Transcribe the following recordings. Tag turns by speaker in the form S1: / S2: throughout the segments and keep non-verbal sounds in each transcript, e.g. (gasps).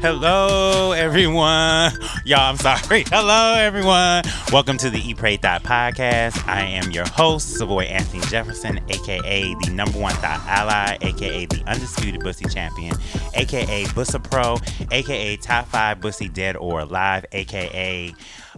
S1: Hello, everyone. Y'all, I'm sorry. (laughs) Hello, everyone. Welcome to the Eat Pray Thought podcast. I am your host, Savoy Anthony Jefferson, aka the number one thought ally, aka the undisputed bussy champion, aka Bussa Pro, aka top five bussy dead or alive, aka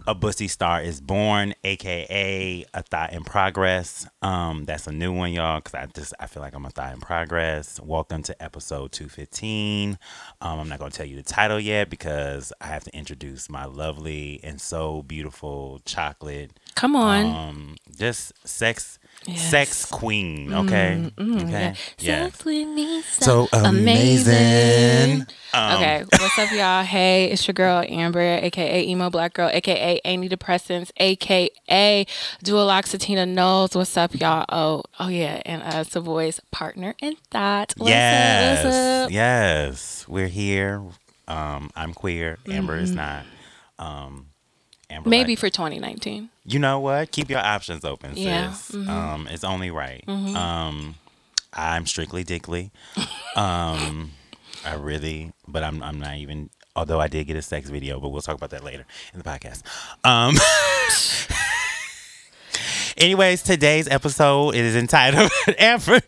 S1: a bussy star is born, aka a thought in progress. Um, that's a new one, y'all, because I just I feel like I'm a thought in progress. Welcome to episode 215. Um, I'm not gonna tell you the title yet because I have to introduce my lovely and so beautiful chocolate,
S2: Come on.
S1: um, just sex,
S2: Yes. Mm-hmm.
S1: sex queen. Okay, okay, yeah.
S2: Sex with me,
S1: So amazing. Um,
S2: okay, what's up, y'all? Hey, it's your girl Amber, aka emo black girl, aka antidepressants, aka dualoxetina knows. What's up, y'all? Oh, oh yeah, and uh, Savoy's partner in thought. What's
S1: yes,
S2: up? What's up?
S1: yes, we're here. Um, I'm queer. Amber is not. Um, Amber,
S2: Maybe
S1: like-
S2: for 2019.
S1: you know what? Keep your options open, sis.
S2: Yeah, Mm-hmm. mhm.
S1: Um, it's only right. Um, I'm strictly
S2: (laughs)
S1: dickly. um, I really, but I'm I'm not even. Although I did get a sex video, but we'll talk about that later in the podcast. Um. (laughs) Anyways, today's episode is entitled (laughs) Amber.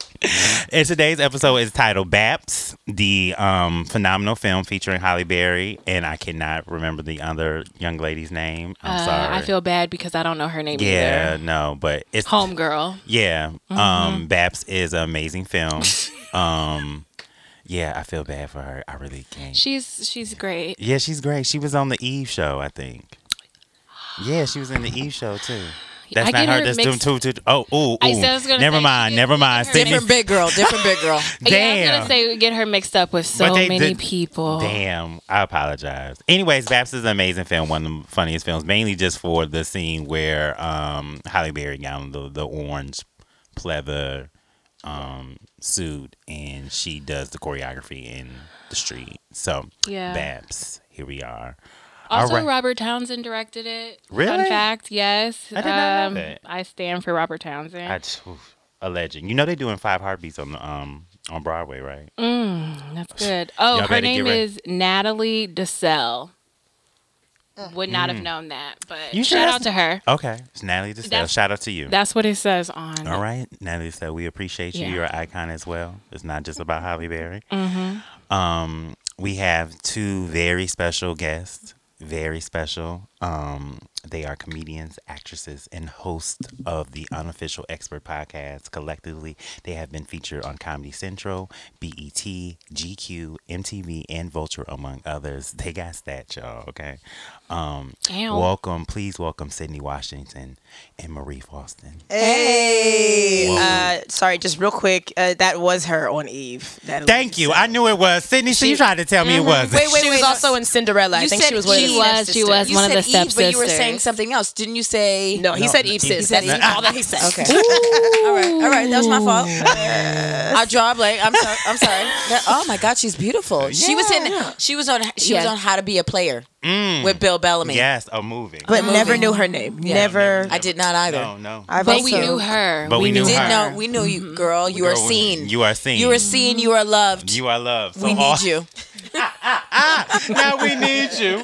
S1: and today's episode is titled Baps, the um, phenomenal film featuring Holly Berry, and I cannot remember the other young lady's name. I'm
S2: Uh,
S1: sorry.
S2: I feel bad because I don't know her name
S1: Yeah,
S2: either.
S1: no, but it's
S2: Homegirl.
S1: Yeah,
S2: Mm-hmm.
S1: um, Baps is an amazing
S2: (laughs)
S1: film. um, yeah, I feel bad for her. I really can't.
S2: She's she's great.
S1: yeah, she's great. She was on the Eve show, I think. Yeah, she was in the Eve show
S2: (sighs)
S1: too. That's
S2: I
S1: not
S2: get
S1: her.
S2: her
S1: that's
S2: mixed-
S1: too, too, too. Oh, ooh, ooh.
S2: I said I was gonna
S1: never
S2: say,
S1: mind.
S2: she
S1: Never
S2: didn't
S1: mind.
S2: get her
S1: Sydney-
S3: Different big girl, different big
S4: (laughs)
S3: girl.
S1: Damn.
S2: Yeah, I was gonna say we get her mixed up with so
S1: But they
S2: many
S1: did-
S2: people.
S1: Damn, I apologize. Anyways, Baps is an amazing film, one of the funniest films, mainly just for the scene where um, Holly Berry got on the, the orange pleather um, suit and she does the choreography in the street. So,
S2: Yeah.
S1: Baps, here we are.
S2: Also,
S1: All right.
S2: Robert Townsend directed it.
S1: Really?
S2: Fun fact, yes. Um,
S1: I did not know that.
S2: I stand for Robert Townsend.
S1: I just- oof, a legend. You know they're doing Five Heartbeats on the um on Broadway, right?
S2: Mm, that's good. Oh,
S1: Y'all better
S2: her
S1: get
S2: name
S1: ready.
S2: is Natalie DeSalle. Would not have known that, but
S1: Mm. You sure
S2: shout
S1: that's-
S2: out to her.
S1: Okay, it's Natalie Destelle.
S2: That's-
S1: Shout out to you.
S2: That's what it says on.
S1: All right, Natalie said we appreciate you.
S2: Yeah.
S1: You're an icon as well. It's not just about Holly Berry.
S2: Mm-hmm.
S1: Um, we have two very special guests. Very special. Um, they are comedians, actresses, and hosts of the Unofficial Expert Podcast. Collectively, they have been featured on Comedy Central, E BET, GQ, MTV, and Vulture, among others. They got stats, y'all. Okay. Um,
S2: Damn.
S1: welcome, please welcome Sydney Washington and Marie Faustin.
S3: Hey,
S1: Whoa.
S3: uh, sorry, just real quick. Uh, that was her on Eve. That
S1: Thank you. I knew it was Sydney. So you tried to tell me it wasn't.
S4: Mm-hmm. Wait, wait,
S3: she
S4: wait.
S3: was
S4: no.
S3: also in Cinderella. I
S4: You
S3: think
S4: said
S3: she was one
S2: She
S3: of the
S2: was,
S3: stepsisters.
S2: she was.
S4: you
S2: one of
S4: said
S2: the
S4: Eve, but you were
S2: stepsisters.
S4: saying something else. Didn't you say?
S3: No, he said Eve,
S1: he
S3: sis.
S1: said
S3: That's
S1: Eve.
S3: all that he said.
S4: Okay. all right, all right. That was my fault. I draw a blank. I'm sorry. I'm sorry. That- oh my God, she's beautiful. she was in. She was on. She was
S2: Yeah.
S4: on How to Be a Player with Bill Bellamy.
S1: Mm. Yes, a movie.
S3: But never knew her name. Never.
S4: I did not either.
S1: No, no.
S3: I've
S2: But
S3: also,
S2: we knew her.
S1: But we knew
S4: Did
S1: her.
S4: know we knew
S2: Mm-hmm.
S4: you, girl. You are
S1: Girl,
S4: seen.
S1: You are seen.
S4: You are seen. You are loved.
S1: You are loved. So
S4: we
S1: all-
S4: need you.
S1: (laughs) now we need
S4: (laughs)
S1: you.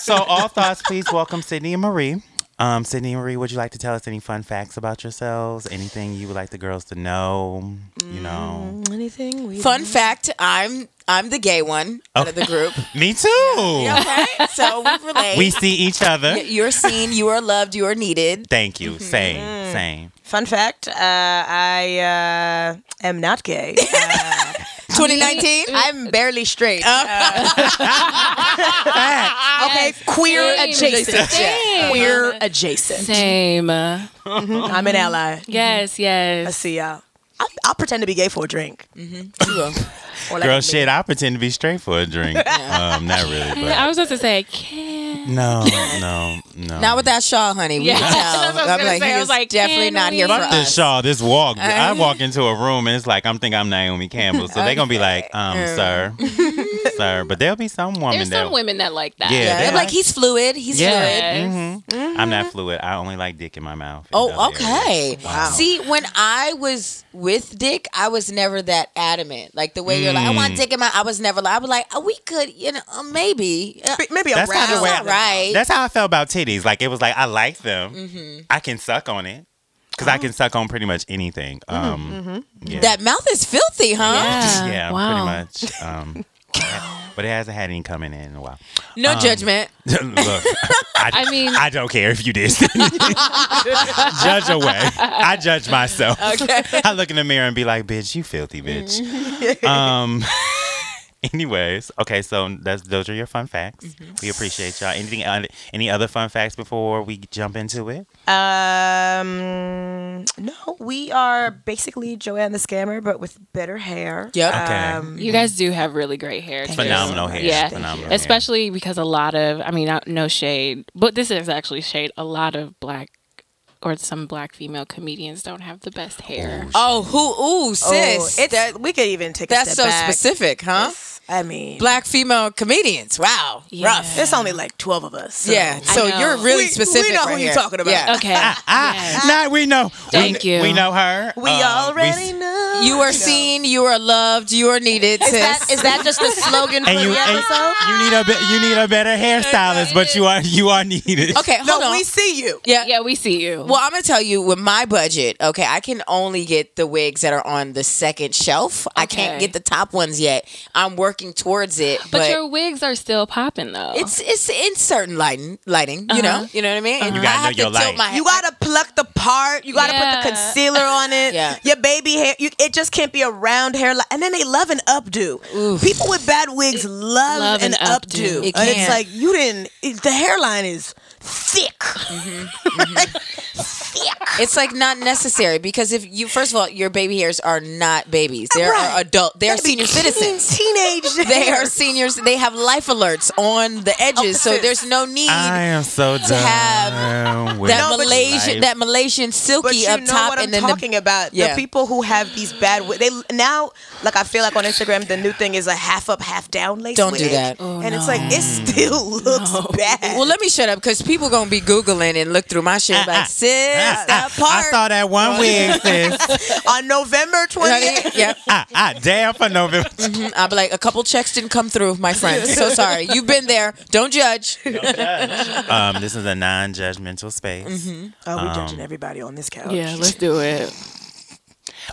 S1: So all thoughts, please welcome Sydney and Marie. Um, Sydney and Marie, would you like to tell us any fun facts about yourselves? Anything you would like the girls to know? You know,
S3: Anything? We
S4: Fun fact: I'm I'm the gay one out of
S1: Oh. (laughs)
S4: the group.
S1: me too.
S4: okay, so we relate.
S1: We see each other.
S4: Y- You're seen. You Mm-hmm. are loved. You are needed.
S1: Thank you.
S4: Mm.
S1: Same, same.
S3: Fun fact. Uh, I uh, am not gay. Uh,
S4: (laughs) 2019.
S3: I'm barely straight.
S4: uh,
S1: Fact.
S3: okay, queer
S2: Same.
S3: adjacent.
S2: Same.
S3: Queer adjacent.
S2: Same.
S3: I'm an ally.
S2: Yes,
S3: I
S2: yes.
S3: see y'all. I'll, I'll pretend to be gay for a drink.
S4: You will.
S3: Or like
S1: Girl,
S3: a
S1: shit, I pretend to
S4: (laughs)
S1: be straight for a drink. Um, not really,
S2: I
S1: but (laughs)
S2: was supposed to say, can
S1: no, no. No.
S4: Not with that shawl, honey. We
S2: Yeah.
S4: can tell.
S2: (laughs) That's what I was
S4: I'm
S2: gonna
S4: like,
S2: say.
S4: he
S2: I was
S4: is
S2: like,
S4: definitely
S2: can
S4: not here for
S2: we-
S1: Fuck this
S4: us.
S1: shawl, this walk. I
S4: Uh,
S1: walk into a room and it's like I'm thinking I'm Naomi Campbell, so they're gonna be like, um,
S4: (laughs)
S1: sir, sir. But there'll be some woman
S2: There's
S1: that
S2: some women that like that.
S1: Yeah,
S4: Yeah,
S1: they
S4: I'm like he's fluid. He's fluid.
S2: Yes.
S1: Mhm. I'm not fluid. I only like dick in my mouth. in
S4: Mm-hmm. Oh,
S1: those areas.
S4: okay.
S1: Wow.
S4: See, when I was with Dick, I was never that adamant. Like the way you're like, I
S2: Mm.
S4: want Dick in my. I was never like, I was like, oh, we could, you know, uh, maybe. Uh,
S3: B- Maybe
S1: That's
S3: around.
S1: not the way. I-
S4: All right.
S1: That's how I felt about titties. Like it was like I like them.
S4: Mm-hmm.
S1: I can suck on it because
S4: Oh.
S1: I can suck on pretty much anything.
S4: Mm,
S1: Um,
S4: mm-hmm.
S1: yeah.
S4: That mouth is filthy, huh?
S1: (laughs)
S2: Yeah.
S1: yeah,
S2: wow.
S1: pretty much. Um, but it hasn't had any coming in in a while. (laughs)
S4: No
S2: Um,
S4: judgment.
S1: Look,
S4: (laughs)
S1: I,
S2: I mean-
S1: I don't care if you did. (laughs) judge away. I judge myself.
S4: Okay.
S1: I look in the mirror and be like, "Bitch, you filthy bitch." um. (laughs) Anyways, okay, so that's those are your fun facts. We appreciate y'all. Anything, uh, any other fun facts before we jump into it?
S3: Um, no, we are basically Joanne the Scammer, but with better hair.
S4: Yep.
S1: Okay.
S3: Um,
S2: You guys do have really great hair. too.
S1: Phenomenal hair.
S2: Yeah.
S1: Phenomenal hair.
S2: Especially because a lot of, I mean, not- no shade, but this is actually shade. A lot of black or some black female comedians don't have the best hair.
S4: Oh, who? Ooh,
S3: oh,
S4: sis.
S3: it's,
S4: that,
S3: we could even take a
S4: that's
S3: step
S4: so
S3: back.
S4: specific, huh?
S3: I mean,
S4: Black female comedians. Wow.
S2: Yeah.
S4: Rough.
S3: There's only like twelve of us. so-
S4: Yeah. So
S2: know.
S4: you're really
S3: We- we
S4: specific.
S3: know who
S4: right
S3: you're
S4: here.
S3: talking about.
S4: Yeah.
S2: Okay.
S1: Ah, now we know.
S2: Thank
S1: we,
S2: you.
S1: We know her.
S3: Um, We
S1: Uh,
S3: already
S1: s-
S3: know.
S4: You are seen. You are loved. You are needed. Sis.
S3: that
S4: (laughs)
S3: just the slogan
S1: And (laughs) you, and you need a be, you need a better hairstylist, but you are you are needed.
S4: okay? Hold
S3: No,
S4: on.
S3: we see you.
S4: yeah.
S2: Yeah, we see you.
S4: Well, I'm gonna tell you with my budget. Okay, I can only get the wigs that are on the second shelf. I can't
S2: Okay.
S4: get the top ones yet. I'm working towards it, but,
S2: but, your wigs are still popping though.
S4: it's it's in certain lighting. Lighting, you
S3: Uh-huh.
S4: know, you know what I mean.
S1: You gotta
S4: I
S1: know your light.
S3: You gotta pluck the part. You gotta put the
S2: Yeah.
S3: concealer on it.
S4: Yeah.
S3: Your baby hair. You, it just can't be a round hairline. And then they love an updo. People with bad wigs love,
S2: love
S3: an,
S2: an
S3: updo.
S2: updo.
S4: It
S3: and it's
S4: can't.
S3: like you didn't. it- the hairline is thick.
S4: Mm-hmm.
S3: (laughs)
S4: It's like not necessary because if you first of all, your baby hairs are not babies. They are
S3: Right.
S4: adult. They are
S3: That'd be
S4: senior
S3: teen-
S4: citizens.
S3: Teenage.
S4: (laughs)
S3: (laughs)
S4: They
S3: hair.
S4: are seniors. They have life alerts on the edges, so
S3: sis.
S4: there's no need.
S1: Oh, I am so done
S4: have
S1: with
S4: that
S1: life.
S4: Malaysian, that Malaysian
S3: But
S4: silky
S3: you
S4: up
S3: know
S4: top,
S3: what I'm
S4: and then
S3: talking
S4: the,
S3: about.
S4: Yeah.
S3: The people who have these bad wi- they now like I feel like on Instagram the new thing is a half up, half down lace.
S4: Don't do
S3: wig.
S4: that. Mm.
S2: Oh,
S3: and it's like it still looks bad.
S4: Well, let me shut up because people gonna be googling and look through my
S1: Ah,
S4: shit like, sis, that
S1: I
S4: part.
S1: saw that one wig,
S4: (laughs)
S1: sis.
S3: on November
S4: Honey,
S3: 20th.
S4: yep.
S1: Ah, ah, damn for November.
S4: Mhm. I'll be like, a couple checks didn't come through,
S1: (laughs)
S4: my friend. So sorry. You've been there. Don't judge.
S1: um, this is a non-judgmental space.
S4: Mm-hmm.
S3: Oh,
S1: Um,
S3: we're judging everybody on this couch.
S2: yeah, let's do it.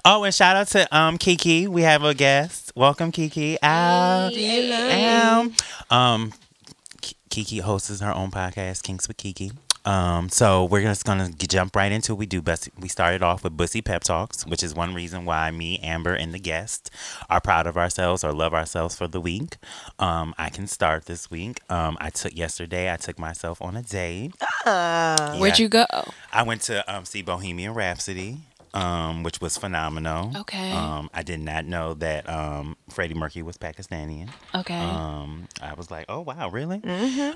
S1: Oh, and shout out to um Kiki. We have a guest. Welcome, Kiki. Out. Um, um, K- Kiki hosts her own podcast, Kinks with Kiki. Um, so we're just gonna g- jump right into it. We do best. We started off with Bussy pep talks, which is one reason why me, Amber, and the guest are proud of ourselves or love ourselves for the week. Um, I can start this week. Um, I took yesterday. I took myself on a date.
S2: Where'd
S1: Yeah.
S2: you go?
S1: I went to um, see Bohemian Rhapsody, um, which was phenomenal.
S2: Okay.
S1: Um, I did not know that um, Freddie Mercury was Pakistani.
S2: Okay.
S1: Um, I was like, oh wow, really?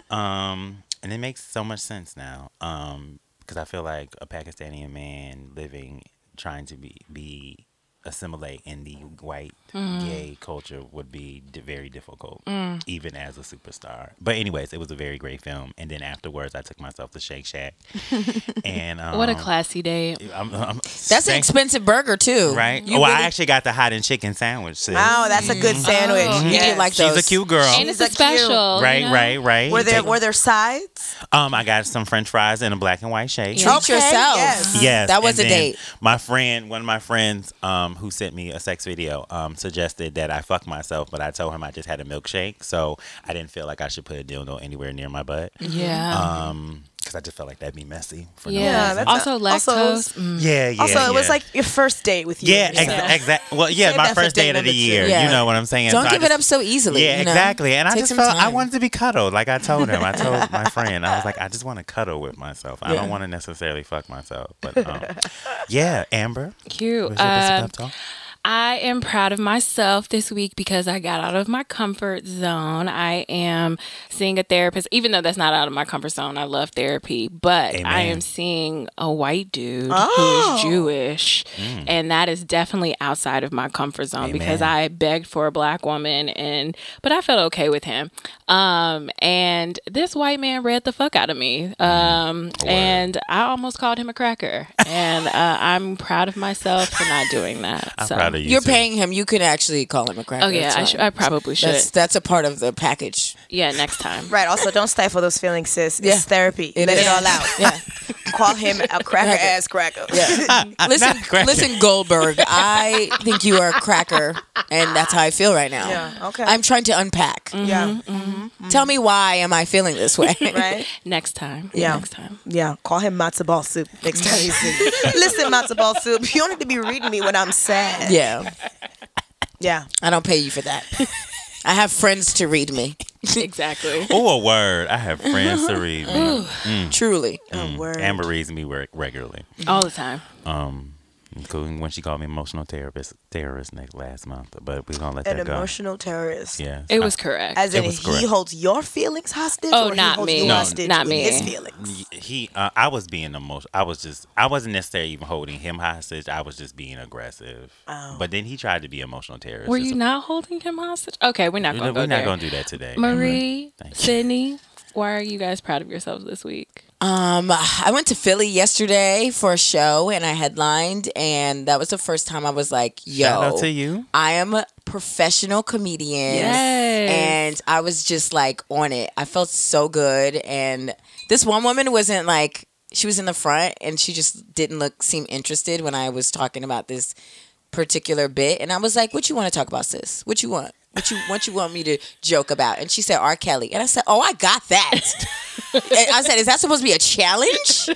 S1: Um, and it makes so much sense now. Um, because I feel like a Pakistani man living, trying to be be assimilate in the white gay culture would be d- very difficult, even as a superstar. But anyways, it was a very great film. And then afterwards, I took myself to Shake Shack, and um,
S2: what a classy day.
S1: I'm, I'm-
S4: That's an
S1: thank-
S4: expensive burger too.
S1: right.
S4: You
S1: well, I
S4: really-
S1: actually got the hot and chicken sandwich. sis.
S3: Wow, that's a good
S1: Mm.
S3: sandwich.
S2: Oh,
S4: You
S3: Yes.
S4: did like
S1: She's a
S4: those.
S1: cute girl.
S2: and it's a
S3: She's a
S2: special.
S1: Right,
S2: you know?
S1: right, right.
S3: Were there
S1: Take-
S3: were there sides?
S1: Um, I got some French fries and a black and white shake.
S4: Treat
S3: Okay,
S4: yourself.
S3: yes.
S1: Yes,
S4: That was
S1: and
S4: a
S1: then
S4: date.
S1: My friend, one of my friends, um, who sent me a sex video, um, suggested that I fuck myself, but I told him I just had a milkshake, so I didn't feel like I should put a dildo anywhere near my butt.
S2: Mm-hmm. Yeah.
S1: Um, because I just felt like that'd be messy. For no
S2: yeah.
S1: reason.
S3: that's
S2: also
S3: a-
S2: lactose.
S3: also-
S2: Mm.
S1: yeah, yeah.
S3: Also, it was
S1: yeah.
S3: like your first date with you.
S1: Yeah,
S3: and yourself.
S1: exactly. well, yeah,
S3: Save
S1: my
S3: that for
S1: first
S3: date
S1: date of the
S3: number two.
S1: year.
S4: Yeah.
S1: You know what I'm saying?
S4: Don't
S1: So I
S4: give it
S1: just-
S4: up so easily.
S1: Yeah,
S4: you know?
S1: exactly. And I
S4: Take
S1: just
S4: some
S1: felt I
S4: time.
S1: wanted to be cuddled. Like I told him, I told
S4: (laughs)
S1: my friend, I was like, I just want to cuddle with myself. I don't want to necessarily fuck myself. But um, yeah, Amber.
S2: Cute.
S1: what's your best
S4: uh,
S2: Um,
S1: pep talk?
S2: I am proud of myself this week because I got out of my comfort zone. I am seeing a therapist, even though that's not out of my comfort zone. I love therapy, but I
S1: Amen.
S2: am seeing a white dude
S3: Oh.
S2: who's Jewish, and that is definitely outside of my comfort zone because I begged for a black woman, and but I felt okay with him. Um, and this white man read the fuck out of me. Um, and I almost called him a cracker, and uh, I'm proud of myself for not doing that.
S1: I'm
S2: so.
S1: proud of you.
S4: You're
S1: too.
S4: paying him. You can actually call him a cracker.
S2: Oh yeah,
S4: It's
S2: I,
S4: fine.
S2: sh- I probably should.
S4: That's that's a part of the package.
S2: yeah, next time.
S3: Right. Also, don't stifle those feelings, sis.
S4: Yeah.
S3: It's therapy.
S4: It
S3: Let
S4: is.
S3: it all out.
S4: Yeah.
S3: (laughs) Call him a cracker ass cracker. (laughs)
S4: Yeah. (laughs) listen,
S1: Not cracker.
S4: listen, Goldberg. I think you are a cracker, and that's how I feel right now.
S3: Yeah, Mm-hmm. okay.
S4: I'm mm-hmm, trying to unpack.
S3: Yeah.
S4: Tell me why am I feeling this way?
S3: (laughs) Right.
S4: mm-hmm.
S2: Next time.
S3: Yeah.
S2: Next time. (laughs)
S3: Yeah, call him matzo ball soup next time you see. me. (laughs) Listen, matzo ball soup, you don't need to be reading me when I'm
S4: (laughs)
S3: sad.
S4: yeah.
S3: Yeah.
S4: I don't pay you for that. I have friends to read me.
S2: Exactly.
S1: Oh, a word. I have friends to
S4: (laughs)
S1: read me. Mm,
S4: Truly.
S3: A word.
S1: Amber reads me re- regularly,
S2: All the time.
S1: um, including when she called me emotional therapist terrorist like last month. But we're gonna let
S3: An
S1: that go.
S3: emotional terrorist.
S1: Yeah,
S2: It was correct.
S3: As in,
S1: was
S3: he
S1: correct.
S3: holds your feelings hostage.
S2: Oh,
S3: or he
S2: not
S3: holds
S2: me.
S3: You
S1: No,
S3: hostage
S2: not
S3: with
S2: me.
S3: His feelings.
S1: he. Uh, I was being emotional. I was just. I wasn't necessarily even holding him hostage. I was just being aggressive.
S3: Oh.
S1: But then he tried to be emotional terrorist.
S2: Were
S1: It's
S2: you
S1: a-
S2: not holding him hostage? Okay, we're not
S1: We're
S2: going to
S1: not
S2: go there.
S1: gonna do that today. Amber.
S2: Marie,
S1: Thank you.
S2: Sydney, why are you guys proud of yourselves this week?
S4: Um, I went to Philly yesterday for a show and I headlined, and that was the first time I was like, yo.
S1: Shout out to you.
S4: I am a professional comedian.
S2: Yes.
S4: And I was just like on it. I felt so good. And this one woman wasn't like, she was in the front and she just didn't look, seem interested when I was talking about this particular bit. And I was like, what you want to talk about, sis? What you want? What you, what you want me to joke about? And she said, R. Kelly. And I said, oh, I got
S2: (laughs)
S4: that. And I said, "Is that supposed to be a challenge?"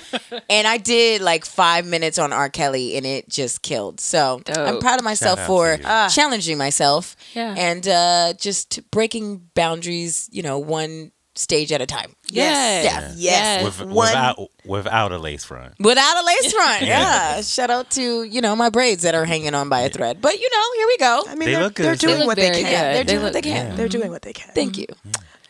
S4: and I did like five minutes on R. Kelly, and it just killed. So
S2: Dope.
S4: I'm proud of myself
S1: out
S4: for
S1: to you.
S4: uh, challenging myself
S3: Uh-huh.
S2: Yeah.
S4: and uh, just breaking boundaries. You know, one stage at a time.
S2: Yes.
S4: Yeah.
S3: Yes.
S1: With,
S3: One-
S1: without without a lace front.
S4: Without a lace front,
S1: Yeah.
S4: yeah. Shout out to you know my braids that are hanging on by a thread, but you know here we go.
S3: I mean,
S1: They
S3: are
S1: look good,
S3: they're
S1: sis. They
S3: doing
S2: look
S3: what they
S2: very
S3: can.
S2: good. They
S4: They're
S2: look-
S4: doing
S2: Mm-hmm.
S4: what they can.
S1: yeah.
S3: They're doing what they can.
S4: Thank you.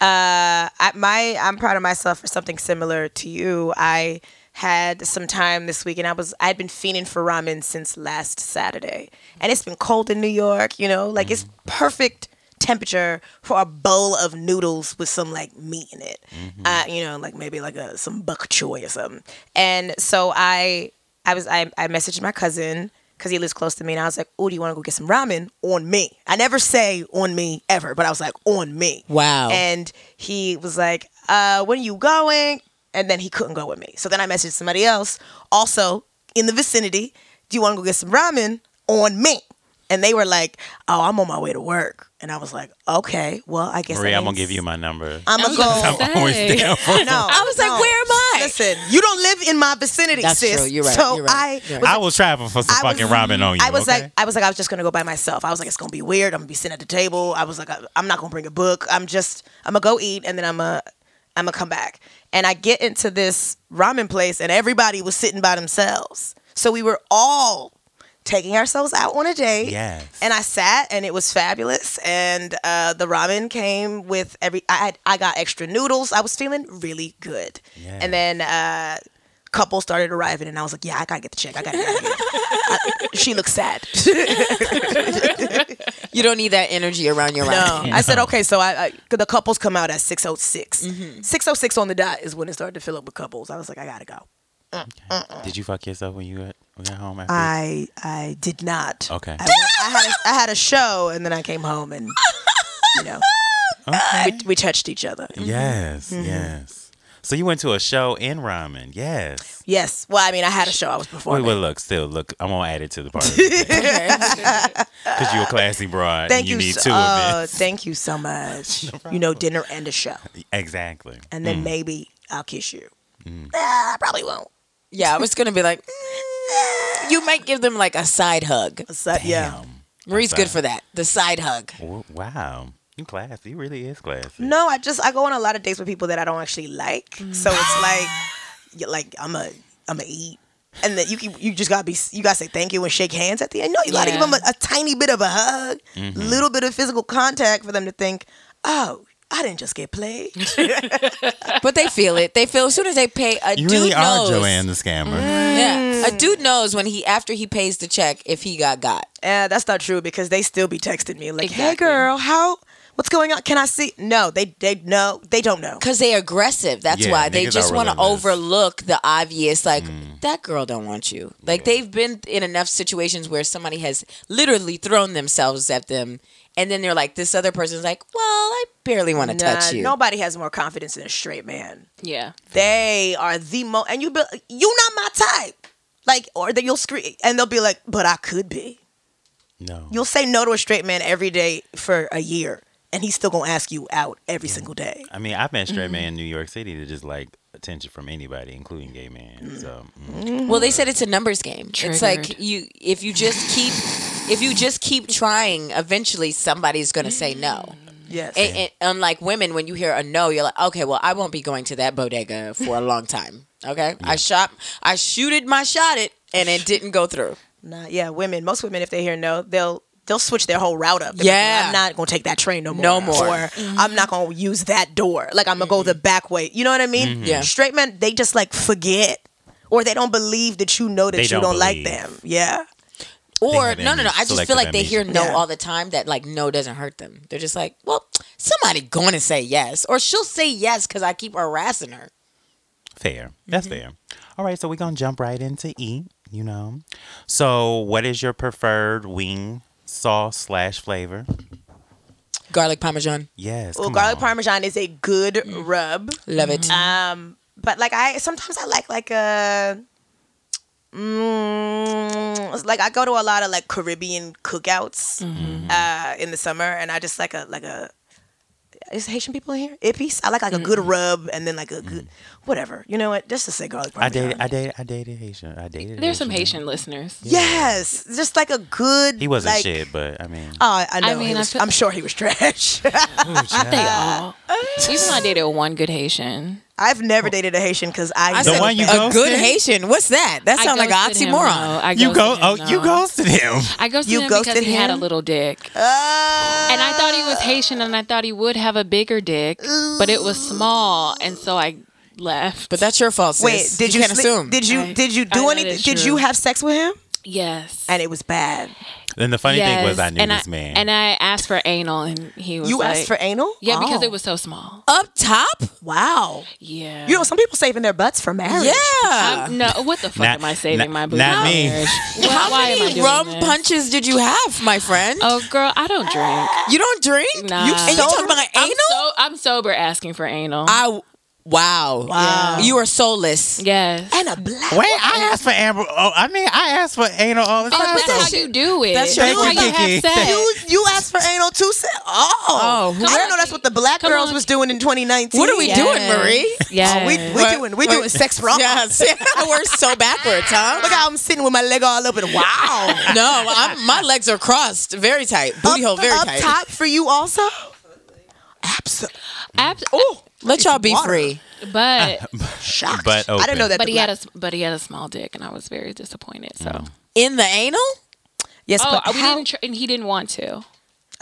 S3: uh, I, my I'm proud of myself for something similar to you. I had some time this week, and I was I'd been fiending for ramen since last Saturday, and it's been cold in New York. You know, like it's perfect temperature for a bowl of noodles with some like meat in it. Uh, you know, like maybe like a some bok choy or something. And so I I was I, I messaged my cousin because he lives close to me, and I was like, "Oh, do you want to go get some ramen on me?" I never say on me ever, but I was like, "On me."
S4: Wow.
S3: And he was like, uh, when are you going? And then he couldn't go with me. So then I messaged somebody else, also in the vicinity, do you want to go get some ramen on me? And they were like, oh, I'm on my way to work. And I was like, okay, well, I guess
S1: Marie, I'm gonna give you my number.
S3: I'm
S2: I
S3: gonna
S2: was
S3: go.
S1: (laughs)
S2: gonna
S1: I'm always
S2: Hey.
S1: down for
S3: (laughs) No,
S4: I was like,
S3: no.
S4: where am I?
S3: Listen, you don't live in my vicinity,
S4: That's
S3: sis.
S4: true. You're right.
S3: So
S4: You're right.
S3: I
S4: You're
S3: was
S1: I will travel for some
S3: I was-
S1: fucking ramen on you.
S3: I was
S1: okay?
S3: like, I was like, I was just gonna go by myself. I was like, it's gonna be weird. I'm gonna be sitting at the table. I was like, I, I'm not gonna bring a book. I'm just, I'm gonna go eat, and then I'm gonna, I'm gonna come back. And I get into this ramen place, and everybody was sitting by themselves. So we were all taking ourselves out on a date.
S1: Yes.
S3: And I sat, and it was fabulous. And uh, the ramen came with every. I had, I got extra noodles. I was feeling really good.
S1: Yeah.
S3: And then. Uh, couple started arriving, and I was like, "Yeah, I gotta get the check. I gotta." Get out of here." I- she
S1: (laughs)
S3: looks sad.
S4: You don't need that energy around your
S3: no,
S4: ramen.
S3: Um, I said, "Okay, so I, I the couples come out at six oh six.
S1: Mm-hmm.
S3: Six oh six on the dot is when it started to fill up with couples. I was like, I gotta go.
S1: Did you fuck yourself when you got, when you got home after?
S3: uh-uh. I I did not.
S1: Okay.
S3: I, went- I had a, I had a show, and then I came home, and you know,
S1: (laughs) Okay.
S3: we touched each other.
S1: Yes,
S3: Mm-hmm.
S1: yes. So you went to a show in ramen. Yes.
S3: Yes. Well, I mean, I had a show. I was
S1: Wait,
S3: performing.
S1: well, look, still, look, I'm going to add it to the party. Because you're a classy broad.
S3: Thank
S1: and you. need
S3: so,
S1: two
S3: oh,
S1: of
S3: thank you
S1: (laughs)
S3: so much. you know, dinner and a show,
S1: it. Exactly.
S3: and then maybe I'll kiss you.
S1: Mm.
S3: Ah, I probably won't.
S4: Yeah, I was gonna be like, mm, you might give them like a side hug.
S3: So, yeah.
S1: Damn.
S4: Marie's good for that. The side hug.
S1: W- Wow. You classy. You really is classy.
S3: No, I just I go on a lot of dates with people that I don't actually like. So it's like, y- like I'm a I'm a eat. and then you can, you just gotta be you gotta say thank you and shake hands at the end. No, you gotta
S2: Yeah.
S3: give them a, a tiny bit of a hug,
S1: Mm-hmm.
S3: little bit of physical contact for them to think, oh, I didn't just get played.
S4: But they feel it. They feel as soon as they pay a
S1: You
S4: dude
S1: really are
S4: knows. Mm.
S1: Joanne the scammer.
S4: Yeah, a dude knows when he after he pays the check if he got got.
S3: Eh, that's not true because they still be texting me like, hey
S4: Exactly.
S3: girl, how what's going on? Can I see? No, they they no, they don't know.
S4: Cause they aggressive. That's
S1: Yeah,
S4: why they
S1: niggas are Mm.
S4: just want to
S1: relentless.
S4: overlook the obvious. Like that girl don't want you. Like they've been in enough situations where somebody has literally thrown themselves at them, and then they're like, this other person's like, well, I barely want to touch
S3: Nah,
S4: you.
S3: Nobody has more confidence than a straight man.
S2: Yeah.
S3: They are the most, and you be you not my type. Like, or that you'll scream, and they'll be like, but I could be.
S1: No.
S3: You'll say no to a straight man every day for a year, and he's still gonna ask you out every single day.
S1: I mean, I've met straight man in New York City to just like attention from anybody, including gay men. So mm.
S4: Well, they said it's a numbers game. It's like
S2: Triggered.
S4: you if you just keep if you just keep trying, eventually somebody's going to say no.
S3: Yes.
S4: And, and unlike women, when you hear a no, you're like, okay, well, I won't be going to that bodega for
S1: (laughs)
S4: a long time. Okay, I shot, I shooted my shot it, and it didn't go through.
S3: Nah, yeah, women. Most women, if they hear no, they'll they'll switch their whole route up. They'll be
S4: Yeah.
S3: like, I'm not gonna take that train no more.
S4: No more.
S3: Or I'm not gonna use that door. Like I'm gonna go
S1: Mm-hmm.
S3: the back way. You know what I mean?
S4: Yeah.
S3: Straight men, they just like forget, or they don't believe that you know that
S1: They
S3: you
S1: don't
S3: don't, like
S1: believe.
S3: them. Yeah.
S4: Or
S1: have
S4: no, no, no.
S1: amnesia,
S4: I just
S1: selective
S4: feel like they hear
S1: amnesia.
S4: no
S3: Yeah.
S4: all the time. That like no doesn't hurt them. They're just like, well, somebody going to say yes, or she'll say yes because I keep harassing her.
S1: fair. That's fair. All right, so we're gonna jump right into eat. You know. So, what is your preferred wing sauce slash flavor?
S4: Garlic parmesan,
S1: Yes.
S3: Well,
S1: come
S3: garlic
S1: on. Mm.
S3: parmesan is a good rub.
S4: love it.
S3: Um, but like I sometimes I like like a. Mm, it's like I go to a lot of like Caribbean cookouts
S1: Mm-hmm.
S3: uh, in the summer, and I just like a like a. Is Haitian people in here? Ippies. I like like a good
S1: Mm.
S3: rub, and then like a good whatever. You know what? Just to say garlic
S1: I
S3: parmesan.
S1: dated. I dated. I dated Haitian. I dated.
S2: There's some
S1: Haitian.
S2: Haitian listeners.
S3: Yes, just like a good.
S1: He wasn't
S3: like,
S1: shit, but I mean,
S3: Oh, I know.
S2: mean,
S3: he
S2: I
S3: was-
S2: feel-
S3: I'm sure he was trash. (laughs)
S1: (laughs)
S2: They all. Even though I dated one good Haitian.
S3: I've never dated a Haitian because I.
S4: I
S1: The
S3: know
S1: one you
S3: that-
S4: a good
S1: ghosted?
S4: Haitian. What's that? That
S2: I
S4: sounds like an
S2: ghosted him,
S4: oxymoron.
S2: though. I
S1: you go.
S2: ghosted
S1: Oh,
S2: him,
S1: you
S2: though.
S1: ghosted him.
S2: I ghosted
S3: You
S2: him
S3: ghosted
S2: because he had a
S3: him?
S2: little dick.
S3: Ah.
S2: And I thought he was Haitian and I thought he would have a bigger dick, but it was small. And so I left.
S4: But that's your fault, sis.
S3: Wait, did you,
S4: can't
S3: sleep-
S4: assume?
S3: Did you
S2: I-
S3: did you
S2: I know
S3: do anything?
S2: that's
S3: Did
S2: true.
S3: you have sex with him?
S2: yes.
S3: And it was bad.
S1: And the funny thing was, I
S2: Yes.
S1: knew
S2: and
S1: this man.
S2: And I asked for anal and he was
S3: You
S2: like,
S3: asked for anal?
S2: Yeah, because
S3: Oh.
S2: it was so small.
S4: Up top?
S3: wow.
S2: Yeah.
S3: Oh. You know, some people saving their butts for marriage.
S4: Yeah.
S2: I'm- no, what the fuck
S1: Not-
S2: am I saving
S1: not-
S2: my booty
S1: not
S2: for
S1: me.
S2: marriage? Why-
S4: How
S2: why am I
S4: many
S2: doing
S4: rum
S2: this?
S4: punches did you have, my friend?
S2: Oh, girl, I don't drink.
S4: You don't drink?
S2: Nah.
S4: You,
S2: And
S4: and
S2: you
S4: you talking about
S2: I'm,
S4: anal?
S2: so, I'm sober asking for anal.
S4: I wow.
S3: Wow.
S4: You are soulless.
S2: yes.
S3: And a black.
S1: Wait, I asked for Amber. Oh, I mean, I asked for anal all the
S2: Oh,
S1: time.
S2: that's
S1: so-
S2: how you do it. That's,
S4: That's your
S2: how you
S1: Thank you,
S2: have
S1: Kiki.
S2: sex.
S3: You you asked for anal too? Sa- Oh,
S4: Oh,
S3: I don't know. That's what the black
S2: Come
S3: girls
S2: on.
S3: was doing in 2019.
S4: What are we doing, Marie?
S2: Yeah.
S3: Oh, we we
S4: What-
S3: doing we
S4: what-
S3: doing sex wrong.
S4: Yes. (laughs) We're so backwards, huh?
S3: Look how I'm sitting with my leg all up and (laughs) wow.
S4: no, I'm, my legs are crossed, very tight. Booty hole,
S3: up,
S4: very
S3: up
S4: tight.
S3: top for you also. Absolutely.
S2: Abs-
S3: Oh,
S4: Let y'all be
S3: Water.
S4: free.
S1: (laughs)
S2: but
S3: shocked.
S1: But
S3: I didn't
S1: open.
S3: know that.
S2: but
S3: the
S2: he had a
S3: black-
S2: s- but he had a small dick, and I was very disappointed. So
S4: In the anal?
S3: yes,
S2: oh,
S3: but
S2: we
S3: how-
S2: didn't tr- and he didn't want to.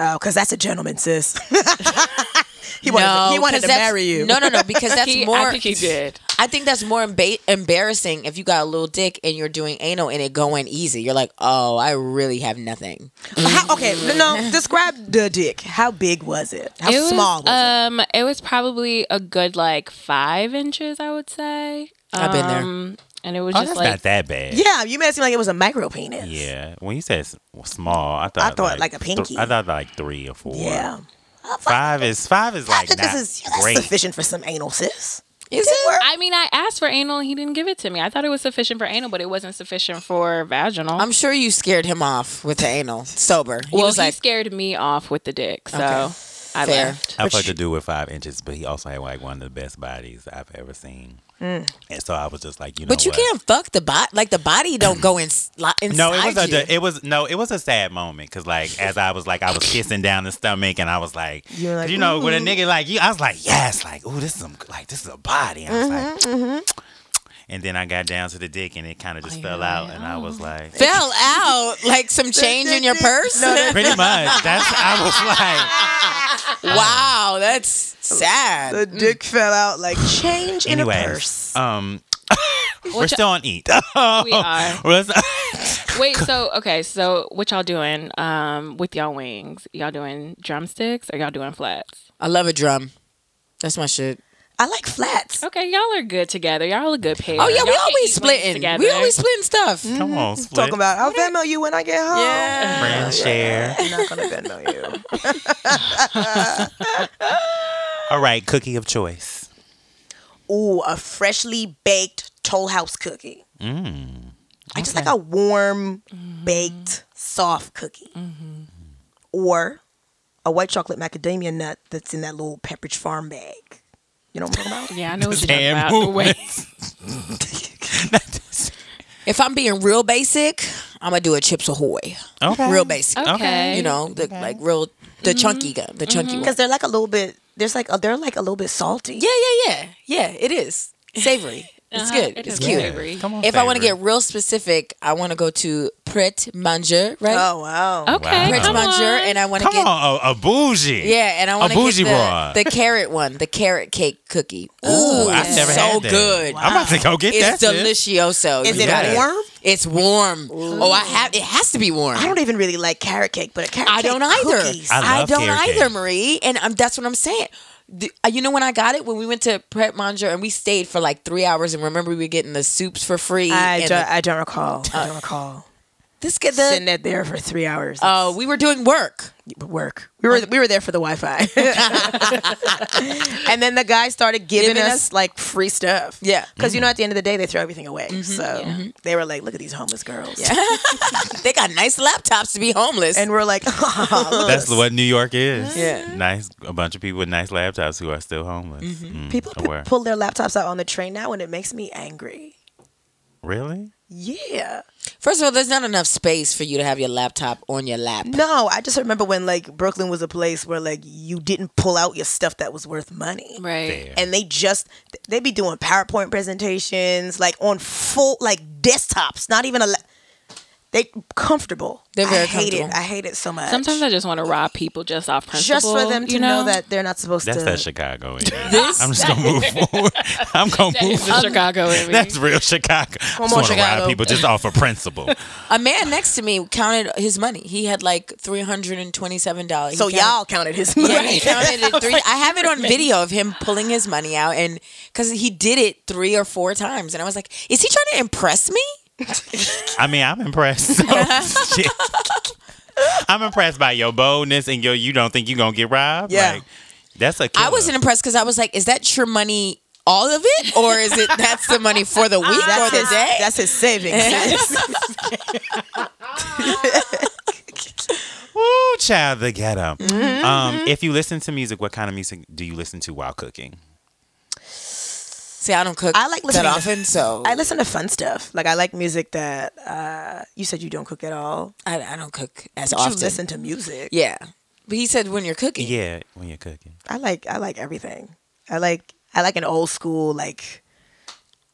S3: Oh, because that's a gentleman, sis. (laughs) he wanted, to, he wanted
S4: 'cause
S3: to
S4: that's-
S3: marry you.
S4: No, no, no,
S2: (laughs)
S4: because that's
S2: He-
S4: more.
S2: I think he did.
S4: I think that's more emba- embarrassing if you got a little dick and you're doing anal and it going easy. You're like, oh, I really have nothing.
S3: How, okay, no, (laughs) no, describe the dick. How big was it? How
S2: it was,
S3: small was,
S2: um, it? was probably a good like five inches, I would say.
S4: I've been there.
S2: Um, and it was
S1: Oh,
S2: just
S1: that's
S2: like
S1: not that bad.
S3: it? Yeah, you made it seem like it was a micro penis.
S1: Yeah. When you said s- small, I thought
S3: I thought like a
S1: th-
S3: pinky.
S1: I thought like three or four.
S3: Yeah.
S1: Five is five is
S3: I
S1: like
S3: think
S1: not
S3: this is that's
S1: great.
S3: sufficient for some anal, sis.
S4: Is it?
S2: I mean, I asked for anal and he didn't give it to me. I thought it was sufficient for anal, but it wasn't sufficient for vaginal.
S4: I'm sure you scared him off with the anal, sober. He
S2: well,
S4: was
S2: he
S4: like,
S2: scared me off with the dick, so
S4: Okay.
S2: I
S4: Fair.
S2: left.
S1: (laughs) I fucked a dude with five inches, but he also had like one of the best bodies I've ever seen. And so I was just like, you know,
S4: but you
S1: what?
S4: can't fuck the body. Like the body don't go in, li- inside
S1: No, it was
S4: you.
S1: a it was no, it was a sad moment because like as I was like I was kissing down the stomach and I was like, 'cause you
S3: You're like,
S1: know,
S3: Mm-hmm,
S1: with a nigga like you, I was like, yes, like ooh, this is some like this is a body. And I was like, and then I got down to the dick, and it kind of just
S2: Oh,
S1: fell
S2: yeah.
S1: out, and I was like,
S4: Fell out like some change in your purse. (laughs)
S1: pretty much. That's I
S3: (laughs)
S1: was like.
S4: wow, that's sad.
S3: The dick fell out like (gasps) change in a
S1: Mm. Anyways,
S3: purse.
S1: um, we're
S2: Which-
S1: still on E. (laughs) eat. Oh.
S2: We are.
S1: Well, that's- (laughs)
S2: Wait, so okay, so what y'all doing um with y'all wings? Y'all doing drumsticks or y'all doing flats?
S4: I love a drum. That's my shit.
S3: I like flats.
S2: Okay, y'all are good together. Y'all a good pair.
S4: Oh yeah,
S2: Y'all can
S4: we
S2: eat
S4: always
S2: wings
S4: splitting.
S2: together.
S4: We always splitting stuff.
S1: Come on, split.
S3: Talking Mm-hmm. about I'll Venmo you when I get home.
S4: Yeah.
S1: friend share.
S3: (laughs) I'm not gonna Venmo you.
S1: All right, cookie of choice.
S3: Ooh, a freshly baked Toll House cookie.
S1: Mm.
S3: I just
S1: Okay.
S3: like a warm, baked, soft cookie. Or a white chocolate macadamia nut that's in that little Pepperidge Farm bag. You know what I'm talking (laughs) about?
S2: Yeah, I know what you're talking
S1: Damn
S2: about.
S1: movement.
S2: Wait.
S1: (laughs)
S3: (laughs)
S4: If I'm being real basic, I'm gonna do a Chips Ahoy.
S1: Okay.
S4: Real basic.
S2: Okay.
S1: Okay.
S4: You know, the like real the chunky gun, the chunky one.
S3: Because they're like a little bit. There's like a, they're like a little bit salty.
S4: Yeah, yeah, yeah, yeah. It is savory. It's
S2: Uh-huh,
S4: good.
S2: it is
S4: it's cute.
S2: good. Savory.
S1: Come on,
S4: If I want to
S1: savory.
S4: get real specific, I want to go to Pret Manger, right?
S3: Oh wow.
S2: (laughs) Okay.
S4: Pret
S2: Come on.
S4: Manger, and I want to
S1: Come
S4: get
S1: on, a, a bougie.
S4: yeah, and I want to
S1: bougie
S4: get
S1: bra.
S4: the, the carrot one, the carrot cake cookie. Ooh,
S1: I've
S4: it's
S1: never
S4: so
S1: had that.
S4: good.
S1: I'm about to go get that.
S4: It's
S1: shit.
S4: delicioso.
S3: Is
S4: You
S3: it
S4: got
S1: Yeah.
S3: warm?
S4: It's warm. Oh, I have. It has to be warm.
S3: I don't even really like carrot cake, but a carrot
S4: I
S3: cake
S4: don't either.
S3: cookies.
S1: I
S4: I,
S1: love
S4: don't
S1: carrot
S4: either,
S1: cake.
S4: Marie. And um, that's what I'm saying. The- uh, you know when I got it when we went to Pret Manger and we stayed for like three hours and remember we were getting the soups for free.
S3: I
S4: and
S3: don't, I don't recall. I don't (laughs) recall.
S4: this get
S3: Sitting
S4: the
S3: that there for three hours.
S4: uh, we were doing work.
S3: It's work. We were we were there for the Wi-Fi. (laughs) and then the guy started giving,
S4: Giving
S3: us,
S4: us-
S3: like free stuff.
S4: Yeah.
S3: Because
S1: Mm-hmm.
S3: you know at the end of the day they throw everything away. So they were like, look at these homeless girls.
S4: They got nice laptops to be homeless.
S3: (laughs) And
S4: And
S3: we're like, (laughs) "Oh, look,
S1: That's what New York is.
S4: Yeah.
S1: Nice, a bunch of people with nice laptops who are still homeless.
S4: Mm-hmm.
S1: Mm,
S3: people p-
S1: aware.
S3: pull their laptops out on the train now and it makes me angry.
S1: really?
S3: Yeah.
S4: first of all, there's not enough space for you to have your laptop on your lap.
S3: No, I just remember when like Brooklyn was a place where like you didn't pull out your stuff that was worth money.
S2: Right.
S1: Fair.
S3: and they just they be doing PowerPoint presentations like on full like desktops, not even a. la- They comfortable.
S4: They're very
S3: I hate
S4: comfortable.
S3: it. I hate it so much.
S2: Sometimes I just want to rob people just off principle.
S3: just for them to
S2: you
S3: know?
S2: know,
S3: that they're not supposed
S1: That's
S3: to.
S1: that Chicago. in me. I'm just gonna move forward. I'm gonna
S2: That
S1: move.
S2: is
S4: Um,
S2: the
S1: (laughs)
S2: Chicago in me.
S1: That's real Chicago. I just
S4: on,
S1: want to
S4: Chicago.
S1: ride people just off of principle.
S4: A man next to me counted his money. He had like three hundred and twenty-seven dollars.
S3: so y'all counted his (laughs) money.
S4: Yeah, he counted it three. I have it on video of him pulling his money out, and because he did it three or four times, and I was like, "Is he trying to impress me?"
S1: I mean, I'm
S4: (laughs)
S1: impressed. So, shit. I'm impressed by your boldness and your you don't think you're gonna get robbed.
S3: Yeah.
S1: Like, that's a killer.
S4: I wasn't impressed because I was like, "Is that your money, all of it, or is it that's the money for the week
S3: That's
S4: or the
S3: his,
S4: day?"
S3: that's his
S4: (laughs)
S3: savings.
S1: Woo, child, the get up. Um, if you listen to music, what kind of music do you listen to while cooking?
S4: See, I don't cook.
S3: I like listening
S4: that
S3: to-
S4: often, so
S3: (laughs) I listen to fun stuff. Like I like music that uh, you said you don't cook at all.
S4: I, I don't cook as
S3: But
S4: often.
S3: You listen to music.
S4: Yeah, but he said when you're cooking,
S1: Yeah, when you're cooking.
S3: I like I like everything. I like I like an old school like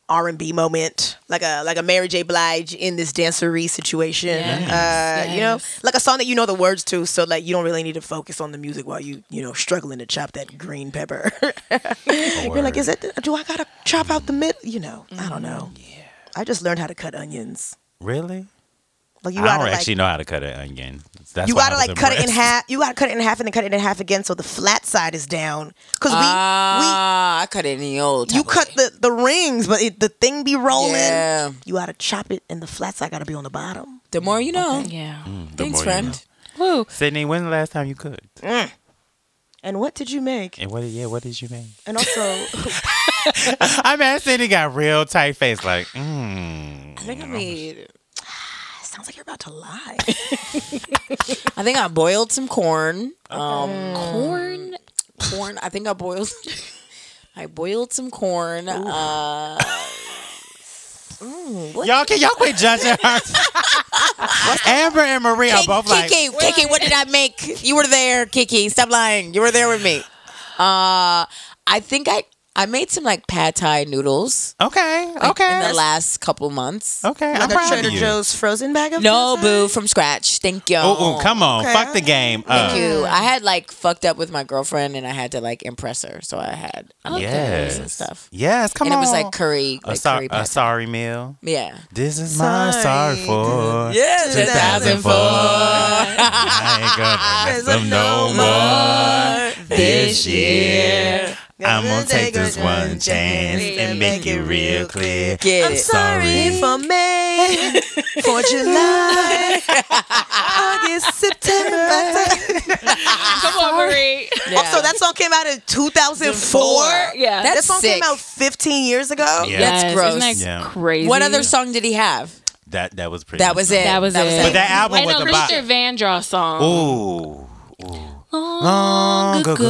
S3: R and B moment, like a like a Mary J. Blige in this dancery situation.
S2: Yes,
S3: uh, You know,
S2: yes.
S3: like a song that you know the words to, so like you don't really need to focus on the music while you you know struggling to chop that green pepper. (laughs) You're like, is that the- do I gotta chop out the middle? You know, I don't know. Yeah, I just learned how to cut onions.
S1: Really?
S3: Like you
S1: I
S3: gotta
S1: don't
S3: like.
S1: actually know how to cut an onion. That's
S3: you
S1: why I
S3: gotta
S1: was
S3: like cut it in
S1: impressed.
S3: half. You gotta cut it in half and then cut it in half again, so the flat side is down. Cause we we
S4: Ah, I cut it in the old.
S3: you
S4: type of
S3: cut
S4: way.
S3: the, the rings, but it, the thing be rolling.
S4: Yeah.
S3: You gotta chop it, and the flats I gotta be on the bottom.
S4: The more you know.
S2: yeah.
S1: The
S4: Thanks,
S1: more you
S4: friend.
S1: know.
S2: Woo.
S1: Sydney, when's the last time you cooked?
S3: And what did you make?
S1: And what? did- Yeah, what did you make?
S3: And also, (laughs)
S1: I mean, Sydney got real tight face. Like, mm.
S4: I think I made.
S3: sounds like you're about to lie.
S4: I think I boiled some corn. Um,
S2: Corn.
S4: corn. I think I boiled. (laughs) I boiled some corn. Uh, mm, what?
S1: y'all can y'all quit judging (laughs) her. Amber and Marie are
S4: Kiki,
S1: both like,
S4: Kiki, Kiki, what did I make? You were there, Kiki. Stop lying. You were there with me. Uh, I think I I made some like pad thai noodles
S1: Okay.
S4: like,
S1: okay.
S4: in the last couple months.
S1: okay. I'm
S3: Like a
S1: proud
S3: Trader
S1: of you.
S3: Joe's frozen bag of
S4: No,
S3: pizza?
S4: boo, from scratch. Thank you.
S1: Oh, oh, come on.
S3: Okay.
S1: Fuck the game. up.
S4: Thank you. I had like fucked up with my girlfriend and I had to like impress her, so I had like, curries and
S1: Yes.
S4: stuff.
S1: Yes. Come
S4: and
S1: on.
S4: it was like curry,
S1: a,
S4: like
S1: sor-
S4: curry
S1: a
S4: pad.
S1: sorry meal.
S4: yeah.
S1: This is my sorry
S3: Sorry.
S1: for.
S4: Yeah,
S1: 2004. (laughs) I ain't gonna mess them no more. This year, I'm gonna take this one chance and make it real clear.
S4: Get
S3: I'm
S4: it.
S3: sorry for May, for July, August, September.
S2: Come on, Marie. (laughs)
S4: Yeah.
S3: Also, that song came out in 2004.
S2: Yeah.
S3: That
S4: That's
S3: song came
S4: sick.
S3: out 15 years ago.
S1: Yeah.
S4: That's gross.
S2: Isn't that
S1: Yeah.
S2: crazy?
S4: What other song did he have?
S1: That that was pretty.
S4: That was it.
S2: That was it.
S1: But that album
S2: I
S1: was
S2: know
S1: the bop.
S2: Mr. Vandross song.
S1: Ooh.
S2: Long,
S1: Long
S2: ago.
S1: ago.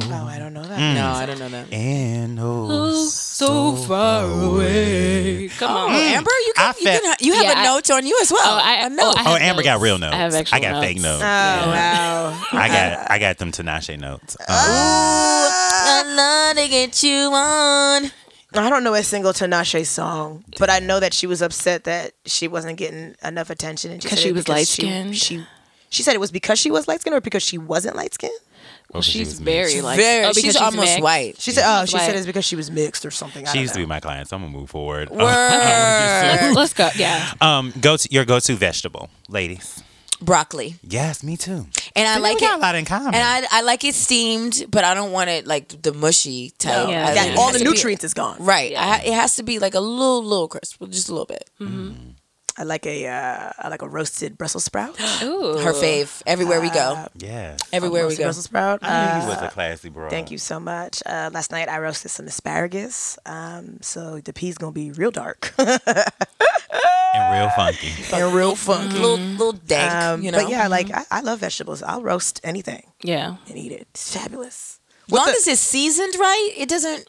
S3: Oh, I don't know that.
S1: Mm.
S4: No,
S2: Mm.
S4: I don't know that.
S1: And
S2: Oh,
S1: oh,
S2: so far away. Come on.
S4: Oh, Amber, you
S1: I
S4: can, you,
S1: fe-
S4: can, you have
S2: Mm. Yeah, I-
S4: a note on you as well.
S2: Oh, I
S4: a note.
S2: Oh, I
S1: Oh,
S2: have
S1: Amber got real notes.
S2: I have actual
S1: got fake
S2: notes.
S1: notes.
S3: Oh, wow.
S1: I got I got them Tinashe notes. Um,
S2: Ah.
S4: I love to get you on.
S3: I don't know a single Tinashe song, but I know that she was upset that she wasn't getting enough attention. and
S2: Because
S3: said
S2: she
S3: it
S2: was
S3: because she-
S2: light-skinned?
S3: She, she said it was because she was light skinned or because she wasn't light skinned.
S2: Well,
S1: she
S2: Oh, she's
S1: was
S2: very
S1: mixed.
S2: like
S4: Very,
S2: oh, because
S4: she's, almost
S2: mixed.
S4: white.
S3: She said, "Oh, she
S2: Right.
S3: said it's because she was mixed or something." I
S1: she
S3: don't
S1: used to
S3: know.
S1: be my client, so I'm gonna move forward.
S4: Word.
S2: (laughs) Let's go. Yeah.
S1: Um, go to your go-to vegetable, ladies.
S4: Broccoli.
S1: Yes, me too.
S4: And I
S1: See,
S4: like
S1: we got
S4: it.
S1: a lot in common.
S4: And I, I like it steamed, but I don't want it like the mushy type.
S2: Yeah.
S4: I
S3: That-
S4: like it
S3: all
S4: has
S3: the
S4: to be-
S3: nutrients is gone.
S4: right. I ha it has to be like a little, little crisp, just a little bit.
S3: I like a uh, I like a roasted Brussels sprout.
S2: Ooh.
S4: Her fave. Everywhere we go.
S1: yes.
S4: Everywhere we
S3: Roasted
S4: go.
S3: Brussels sprout.
S1: I knew
S3: Uh,
S1: you was a classy bro.
S3: Thank you so much. Uh, last night I roasted some asparagus, um, so the pea's gonna be real dark
S1: And real funky.
S3: and real (laughs) funky.
S4: Little, little dank.
S3: Um,
S4: you know.
S3: But yeah, like I, I love vegetables. I'll roast anything
S2: Yeah.
S3: and eat it. It's fabulous.
S4: long as it's seasoned right, it doesn't.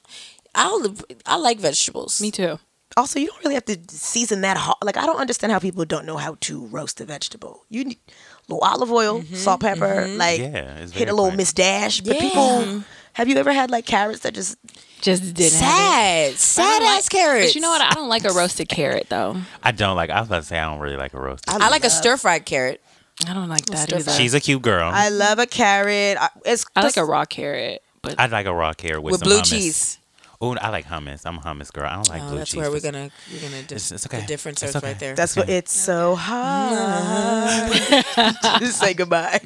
S4: I'll. I like vegetables.
S2: Me too.
S3: Also, you don't really have to season that hot. Like I don't understand how people don't know how to roast a vegetable. You need a little olive oil, salt, pepper, like
S1: Yeah, it's
S3: hit
S1: very
S3: a little
S1: plain.
S3: Miss Dash. But people, have you ever had like carrots that just
S2: Just didn't. Have it. I
S4: Sad, sad
S2: don't like-
S4: ass carrots.
S2: But you know what? I don't like a roasted carrot though.
S1: (laughs) I don't like I was about to say I don't really like a roast.
S4: I like a stir fried carrot.
S2: I don't like that
S4: stir
S2: either.
S4: fry.
S1: She's a cute girl. I,
S3: I love a carrot. I, it's
S2: I like
S3: just-
S2: a raw carrot, but
S1: would like a raw carrot with,
S4: With
S1: some
S4: blue
S1: hummus.
S4: cheese.
S1: Oh, I like hummus. I'm a hummus girl. I don't like
S4: Oh,
S1: blue
S4: that's
S1: cheese.
S4: where we're gonna we're gonna di-
S1: It's- it's okay.
S4: the difference
S1: It's
S4: is
S1: okay.
S4: right there.
S3: That's what it's so hard. (laughs) Just say goodbye.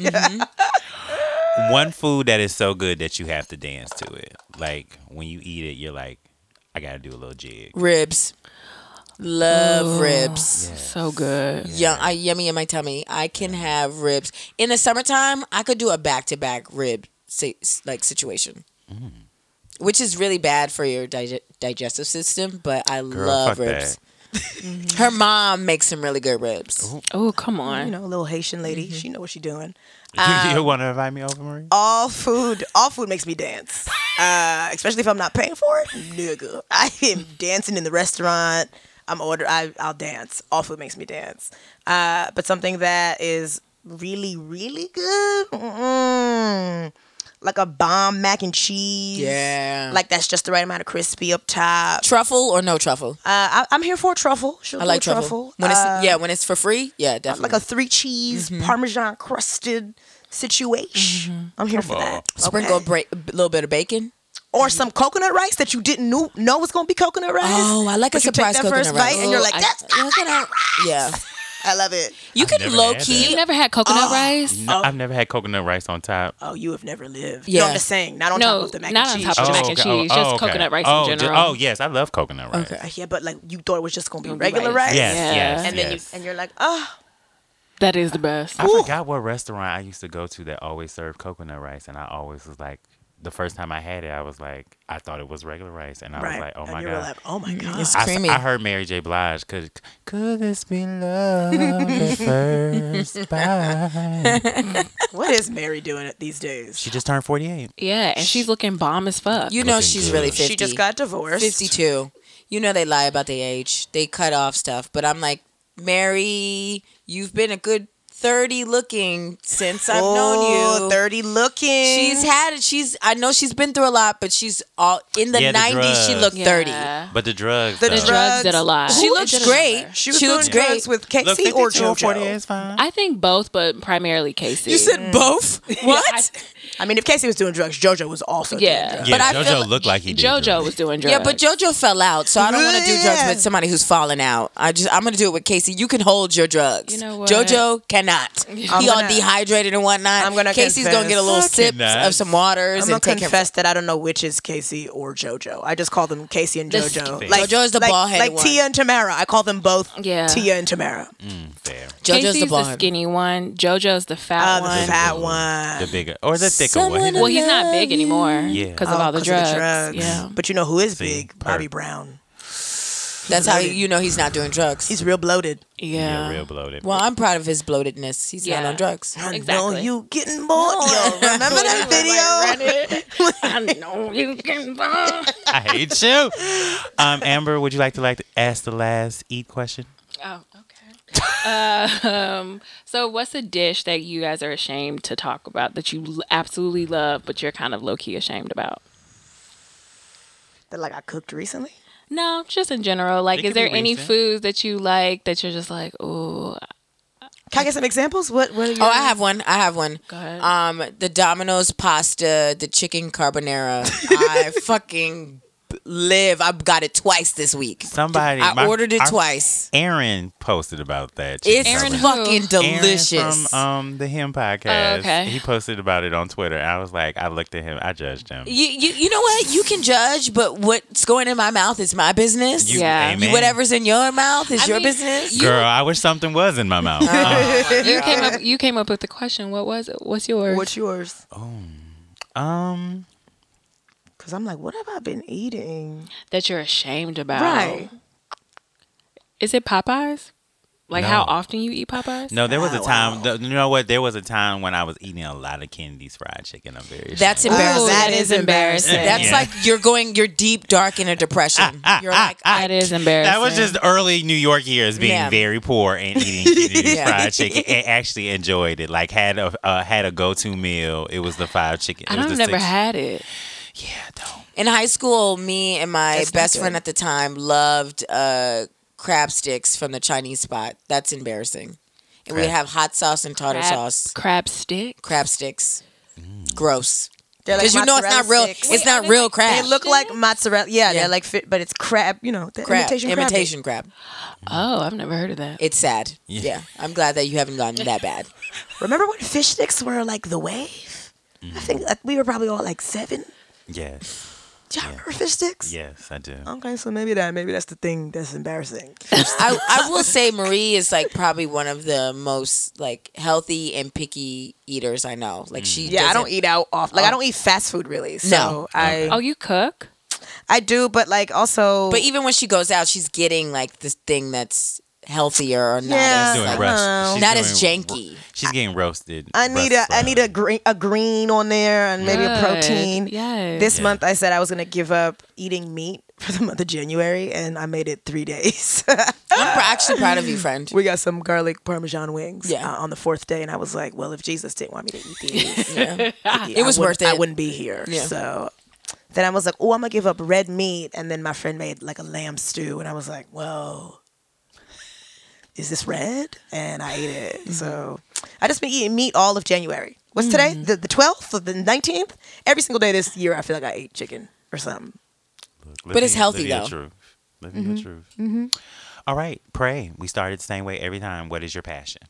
S1: One food that is so good that you have to dance to it. Like when you eat it, you're like, I gotta do a little jig. (laughs)
S4: ribs. Love ribs.
S2: so good.
S4: Yum, I, yummy in my tummy. I can have ribs in the summertime. I could do a back to back rib si- s- like situation,
S1: Mm.
S4: which is really bad for your dig- digestive system. But I
S1: Girl,
S4: love
S1: fuck Mm-hmm.
S4: ribs. Her mom makes some really good ribs.
S2: Oh, come on.
S3: (laughs) You know, a little Haitian lady. She know what she doing.
S1: that.
S4: Um,
S1: you want to invite me over, Marie?
S3: All food, all food makes me dance. Uh, especially if I'm not paying for it, nigga. I am dancing in the restaurant. I'm order. I, I'll dance. All food makes me dance. Uh, but something that is really, really good, mm, like a bomb mac and cheese.
S4: Yeah.
S3: like that's just the right amount of crispy up top.
S4: Truffle or no truffle?
S3: Uh, I, I'm here for a truffle. She'll
S4: I like
S3: do a
S4: truffle. When it's Mm-hmm.
S3: Uh,
S4: yeah, when it's for free, yeah, definitely.
S3: like a three cheese parmesan crusted situation.
S4: Mm-hmm.
S3: I'm here for that.
S4: sprinkle
S3: Okay.
S4: a bra- a little bit of bacon.
S3: or some coconut rice that you didn't know, know was gonna be coconut rice.
S4: Oh, I like
S3: but
S4: a
S3: you
S4: surprise
S3: take that
S4: coconut
S3: first
S4: rice.
S3: bite and you're
S4: Oh,
S3: like,
S4: I-
S3: that's
S4: look at how-
S1: (laughs)
S4: yeah.
S3: I love it.
S4: You
S1: I've
S4: could
S1: never
S4: low
S1: had
S4: key.
S2: You never had coconut
S4: oh.
S2: rice?
S1: No, I've never had coconut rice on top.
S3: Oh, you have never lived.
S4: Yeah.
S3: No, I'm just saying, not on top
S2: No,
S3: of the mac
S2: not
S3: and
S2: on
S3: cheese. Oh.
S2: top of the
S3: just-
S2: mac and cheese, just coconut rice in
S1: oh, ju-
S2: general.
S1: oh yes, I love coconut rice.
S4: Okay.
S3: yeah, but like you thought it was just gonna be
S2: Gonna be
S3: regular
S2: rice.
S3: rice.
S1: Yes,
S2: Yeah.
S1: yes,
S3: And then you,
S1: yes.
S3: and you're like, oh,
S2: That is the best.
S1: I forgot what restaurant I used to go to that always served coconut rice, and I always was like, the first time I had it, I was like, I thought it was regular rice, and I was
S3: right.
S1: like, oh
S3: and
S1: my
S3: you
S1: god.
S3: were like, oh my god.
S4: It's
S1: I, s-
S4: creamy.
S1: I heard Mary J. Blige. Could could this be love at first bite?
S3: what is Mary doing these days?
S1: She just turned forty eight.
S2: Yeah, and she's looking bomb as fuck.
S4: You know
S1: Looking
S4: she's
S1: good.
S4: really
S1: She
S4: fifty.
S3: She just got divorced.
S4: fifty-two. You know they lie about the age. They cut off stuff, but I'm like, Mary, you've been a good thirty looking since I've
S3: oh,
S4: known you.
S3: 30 looking.
S4: She's had it. She's I know she's been through a lot, but she's all in the
S1: Yeah, the
S4: nineties. she
S1: drugs.
S4: looked thirty.
S2: Yeah.
S1: But the drugs.
S3: The
S1: though.
S2: The drugs did a lot.
S4: She
S2: It
S4: looks
S2: did a
S4: great.
S2: number.
S3: she was
S4: she
S3: doing
S4: looks great.
S3: drugs with
S1: Look,
S3: Casey
S1: 52
S3: or
S1: and 40
S3: JoJo.
S1: is fine.
S2: I think both, but primarily Casey.
S4: You said both. Mm. What?
S3: I mean, if Casey was doing drugs, JoJo was also
S2: Yeah.
S3: doing drugs.
S1: yeah,
S4: but I
S1: JoJo
S4: feel-
S1: looked like he did.
S2: JoJo
S1: drugs.
S2: was doing drugs.
S4: Yeah, but JoJo fell out, so I don't want to do drugs
S3: Yeah.
S4: with somebody who's fallen out. I just I'm gonna do it with Casey. You can hold your drugs.
S2: You know what?
S4: JoJo cannot. he
S3: I'm
S4: all
S3: gonna-
S4: dehydrated and whatnot.
S3: I'm gonna
S4: Casey's gonna
S3: confess.
S4: get a little
S1: I
S4: sip
S1: cannot.
S4: of some waters
S3: I'm
S4: and take
S3: gonna
S4: her.
S3: confess that I don't know which is Casey or JoJo. I just call them Casey and
S2: The
S3: JoJo.
S2: skinny.
S4: JoJo is the
S3: like,
S4: bald-headed
S3: Like
S4: one.
S3: Tia and Tamara. I call them both
S2: Yeah.
S3: Tia and Tamara.
S1: Mm, Fair.
S4: JoJo's
S2: Casey's
S4: the
S2: the,
S4: bar.
S2: skinny one. JoJo's the fat
S3: Uh,
S2: one.
S3: the fat
S1: Ooh,
S3: one.
S1: The bigger or the thicker
S4: Someone
S1: one.
S4: in
S2: well, he's not big anymore
S1: Yeah.
S2: because of all the
S3: Oh, 'cause
S2: drugs.
S3: Of the drugs.
S2: Yeah.
S3: But you know who is
S1: See,
S3: big? Bobby
S1: perp.
S3: Brown.
S4: That's how you know he's not doing drugs.
S3: He's real bloated.
S1: Yeah,
S2: Yeah.
S1: real bloated.
S4: well, I'm proud of his bloatedness. He's
S2: Yeah.
S4: not on drugs.
S3: I know
S2: Exactly.
S3: you getting bored. Yo,
S4: (laughs)
S3: remember that video?
S2: I know you can uh,
S1: I hate you. Um, Amber, would you like to like to ask the last eat question?
S2: Oh, okay. uh, um, so, what's a dish that you guys are ashamed to talk about that you l- absolutely love, but you're kind of low key ashamed about?
S3: That like I cooked recently.
S2: No, just in general. Like,
S1: It
S2: is
S1: could be
S2: there any
S1: recent.
S2: foods that you like that you're just like, oh,
S3: Can I get some examples? What? What? Are your,
S4: Oh, I have one. I have one.
S2: Go ahead.
S4: Um, the Domino's pasta, the chicken carbonara.
S3: (laughs)
S4: I fucking b- live. I've got it twice this week.
S1: Somebody
S4: I
S1: my-
S4: ordered it
S1: our-
S4: twice.
S1: Aaron posted about that.
S4: It's
S2: Aaron who?
S4: fucking
S1: Aaron
S4: delicious.
S1: from um, the Him podcast.
S2: Oh, okay.
S1: He posted about it on Twitter. I was like, I looked at him. I judged him.
S4: you, you you know what? You can judge, but what's going in my mouth is my business.
S1: You-
S2: Yeah.
S1: amen.
S4: Whatever's in your mouth is
S2: I
S4: your
S2: mean,
S4: business.
S1: Girl, I wish something was in my mouth.
S4: Oh, (laughs)
S2: you came up, you came up with the question. What was it? What's yours?
S3: What's yours?
S1: Um, um,
S3: Because I'm like, what have I been eating?
S2: that you're ashamed about?
S3: Right.
S2: Is it Popeyes? Like how
S1: No.
S2: often you eat Popeyes?
S1: no, there was a
S3: Wow,
S1: time. th- You know what? There was a time when I was eating a lot of Kennedy's fried chicken. I'm very.
S4: That's
S1: ashamed.
S2: Ooh,
S4: embarrassing.
S3: that is embarrassing.
S4: That's
S1: Yeah. Ah,
S4: like you're going. You're deep, dark in a depression. You're like,
S2: That is embarrassing.
S1: That was just early New York years being
S4: Yeah.
S1: very poor and
S4: (laughs)
S1: eating Kennedy's
S4: Yeah.
S1: fried chicken. And actually enjoyed it. Like had a uh, had a go to meal. It was the five chicken.
S2: I
S1: it was
S2: don't
S1: the
S2: never
S1: six-
S2: had it.
S1: Yeah, don't.
S4: In high school, me and my
S3: That's not
S4: best
S3: good.
S4: friend at the time loved uh, crab sticks from the Chinese spot. That's embarrassing. And we'd
S1: Crab-
S4: have hot sauce and tartar
S2: crab,
S4: sauce.
S2: crab stick.
S4: Crab sticks.
S1: Mm.
S4: Gross.
S3: They're
S4: Because you know it's not
S3: mozzarella
S4: real.
S3: sticks.
S4: It's
S2: are
S4: not
S2: they
S4: real
S2: like-
S4: crab.
S3: They look like mozzarella. Yeah,
S4: Yeah.
S3: they're like fit, but it's crab. You know, the
S4: crab.
S3: imitation. crab.
S4: imitation crab.
S1: Mm-hmm.
S2: Oh, I've never heard of that.
S4: It's sad.
S1: Yeah.
S4: Yeah. I'm glad that you haven't gotten that bad.
S1: (laughs)
S3: Remember when fish sticks were like the wave? I think that we were probably all like seven.
S1: Yes,
S3: Do y'all remember fish sticks?
S1: yes, I do.
S3: Okay, so maybe that maybe that's the thing that's embarrassing.
S4: I, I will say Marie is like probably one of the most like healthy and picky eaters I know. Like she
S3: (laughs) yeah, I
S4: doesn't-
S3: don't eat out off. Like I don't eat fast food really. So
S4: Oh. No.
S3: I
S2: oh, you cook?
S3: I do, but like also
S4: But even when she goes out, she's getting like this thing that's healthier or not.
S3: Yeah.
S4: as,
S1: She's doing
S4: like,
S1: roast. She's
S4: Not
S1: doing
S4: as um, janky.
S1: ro- She's getting roasted.
S3: I need a
S1: breast
S3: I need a
S1: brown.
S3: green a green on there and maybe a protein.
S2: Yeah.
S3: This
S1: Yeah.
S3: month I said I was gonna give up eating meat for the month of January and I made it three days. (laughs)
S4: I'm pr- actually proud of you, friend.
S3: we got some garlic parmesan wings
S4: Yeah.
S3: uh, on the fourth day and I was like, Well if Jesus didn't want me to eat
S4: (laughs)
S3: these
S4: Yeah.
S3: I
S4: was
S3: wouldn't-
S4: worth it.
S3: I wouldn't be here.
S4: Yeah.
S3: So then I was like, Oh, I'm gonna give up red meat and then my friend made like a lamb stew and I was like, Whoa. Is this red? And I ate it.
S4: Mm-hmm.
S3: So I just been eating meat all of January. What's today?
S4: Mm-hmm.
S3: The the twelfth or the nineteenth? Every single day this year I feel like I ate chicken or something.
S1: Live
S4: But it's
S1: your- live
S4: healthy,
S1: your
S4: though. Mm-hmm.
S1: Truth. Live your truth. All right, pray. We started the same way every time. What is your passion?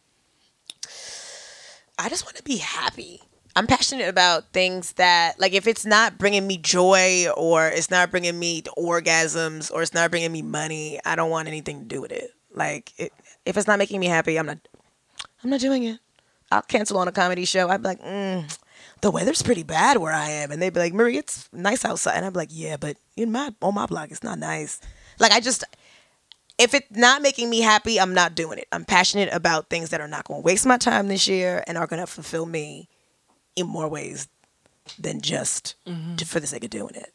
S3: I just want to be happy. I'm passionate about things that, like, if it's not bringing me joy or it's not bringing me orgasms or it's not bringing me money, I don't want anything to do with it. Like, it, if it's not making me happy, I'm not. I'm not doing it. I'll cancel on a comedy show. I'd be like, mm, the weather's pretty bad where I am, and they'd be like, Marie, it's nice outside, and I'd be like, yeah, but in my on my block, it's not nice. Like, I just if it's not making me happy, I'm not doing it. I'm passionate about things that are not going to waste my time this year and are going to fulfill me in more ways than just to, for the sake of doing it.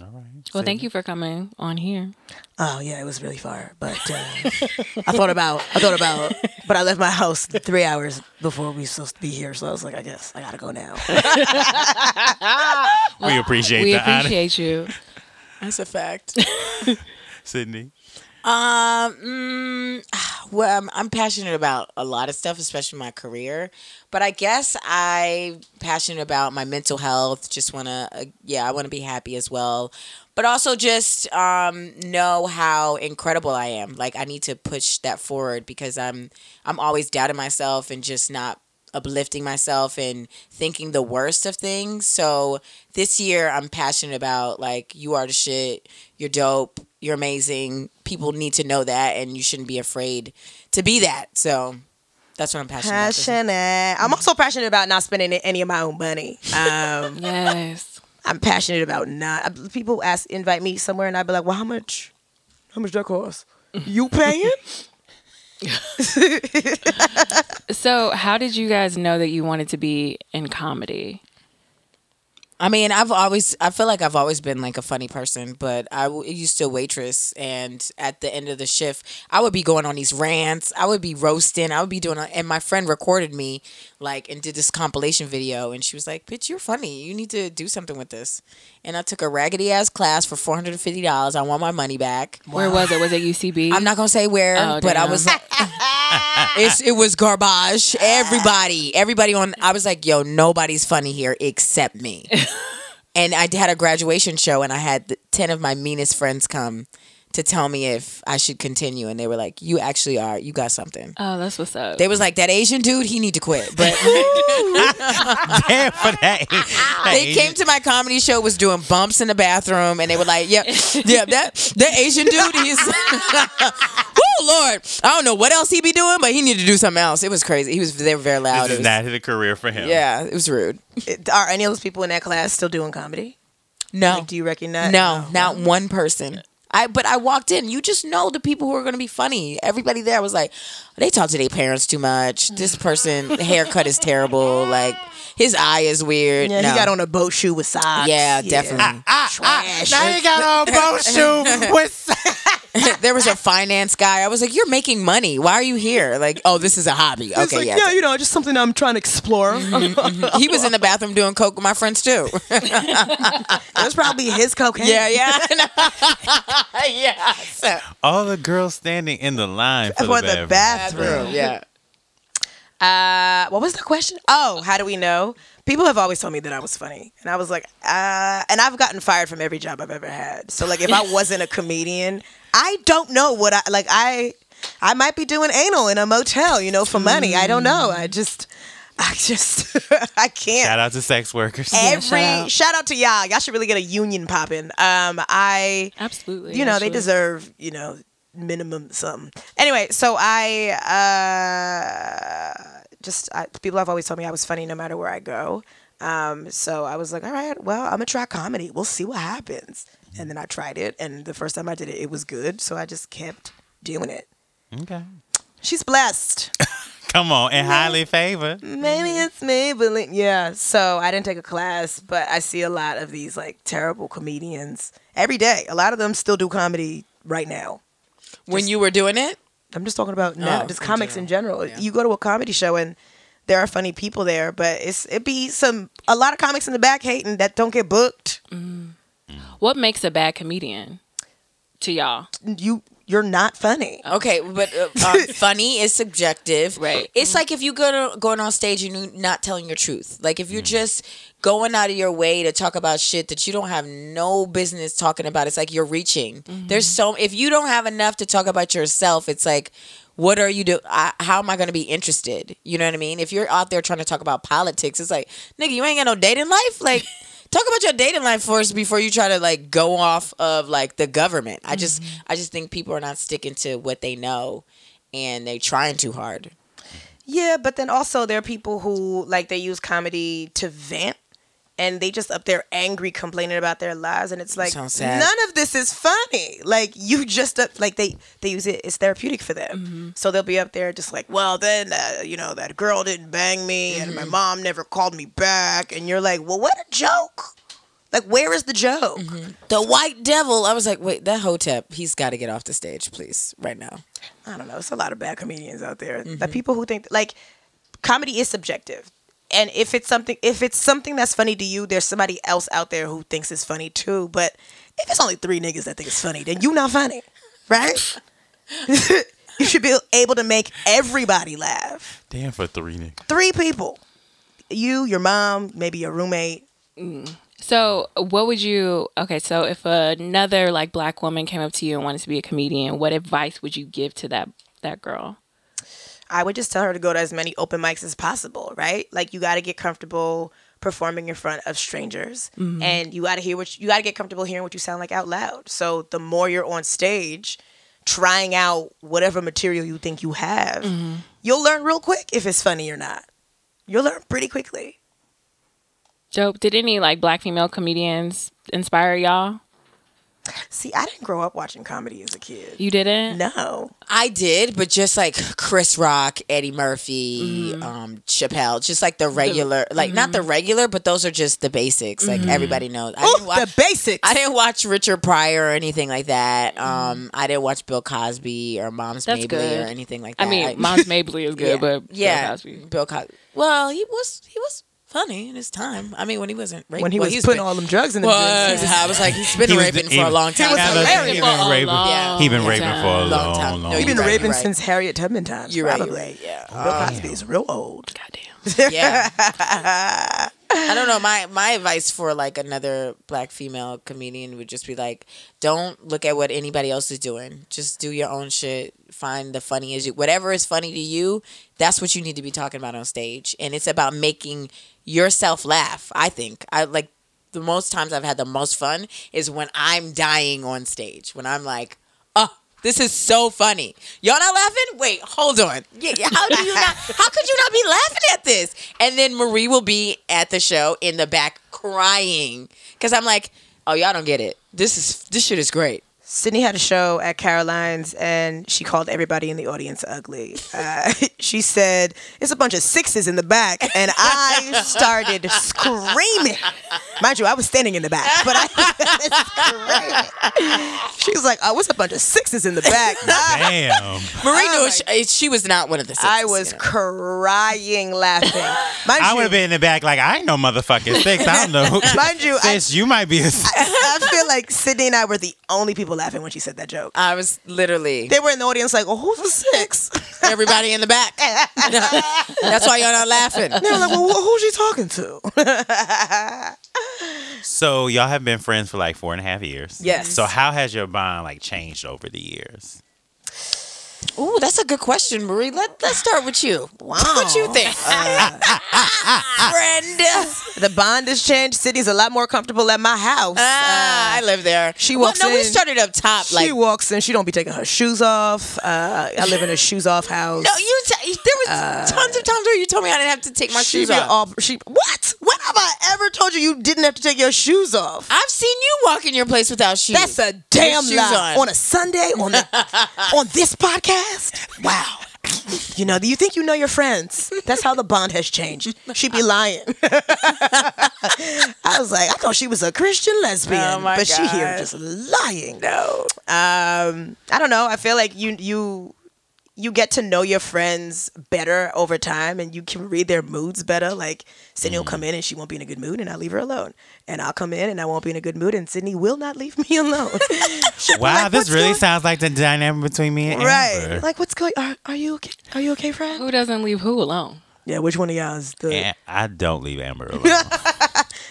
S1: All right.
S2: Well, thank you for coming on here.
S3: Oh yeah, it was really far, but uh, I thought about I thought about, but I left my house three hours before we were supposed to be here, so I was like, I guess I gotta go now.
S1: We appreciate
S2: we
S1: the honor,
S2: appreciate you.
S4: That's a fact.
S1: Sydney.
S4: Um, mm, (sighs) well, I'm, I'm passionate about a lot of stuff, especially my career. But I guess I'm passionate about my mental health. Just want to, uh, yeah, I want to be happy as well. But also just um, know how incredible I am. Like I need to push that forward because I'm I'm always doubting myself and just not uplifting myself and thinking the worst of things. So this year I'm passionate about like you are the shit, you're dope, you're amazing. People need to know that and you shouldn't be afraid to be that. So that's what I'm passionate about. this-
S3: passionate. I'm also passionate about not spending any of my own money. Um,
S2: Yes.
S3: I'm passionate about not. People ask, invite me somewhere, and I'd be like, "Well, how much? How much
S4: (laughs)
S3: that cost? You paying?"
S2: So, how did you guys know that you wanted to be in comedy?
S4: I mean, I've always I feel like I've always been like a funny person, but I w- used to waitress, and at the end of the shift, I would be going on these rants. I would be roasting. I would be doing, and my friend recorded me like and did this compilation video, and she was like, "Bitch, you're funny. You need to do something with this." And I took a raggedy ass class for four hundred and fifty dollars. I want my money back.
S2: Where was it? Was it UCB?
S4: I'm not gonna say where,
S2: Oh,
S4: but I
S2: damn.
S4: was like, it's, it was garbage. Everybody, everybody on. I was like, yo, nobody's funny here except me. and I had a graduation show, and I had the, ten of my meanest friends come to tell me if I should continue, and they were like, you actually are. You got something.
S2: Oh, that's what's up.
S4: They was like, that Asian dude, he need to quit. But
S1: (laughs) Damn for that. that
S4: they came to my comedy show, was doing bumps in the bathroom, and they were like, yep, yep, that, that Asian dude, he's. (laughs) Oh Lord, I don't know what else he be doing, but he needed to do something else. It was crazy. He was they were very loud.
S1: This
S4: It
S1: is
S4: was-
S1: not a career for him.
S4: Yeah, it was rude.
S3: Are any of those people in that class still doing comedy?
S4: No,
S3: Like, do you recognize?
S4: no, not one person. I but I walked in. You just know the people who are going to be funny. Everybody there was like, they talk to their parents too much. This
S3: (laughs)
S4: person haircut is terrible. Like his eye is weird.
S3: Yeah,
S4: No.
S3: he got on a boat shoe with socks.
S4: Yeah,
S3: (laughs)
S4: definitely.
S3: Trash.
S1: Ah, Now you got on
S3: (laughs)
S1: both shoe with
S4: there was a finance guy. I was like, you're making money. Why are you here? Like, oh, this is a hobby. Okay,
S3: It's like,
S4: yeah. Mm-hmm,
S3: yeah, you know, just something I'm trying
S4: (laughs)
S3: to explore.
S4: he was in the bathroom doing coke with my friends too.
S3: (laughs) That's probably his cocaine.
S4: yeah, yeah, yeah. So,
S1: (laughs) all the girls standing in the line for,
S3: For
S1: the,
S3: the
S1: bathroom.
S3: bathroom.
S4: yeah.
S3: Uh, what was the question? Oh, how do we know? People have always told me that I was funny, and I was like, uh, and I've gotten fired from every job I've ever had. So like, if I wasn't a comedian, I don't know what I like. I I might be doing anal in a motel, you know, for money. I don't know. I just, I just, (laughs) I can't.
S1: Shout out to sex workers.
S3: Every
S2: shout out.
S3: shout out to y'all. Y'all should really get a union popping. Um, I
S2: Absolutely.
S3: you know
S2: actually.
S3: they deserve you know minimum something anyway so i uh just I, people have always told me i was funny no matter where i go um so i was like all right well i'm gonna try comedy we'll see what happens and then i tried it and the first time i did it it was good so i just kept doing it
S1: Okay.
S3: she's blessed
S1: Come on,
S3: Mm-hmm.
S1: and highly favored.
S3: maybe it's me but like- yeah so i didn't take a class but i see a lot of these like terrible comedians every day a lot of them still do comedy right now
S4: (laughs) When you were doing it,
S3: I'm just talking about now,
S4: Oh,
S3: just
S4: in
S3: comics in general. You go to a comedy show and there are funny people there, but it's it be some a lot of comics in the back hating that don't get booked.
S2: What makes a bad comedian to y'all?
S3: You you're not funny.
S4: Okay, but uh,
S3: (laughs)
S4: um, funny is subjective.
S2: Right.
S4: It's like if you go to, going on stage and you not telling your truth. Like if you're just going out of your way to talk about shit that you don't have no business talking about. It's like you're reaching. There's so if you don't have enough to talk about yourself, it's like what are you do? I, how am I going to be interested? You know what I mean? If you're out there trying to talk about politics, it's like nigga, you ain't got no dating life. Like. Talk about your dating life first before you try to like go off of like the government. I just I just think people are not sticking to what they know and they trying too hard.
S3: Yeah, but then also there are people who like they use comedy to vent and they just up there angry complaining about their lives and it's like
S4: sounds sad.
S3: none of this is funny. Like you just up like they they use it it's therapeutic for them.
S4: Mm-hmm.
S3: So they'll be up there just like, "Well, then uh, you know that
S4: Mm-hmm.
S3: girl didn't bang me and my mom never called me back." And you're like, "Well, what a joke." Like, where is the joke?
S4: Mm-hmm. The white devil. I was like, wait, that Hotep, he's got to get off the stage, please, right now.
S3: I don't know. It's a lot of bad comedians out there. The people who think like comedy is subjective. And if it's something if it's something that's funny to you, there's somebody else out there who thinks it's funny too. But if it's only three niggas that think it's funny, then you not funny. Right? (laughs) you should be able to make everybody laugh.
S1: Damn for three niggas.
S3: Three people. You, your mom, maybe your roommate.
S2: So, what would you? Okay, so if another like black woman came up to you and wanted to be a comedian, what advice would you give to that that girl?
S3: I would just tell her to go to as many open mics as possible, right? Like you got to get comfortable performing in front of strangers
S4: Mm-hmm.
S3: and you got to hear what you, got to get comfortable hearing what you sound like out loud. So the more you're on stage trying out whatever material you think you have,
S4: Mm-hmm.
S3: you'll learn real quick if it's funny or not. You'll learn pretty quickly.
S2: Dope. Did any like black female comedians inspire y'all?
S3: See, I didn't grow up watching comedy as a kid.
S2: You didn't?
S3: No.
S4: I did, but just like Chris Rock, Eddie Murphy,
S2: Mm-hmm.
S4: um, Chappelle, just like the regular, like not the regular, but those are just the basics. Like
S2: Mm-hmm.
S4: everybody knows. I
S3: Ooh,
S4: didn't watch.
S3: the basics.
S4: I didn't watch Richard Pryor or anything like that. Um, I didn't watch Bill Cosby or Mom's
S2: Mm-hmm. That's
S4: Mabley
S2: good.
S4: or anything like that.
S2: I mean, Mons Mabley is good, but Bill
S4: yeah,
S2: Cosby.
S4: Bill Cosby. Well, he was he was funny in his time. I mean, when he wasn't raping,
S3: when he
S4: well,
S3: was
S4: he's
S3: putting
S4: been-
S3: all them drugs in the
S4: was,
S3: drinks.
S4: I was like, he's been
S1: He was-
S4: raping
S1: he
S4: for a
S1: was-
S4: long time.
S3: was
S4: I
S1: He
S4: was
S1: been
S4: like,
S3: hilarious.
S1: raping-
S3: Oh,
S4: Yeah.
S1: He been raping
S2: time.
S1: for a long,
S4: Long
S1: long,
S4: time.
S1: time.
S4: No,
S3: You've been
S4: You're right,
S3: raping
S4: you're right.
S3: since Harriet Tubman times.
S4: You're right, you're
S3: probably.
S4: right, yeah.
S3: Bill Cosby's real old.
S2: Goddamn.
S4: yeah. I don't know. My my advice for like another black female comedian would just be like, don't look at what anybody else is doing. Just do your own shit. Find the funny as you whatever is funny to you, that's what you need to be talking about on stage. And it's about making yourself laugh, I think. I like the most times I've had the most fun is when I'm dying on stage. When I'm like, oh, this is so funny. Y'all not laughing? Wait, hold on. Yeah, yeah, how do you (laughs) not? How could you not be laughing at this? And then Marie will be at the show in the back crying because I'm like, oh, y'all don't get it. This is this shit is great.
S3: Sydney had a show at Caroline's and she called everybody in the audience ugly. Uh, (laughs) she said, It's a bunch of sixes in the back. And I started screaming. Mind you, I was standing in the back, but I (laughs) started screaming. She was like, Oh, it's a bunch of sixes in the back. I, (laughs)
S1: Damn.
S4: Marie knew she, eh, she was not one of the. Sixes,
S3: I was
S4: you know.
S3: crying laughing. Mind
S1: I
S3: you,
S1: would have been in the back like I ain't no motherfucking six. I don't know.
S3: (laughs) Mind you,
S1: (laughs)
S3: I-
S1: Sis, you might be. A,
S3: I feel like Sydney and I were the only people laughing when she said that joke.
S4: I was literally (laughs)
S3: They were in the audience like, Oh, who's a six?
S4: everybody in the back. (laughs) That's why y'all not laughing.
S3: They were like, Well, wh- who's she talking to?
S1: so y'all have been friends for like four and a half years.
S3: Yes.
S1: So how has your bond like changed over the years?
S4: Ooh, that's a good question, Marie. Let Let's start with you. What you think, (laughs) friend? (laughs)
S3: The bond has changed. Sydney's a lot more comfortable at my house.
S4: Ah, I live there.
S3: Uh, she
S4: well,
S3: walks
S4: No, we
S3: in.
S4: started up top.
S3: she
S4: Like,
S3: walks in. She don't be taking her shoes off. Uh, I live in (laughs) a shoes off house.
S4: no, you. T- there was
S3: Uh,
S4: tons of times where you told me I didn't have to take my
S3: she
S4: shoes
S3: be
S4: off.
S3: all she. What? When have I ever told you you didn't have to take your shoes off?
S4: I've seen you walk in your place without shoes.
S3: That's a damn
S4: shoes
S3: lie.
S4: on.
S3: On. a Sunday on (laughs) the, on this podcast. Wow. You know, you think you know your friends. That's how the bond has changed. She be lying. (laughs) I was like, I thought she was a Christian lesbian,
S4: Oh my
S3: but she here
S4: God.
S3: just lying. No. Um, I don't know. I feel like you you you get to know your friends better over time and you can read their moods better. Like Sydney will come in and she won't be in a good mood and I leave her alone. And I'll come in and I won't be in a good mood and Sydney will not leave (laughs) me alone. She'll be
S1: Wow,
S3: like,
S1: this
S3: "What's
S1: really
S3: going-"
S1: sounds like the dynamic between me and Amber.
S3: Right. Like what's going are, are you okay are you okay, friend?
S2: Who doesn't leave who alone?
S3: Yeah, which one of y'all is the
S1: And I don't leave Amber alone.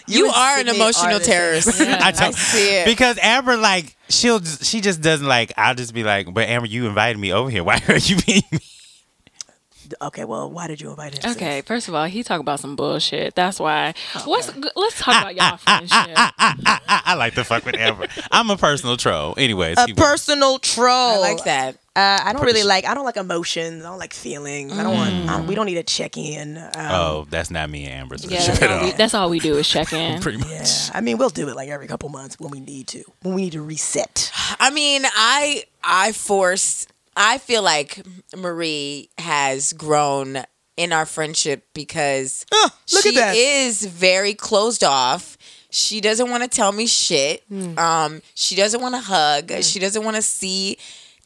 S4: you,
S3: and
S4: are an
S3: Sydney
S4: emotional
S3: are the same.
S4: terrorist.
S1: I don't
S4: see it.
S1: because Amber like she'll just- she just doesn't like. I'll just be like, but Amber, you invited me over here. (laughs) Why are you being me?
S3: Okay, well, why did you invite him? sis?
S2: Okay, first of all, he talk about some bullshit. That's why. What's g- let's talk about y'all friendship.
S1: (laughs) I, I like to fuck with Amber. I'm a personal troll. Anyways,
S3: A
S1: keep going.
S3: personal troll.
S4: I like that.
S3: Uh, I don't really like. I don't like emotions. I don't like feelings. I don't
S2: Mm.
S3: want. I, we don't need to check in. Um,
S1: Oh, that's not me and Amber's (laughs)
S2: Yeah,
S1: relationship
S2: that's
S1: at
S2: all, we,
S1: all.
S2: that's all we do is check in.
S1: Pretty much.
S3: Yeah, I mean, we'll do it like every couple months when we need to. When we need to reset.
S4: (sighs) I mean, I I force. I feel like Marie has grown in our friendship because
S3: Ah, look at
S4: she
S3: that.
S4: is very closed off. She doesn't want to tell me shit.
S3: Hmm.
S4: Um, she doesn't want to hug. She doesn't want to see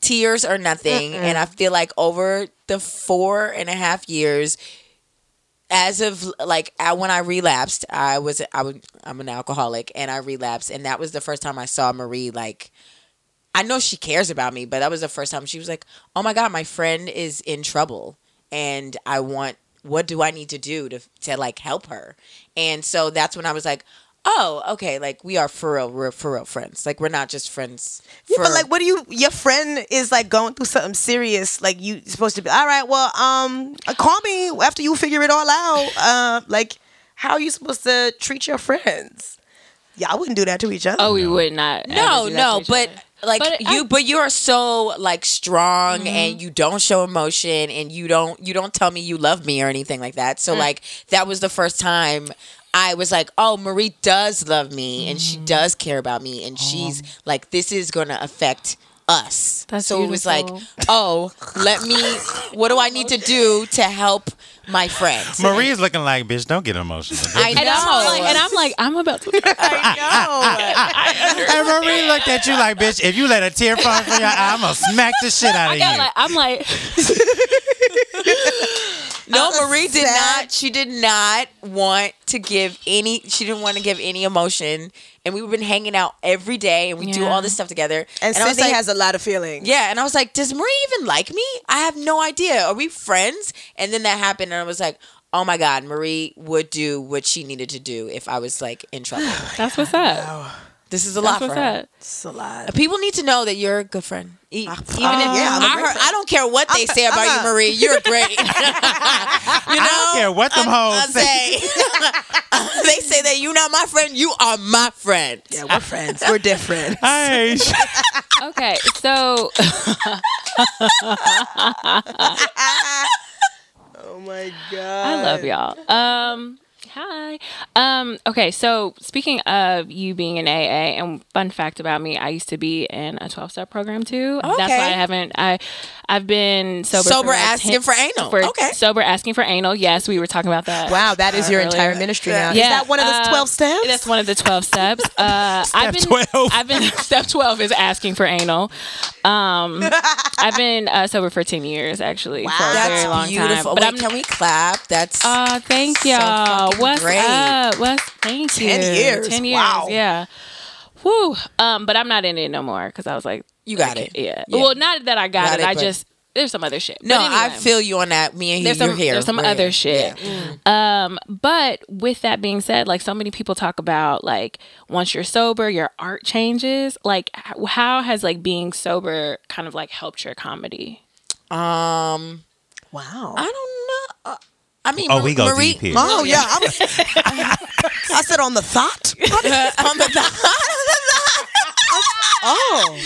S4: tears or nothing. And I feel like over the four and a half years, as of like I, when I relapsed, I was I was I'm an alcoholic and I relapsed, and that was the first time I saw Marie like. I know she cares about me, but that was the first time she was like, "Oh my god, my friend is in trouble, and I want what do I need to do to to like help her?" And so that's when I was like, "Oh, okay, like we are for real, we're for real friends. Like we're not just friends."
S3: Yeah,
S4: for-
S3: but like, what do you? Your friend is like going through something serious. Like you supposed to be. All right, well, um, call me after you figure it all out. Uh, like, how are you supposed to treat your friends? Yeah, I wouldn't do that to each (laughs) other.
S2: Oh, we would not. ever
S4: no,
S2: do that to
S4: no,
S2: each
S4: but
S2: other.
S4: like
S2: But I- Mm-hmm.
S4: you, but you are so like strong, and you don't show emotion, and you don't you don't tell me you love me or anything like that.
S2: Mm.
S4: So like that was the first time I was like, oh, Marie does love me, and
S2: Mm.
S4: she does care about me,
S2: Oh.
S4: and she's like, this is gonna affect us.
S2: That's
S4: so it was
S2: beautiful.
S4: like, oh, let me. What do I need to do to help my friend?
S1: Marie's looking like, bitch, don't get emotional.
S4: I know.
S2: And I'm, like, and I'm like, I'm about
S3: (laughs)
S2: to. (laughs)
S1: and Marie looked at you like, bitch, if you let a tear fall from your eye, I'm going to smack the shit out of
S2: I
S1: you.
S2: got like, I'm like,
S4: No, Marie did
S3: sad.
S4: not. She did not want to give any. She didn't want to give any emotion. And we've been hanging out every day, and we do
S2: Yeah.
S4: all this stuff together.
S3: and
S4: I was
S3: Cindy
S4: like,
S3: has a lot of feelings.
S4: yeah. And I was like, does Marie even like me? I have no idea. Are we friends? And then that happened, and I was like, oh my god, Marie would do what she needed to do if I was like in trouble.
S3: (sighs)
S2: that's what's up.
S4: this is a
S2: That's
S4: lot for
S2: what's
S4: her.
S2: up.
S3: it's a lot.
S4: People need to know that you're a good friend. E- Even if
S3: Oh, yeah, I'm a
S4: I,
S3: great
S4: heard, I don't care what they say about
S3: a-
S4: you, Marie. You're
S3: (laughs)
S4: great. (laughs) you know, I
S1: don't care what them
S4: (laughs) I
S1: hoes say.
S4: say. they say that you're not my friend. You are my friend.
S3: Yeah, we're friends. We're (laughs) different.
S1: Hey, sh-
S2: Okay, so
S3: oh my god.
S2: I love y'all. Um, hi. Um, okay, so speaking of you being in AA, and fun fact about me, I used to be in a twelve step program too. That's
S4: Okay.
S2: why I haven't. I I've been sober.
S4: Sober
S2: for about
S4: asking
S2: 10
S4: for anal.
S2: for-
S4: Okay.
S2: Sober asking for anal. Yes, we were talking about that.
S3: Wow, that is your
S2: Earlier.
S3: entire ministry now.
S2: Yeah,
S3: Is that one of those
S2: um,
S3: twelve steps?
S2: That's one of the twelve
S4: (laughs)
S2: steps. Uh, I've been,
S1: 12.
S2: I've been step twelve is asking for anal.
S4: (laughs)
S2: Um, I've been uh, sober for ten years actually for a
S3: Wow.
S2: very long
S4: That's beautiful.
S2: time. But
S4: Wait,
S2: I'm
S4: can we clap? That's
S2: Oh, thank
S4: So
S2: y'all.
S4: fucking
S2: What's
S4: great.
S2: up? What's thank
S3: 10
S2: you.
S3: years.
S2: Ten years.
S3: Wow.
S2: Yeah. Whew. Um, but I'm not in it no more because I was like,
S4: you got it.
S2: yeah.
S4: Yeah.
S2: Well, not that I got,
S4: Got
S2: it.
S4: it,
S2: I
S4: but-
S2: just there's some other shit.
S4: No,
S2: But anyway,
S4: I feel you on that. Me and
S2: there's
S4: you,
S2: some
S4: you're here.
S2: there's some
S4: We're
S2: other
S4: here.
S2: shit.
S4: Yeah.
S2: Um, but with that being said, like so many people talk about, like once you're sober, your art changes. Like, h- how has like being sober kind of like helped your comedy?
S4: (laughs) Um,
S3: wow.
S4: I don't know. Uh, I mean,
S1: Oh,
S4: Mar-
S1: we go
S4: Marie,
S1: deep here.
S3: oh yeah. I'm, I said on the thought.
S4: on the
S1: (laughs)
S3: Oh.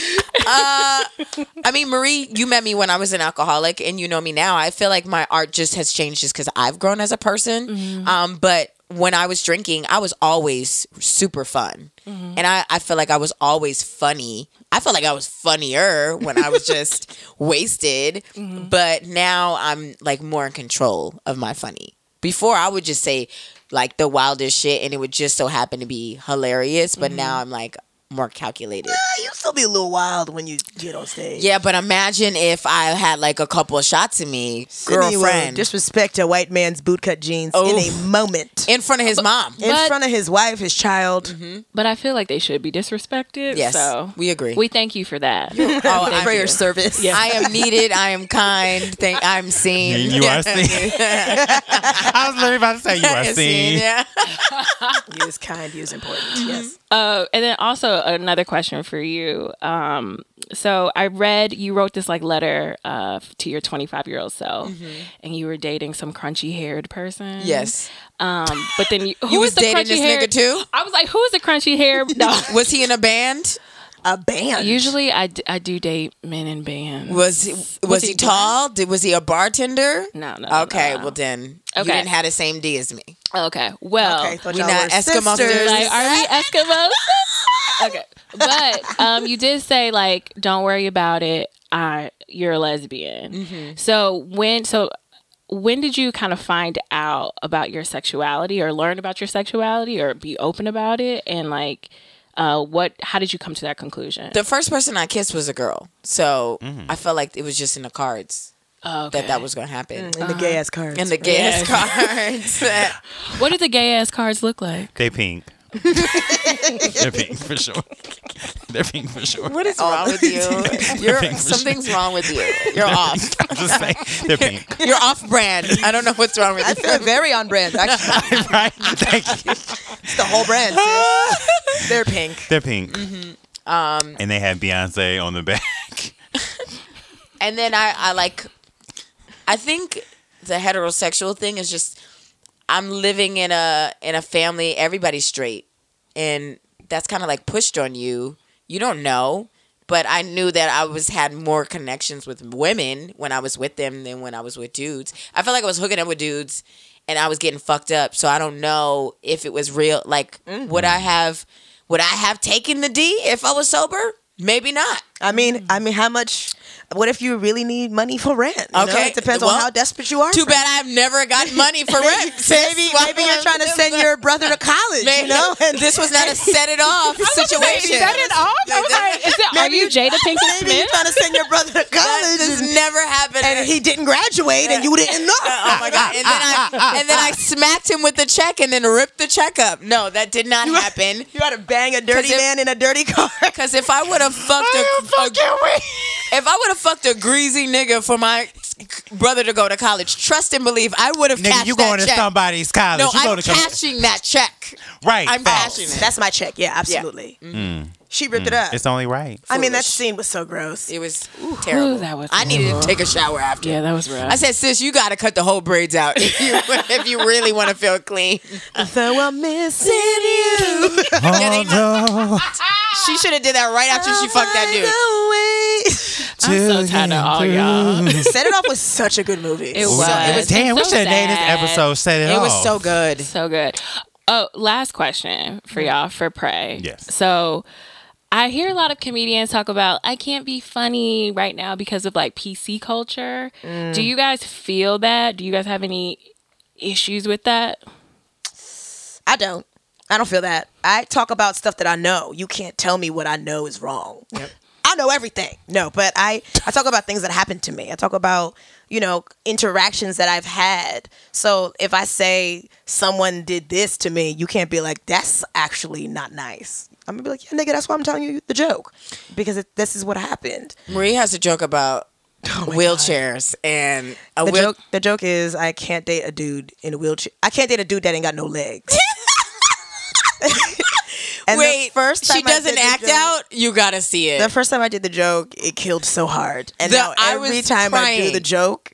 S4: uh, I mean, Marie, you met me when I was an alcoholic, and you know me now. I feel like my art just has changed just because I've grown as a person. Um, but when I was drinking, I was always super fun, and I I feel like I was always funny. I felt like I was funnier when I was just wasted, but now I'm like more in control of my funny. Before I would just say like the wildest shit, and it would just so happen to be hilarious. But now I'm like more calculated.
S3: Ah, you still be a little wild when you get on stage.
S4: Yeah, but imagine if I had like a couple of shots in me,
S3: Sydney will
S4: girlfriend,
S3: disrespect a white man's bootcut jeans in
S4: Oof.
S3: a moment.
S4: in front of his mom.
S3: In
S2: But-
S3: front of his wife, his child.
S2: But I feel like they should be disrespected.
S4: Yes,
S2: So
S4: we agree.
S2: we thank you for that.
S4: oh, I'm,
S3: For your service.
S4: I am needed. I am kind. Thank, I'm (laughs)
S1: (laughs)
S4: seen.
S1: you are seen. (laughs) I was literally about to say you
S4: (laughs)
S1: are
S4: Seen,
S1: seen.
S4: yeah.
S2: Mm-hmm.
S3: You is kind, you is important. Yes.
S2: Uh, and then also another question for you. Um, so I read you wrote this like letter uh, to your 25 year old self, and you were dating some crunchy haired person.
S4: Mm-hmm. Yes.
S2: Um, but then you, who
S4: (laughs) You
S2: was
S4: was
S2: the
S4: dating this
S2: crunchy hair?
S4: nigga too?
S2: I was like, who's the crunchy hair?
S4: (laughs)
S2: no.
S4: Was he in a band?
S3: A band.
S2: Usually I, d- I do date men in bands.
S4: Was he, was, he,
S3: he black?
S4: tall? Did, was he a bartender?
S2: No, no, no,
S4: Okay,
S2: no, no.
S4: well then
S2: Okay.
S4: you didn't have the same D as me.
S2: Okay. Well,
S3: Okay, thought
S4: we
S3: y'all
S4: not
S3: were
S4: Eskimo
S3: sisters.
S4: sisters.
S2: like, are we Eskimos? (laughs) okay, but um, you did say like,
S4: Mm-hmm.
S2: don't worry about it. I, you're a lesbian. So when, so when did you kind of find out about your sexuality or learn about your sexuality or be open about it and like uh, what how did you come to that conclusion
S4: The first person I kissed was a girl, so
S1: Mm.
S4: I felt like it was just in the cards
S2: Oh, okay.
S4: that that was going to happen.
S3: In the gay ass cards.
S4: In the gay ass (laughs) cards.
S2: what did the gay ass cards look like
S1: They pink. They're pink for sure. (laughs) They're pink for sure.
S4: What is wrong with (laughs) you? You're
S1: Pink for
S4: something's wrong with you. You're off.
S1: I'm just saying, they're pink.
S4: (laughs) You're off brand. I don't know what's wrong (laughs) with you.
S3: They're very on brand. Actually,
S1: right? Thank you.
S3: it's the whole
S4: (laughs)
S3: brand. sis. They're pink.
S1: They're pink.
S4: Mm-hmm.
S1: Um, and they had Beyonce on the back.
S4: And then I, I like, I think the heterosexual thing is just I'm living in a in a family. Everybody's straight, and that's kind of like pushed on you. You don't know, but I knew that I was had more connections with women when I was with them than when I was with dudes. I felt like I was hooking up with dudes, and I was getting fucked up. So I don't know if it was real. Like, would I have would I have taken the D if I was sober? Maybe not.
S3: I mean, I mean, how much? What if you really need money for rent? you know?
S4: Okay,
S3: it depends
S4: well,
S3: on how desperate you are.
S4: Too
S3: for
S4: bad I've never got money for rent.
S3: (laughs)
S4: (laughs)
S3: Maybe, maybe you're trying to send your brother to college,
S4: (laughs)
S3: you know? And
S4: this was not a set it off situation.
S2: Set it off. I was like, (laughs) is it, are you Jada Pinkett
S4: (laughs)
S3: maybe you're
S2: Smith?
S3: trying to send your brother to
S4: That
S3: college
S4: just
S3: and,
S4: never happened.
S3: and he didn't graduate and you didn't know. (laughs)
S4: oh my god! And then I and then I smacked him with the check and then ripped the check up. No, that did not happen.
S3: You had to bang a dirty
S4: 'Cause if-
S3: man in a
S4: (laughs)
S3: dirty car.
S4: Cause if I would have fucked a, a- if I would have fucked a greasy nigga for my brother to go to college, trust and believe I would have
S1: Nigga,
S4: cashed
S1: you
S4: that
S1: going to
S4: check.
S1: somebody's college.
S4: No,
S1: you go
S4: I'm
S1: to com-
S4: cashing that check.
S1: Right.
S4: I'm
S1: facts.
S4: cashing it.
S3: (laughs) That's my check. Yeah, absolutely. She ripped it up.
S1: It's only (laughs) right.
S3: I mean, that
S4: foolish.
S3: scene was so gross.
S4: It was terrible.
S2: Ooh, that was
S4: I needed to take a shower after.
S2: yeah, that was rough.
S4: I said, sis, you got to cut the whole braids out if
S3: (laughs)
S4: you, if you really want to feel clean.
S3: Though I'm missing you.
S1: Although (laughs)
S4: She should have did that right after
S3: Oh
S4: she fucked that dude.
S3: dude.
S2: I'm so tired of all y'all.
S3: (laughs) Set It Off was such a good movie.
S2: It was.
S4: it was-
S1: Damn, we
S2: so
S1: should have named this
S2: sad.
S1: episode Set It,
S4: It was
S1: Off.
S4: so good.
S2: So good. Oh, last question for y'all for Prey.
S1: Yes.
S2: So I hear a lot of comedians talk about I can't be funny right now because of like PC culture.
S1: Mm.
S2: Do you guys feel that? Do you guys have any issues with that?
S3: I don't. I don't feel that. I talk about stuff that I know. You can't tell me what I know is wrong. I know everything. No, but I I talk about things that happened to me. I talk about you know interactions that I've had. So if I say someone did this to me, you can't be like that's actually not nice. I'm gonna be like, yeah, nigga, that's why I'm telling you the joke because it, this is what happened.
S4: Marie has a joke about wheelchairs and a
S3: Oh The
S4: wheel-
S3: joke, the joke is, I can't date a dude in a wheelchair. I can't date a dude that ain't got no legs.
S4: (laughs)
S3: and the
S4: Wait,
S3: first
S4: she
S3: time I
S4: doesn't
S3: did the
S4: act
S3: joke-
S4: out. You got to see it.
S3: The first time I did the joke, it killed so hard, and
S4: The-
S3: now
S4: I
S3: every
S4: was
S3: time I do
S4: crying.
S3: the joke,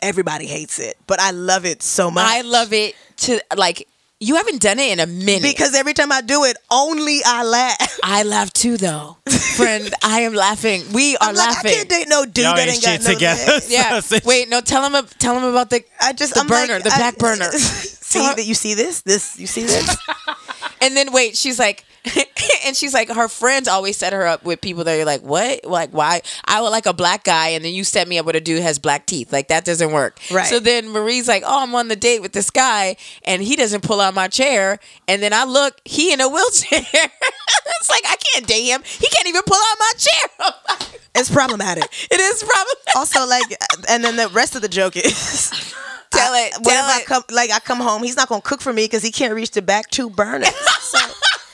S3: everybody hates it. But I love it so much.
S4: I love it to like, you haven't done it in a minute.
S3: because every time I do it, only
S4: (laughs)
S3: I laugh.
S4: I laugh too, though.
S3: (laughs)
S4: Friend, I am laughing. We are
S3: I'm like,
S4: laughing.
S3: I can't date no dude
S1: Y'all
S3: that
S1: ain't
S3: ain't got
S1: shit
S3: no
S1: together. (laughs)
S4: (laughs)
S3: legs. (laughs)
S4: yeah.
S1: So-
S4: Wait, no, tell him, tell him about the.
S3: I just
S4: The
S3: I'm like,
S4: burner, the
S3: I-
S4: back burner.
S3: (laughs) see that you see this? This you
S4: (laughs)
S3: see this?
S4: And then wait, she's like, (laughs) and she's like, her friends always set her up with people that are like, what? Like, why? I would like a black guy, and then you set me up with a dude who has black teeth. Like that doesn't work.
S3: Right.
S4: So then Marie's like, oh, I'm on the date with this guy, and he doesn't pull out my chair, and then I look, he in a wheelchair. (laughs) it's like I can't date him. He can't even pull out my chair. (laughs)
S3: It's problematic.
S4: it is probably.
S3: also like and then the rest of the joke is
S4: (laughs) Tell it,
S3: I,
S4: tell
S3: whenever I
S4: it.
S3: come like I come home, he's not gonna cook for me because he can't reach the back two burners. So (laughs)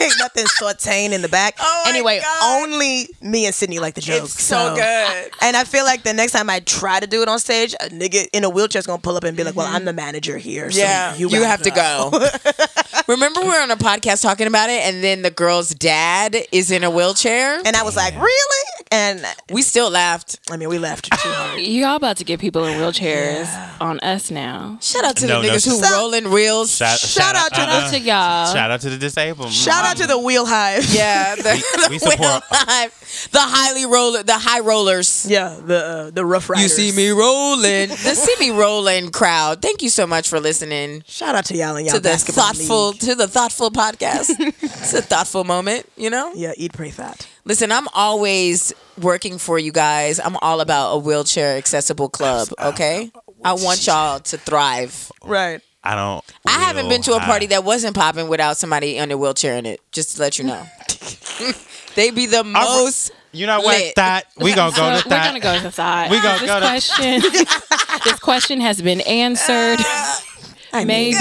S3: ain't nothing sauteing in the back.
S4: Oh my
S3: anyway,
S4: God.
S3: only me and Sydney like the joke.
S4: It's so good.
S3: And I feel like the next time I try to do it on stage, a nigga in a wheelchair is gonna pull up and be like, Well, I'm the manager here. So
S4: Mm-hmm. Yeah, you,
S3: you, gotta
S4: have to go. (laughs) Remember, we were on a podcast talking about it, and then the girl's dad is in a wheelchair.
S3: And I was like, Really? And
S4: we still laughed.
S3: I mean we laughed too
S4: (laughs)
S3: hard.
S2: Y'all about to get people in wheelchairs on us now.
S4: Shout out to
S1: No,
S4: the
S1: no,
S4: niggas who
S1: shout-
S4: rolling reels.
S1: Shout,
S3: Shout out to
S1: uh-uh.
S2: Shout out to y'all.
S1: Shout out to the disabled.
S3: Shout out to the wheel hive.
S1: (laughs)
S4: yeah, the, the,
S1: we support-
S4: wheel life, the highly roller, the high rollers.
S3: (laughs) Yeah, the uh, the rough
S4: You
S3: riders.
S4: see me rolling, the see me rolling crowd. Thank you so much for listening
S3: Shout out to y'all and y'all
S4: to the
S3: basketball
S4: thoughtful
S3: league.
S4: to the thoughtful (laughs) podcast. it's a thoughtful moment, you know.
S3: Yeah, eat, pray, thought.
S4: Listen, I'm
S3: uh,
S4: always working for you guys. I'm all about a wheelchair accessible club. Okay, I want y'all to thrive.
S3: Right.
S1: I don't.
S4: I haven't been to a
S1: I-
S4: party that wasn't popping without somebody on a wheelchair in it. Just to let you
S3: (laughs)
S4: know, they be the most.
S1: You know what?
S4: lit.
S1: That we gonna go
S2: So
S1: to
S2: we're gonna
S1: that.
S2: go to thought.
S1: We gonna
S2: this
S1: go to-
S2: question.
S1: (laughs)
S2: this question has been answered.
S1: (laughs)
S2: Maybe.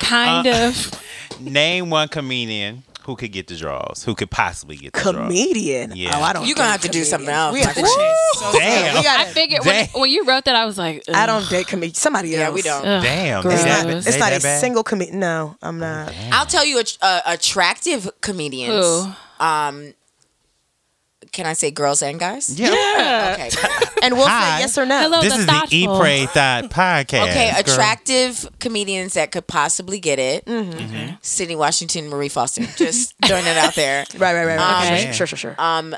S2: kind
S1: Uh,
S2: of.
S1: Name one comedian who could get the draws. Who could possibly get the
S3: Comedian.
S1: Yeah.
S3: Oh, I don't.
S4: You're gonna
S3: date
S4: have to do
S3: comedians.
S4: something
S3: (laughs)
S4: else.
S3: We have to
S4: Woo!
S1: draws. Damn.
S3: We
S2: I
S3: gotta,
S2: figured when,
S1: Dang.
S2: when you wrote that, I was like,
S3: I
S2: ugh,
S3: don't date comedians. Somebody else.
S4: Yeah, we don't.
S2: ugh,
S1: Damn, they
S2: gross.
S1: that bad?
S3: It's
S1: They
S3: not a
S1: that bad? Oh,
S3: single comedian. No, I'm not.
S4: I'll tell you, a, uh, attractive comedians.
S2: Who?
S4: Um, can I say girls and guys?
S1: Yeah.
S4: Okay.
S3: And we'll
S1: Hi.
S3: say yes or no.
S2: Hello.
S1: This
S2: the
S1: is the
S2: Oh, thoughtful.
S1: E Pray Thought podcast.
S4: Okay,
S1: girl.
S4: attractive comedians that could possibly get it. Mm-hmm. Sydney Washington, Marie Foster.
S2: (laughs)
S4: Just throwing it out there.
S3: Right, right, right. right.
S4: Um,
S3: sure, sure, sure, sure.
S4: Um,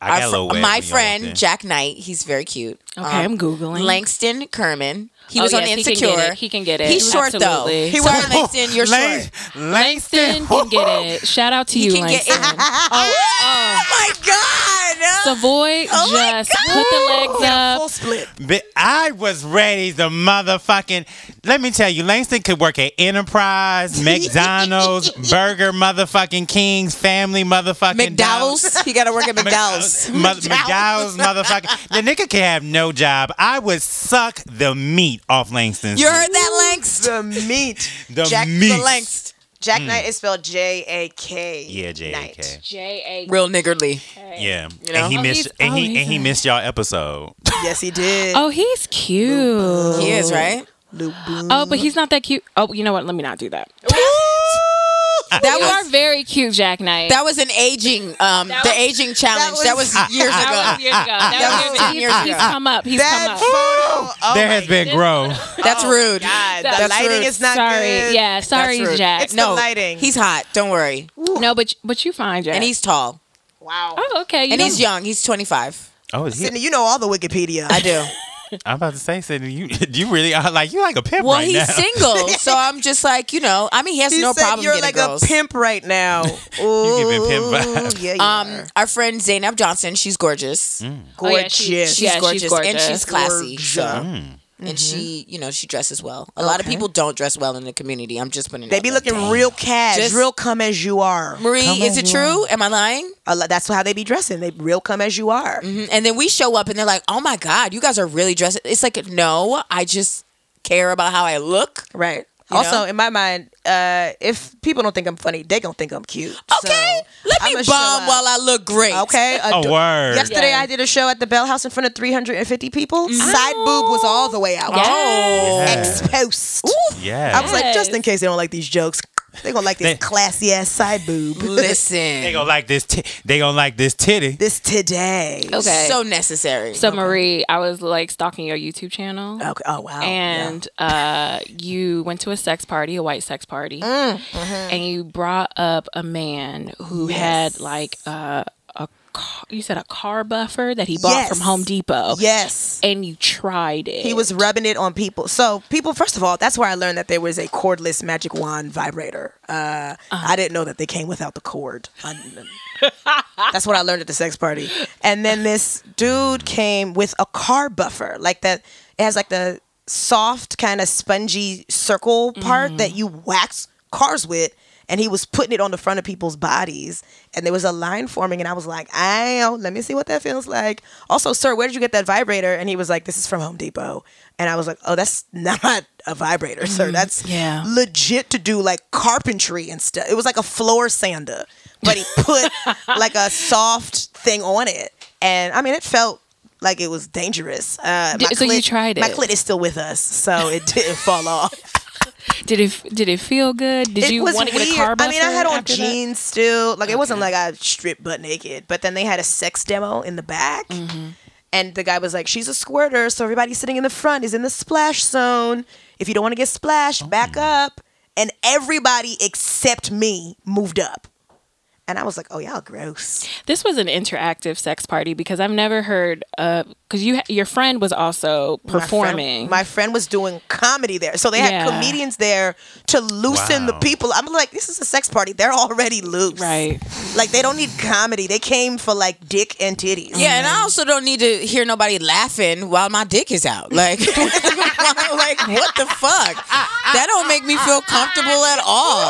S1: I
S4: our
S1: got a
S4: fr-
S1: little wet when
S4: my
S1: y'all went there.
S4: friend Jack Knight, he's very cute.
S2: Okay,
S4: Um,
S2: I'm Googling.
S4: Langston Kerman. He
S2: Oh,
S4: was on
S2: yes, he can
S4: Insecure.
S2: get it. He can get it.
S4: He's short
S2: Absolutely.
S4: though. He was Langston.
S1: (laughs)
S4: You're
S1: Lang-
S2: (laughs)
S4: short.
S1: Langston
S2: Langston can
S1: (laughs)
S2: get it. Shout out to
S4: He
S2: you,
S4: can get
S2: Langston.
S4: it. (laughs)
S2: (laughs)
S4: Oh, my god!
S2: Savoy
S4: Oh
S2: just put the legs
S3: Full
S2: up.
S3: split.
S1: Bi- I was ready to motherfucking. Let me tell you, Langston could work at Enterprise, McDonald's, Burger motherfucking Kings, Family motherfucking
S4: McDowell's. he got
S2: (laughs)
S4: to work at McDowell's.
S1: Mo- McDowell's motherfucking. The nigga could have no job. I would suck the meat off Langston.
S4: You heard that, Langst?
S3: The meat.
S1: the
S4: Jack
S1: meat. Hmm.
S4: the Langst.
S3: Jack Knight is spelled J A K.
S1: Yeah, J A K.
S3: Knight.
S2: J A.
S4: Real niggerly.
S1: Yeah,
S4: You know?
S1: and he
S4: Oh,
S1: missed.
S2: he's-
S1: And
S2: oh,
S1: he
S2: he's
S1: and he
S2: a-
S1: missed y'all episode.
S3: Yes, he did.
S2: Oh, he's cute.
S4: He is right.
S3: Luke Bloom.
S2: Oh, but he's not that cute. Oh, you know what? Let me not do that.
S4: That
S2: You are
S4: was
S2: very cute, Jack Knight.
S4: that was an aging um
S2: That
S4: the
S2: was-
S4: aging challenge. That was,
S2: (laughs)
S4: years
S2: That
S4: ago.
S2: was years ago. That,
S4: That
S2: was years
S4: was ten
S2: ago.
S4: years
S2: He's, he's
S4: ago.
S2: come up. He's come
S3: that
S2: up.
S3: photo. Oh
S1: there
S3: my
S1: has been
S2: This-
S1: growth.
S4: That's rude.
S3: Oh God, the
S2: That's
S3: lighting
S4: rude.
S3: is not
S2: sorry.
S3: good.
S2: Yeah, sorry,
S4: That's rude.
S2: Jack.
S3: It's the lighting.
S4: He's hot. Don't worry.
S2: no, but but you fine, Jack.
S4: And he's tall.
S3: Wow.
S2: oh okay. You
S4: And
S2: know-
S4: he's young. He's 25.
S1: (laughs) Oh, is he,
S3: Sydney, you know all the
S4: (laughs)
S3: Wikipedia.
S4: I do.
S1: I'm about to say, Sydney, you (laughs) you really are like you like a pimp
S4: Well,
S1: right
S4: he's
S1: now.
S4: (laughs) single, so I'm just like, you know, I mean, he has
S3: He
S4: no
S3: said
S4: problem
S3: you're
S4: getting
S3: like
S4: girls.
S3: a pimp right now.
S4: (laughs)
S3: Ooh,
S1: giving pimp vibes.
S3: Yeah, you
S4: Um,
S3: are.
S4: our friend Zainab Johnson, she's gorgeous.
S1: Mm.
S2: Oh, yeah,
S3: gorgeous.
S2: she-
S4: She's,
S2: Yeah, she's
S4: gorgeous, Mm-hmm. and
S2: gorgeous.
S4: she's classy. Mm, so-
S3: Gorgeous.
S4: And she, you know, she dresses well. A lot of people don't dress well in the community. I'm just putting. it
S3: They
S4: out
S3: be
S4: there.
S3: looking real cash,
S4: Just-
S3: real come as you are.
S4: Marie, is it true? Am I lying?
S3: A lot- That's how they be dressing. They real come as you are.
S4: Mhm. And then we show up, and they're like, "Oh my God, you guys are really dressed." It's like, no, I just care about how I look.
S3: Right.
S4: You
S3: also,
S4: know?
S3: in my mind, uh, if people don't think I'm funny, they gonna think I'm cute.
S4: Okay, let me bomb while I look great.
S3: I okay.
S1: A
S3: Ad-
S1: word.
S3: Yesterday,
S2: Yeah.
S3: I did a show at the Bell House in front of 350 people.
S4: Mm.
S3: Side boob was all the way out.
S4: Oh.
S2: Yes.
S3: Exposed.
S1: Yeah.
S3: I was like, just in
S2: Yes.
S3: case they don't like these jokes, they gonna like
S1: They-
S3: this classy ass side boob.
S1: They
S4: Listen,
S1: gonna like this. T- they gonna like this titty.
S3: this today.
S2: okay.
S4: so necessary.
S2: So Marie, I was like stalking your YouTube channel.
S3: Okay. Oh wow.
S2: and uh, you went to a sex party, a white sex party,
S3: Mm, mm-hmm.
S2: and you brought up a man who had like uh, a car, you said a car buffer that he bought
S3: Yes.
S2: from Home Depot.
S3: yeah. yes.
S2: and you tried it.
S3: He was rubbing it on people. So people, first of all, that's where I learned that there was a cordless magic wand vibrator. Uh,
S2: Uh-huh.
S3: I didn't know that they came without the cord. I- that's what I learned at the sex party. And then this dude came with a car buffer, like that. It has like the soft kind of spongy circle part that you wax cars with. And he was putting it on the front of people's bodies, and there was a line forming, and I was like, "I don't- let me see what that feels like." Also, sir, where did you get that vibrator? And he was like, "This is from Home Depot," and I was like, "Oh, that's (laughs) not a vibrator, sir. That's
S2: yeah.
S3: legit to do like carpentry and stuff. It was like a floor sander, but he
S2: (laughs)
S3: put like a soft thing on it, and I mean, it felt like it was dangerous. Uh,
S2: Did- so you tried
S3: My
S2: it?
S3: clit is still with us, so it didn't fall off.
S2: did it did it feel good? Did
S3: it
S2: you
S3: was
S2: want to
S3: weird.
S2: get a car
S3: I
S2: buffer?
S3: mean, I had on
S2: after that?
S3: jeans still. Like it wasn't like I stripped butt naked, but then they had a sex demo in the back.
S2: Mm-hmm.
S3: And the guy was like, "She's a squirter, so everybody sitting in the front is in the splash zone. If you don't want to get
S2: Oh.
S3: splashed, back up." And everybody except me moved up. And I was like, oh, y'all gross.
S2: This was an interactive sex party because I've never heard of because you your friend was also performing.
S3: My friend, my friend was doing comedy there. So they had
S2: Yeah.
S3: comedians there to
S1: Wow.
S3: loosen the people. I'm like, this is a sex party. They're already loose.
S2: right.
S3: Like, they don't need comedy. They came for like dick and titties.
S4: Yeah, and I also don't need to hear nobody laughing while my dick is out. Like, (laughs) like what the fuck? That don't make me feel comfortable at all.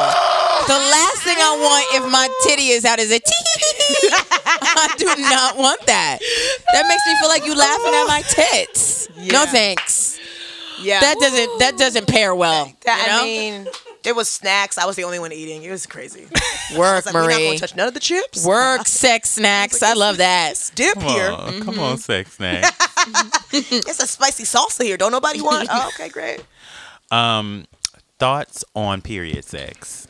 S4: The last thing I want if my titty is out is a tee. I do not want that. That makes me feel like you laughing at my tits. No thanks.
S3: Yeah.
S4: That doesn't that doesn't pair well.
S3: That-
S4: you know?
S3: Mm-hmm. I mean, there was snacks. I was the only one eating. It was
S4: (laughs)
S3: crazy.
S4: work,
S3: It's like, we're not going
S4: Marie.
S3: to touch none of the chips.
S4: Work, sex, (laughs) snacks. I love that.
S3: Dip
S1: Come
S3: here.
S1: on, come on, sex snack.
S3: It's a spicy salsa here. Don't nobody
S4: (laughs)
S3: want? Oh, okay, great.
S1: Thoughts on period sex?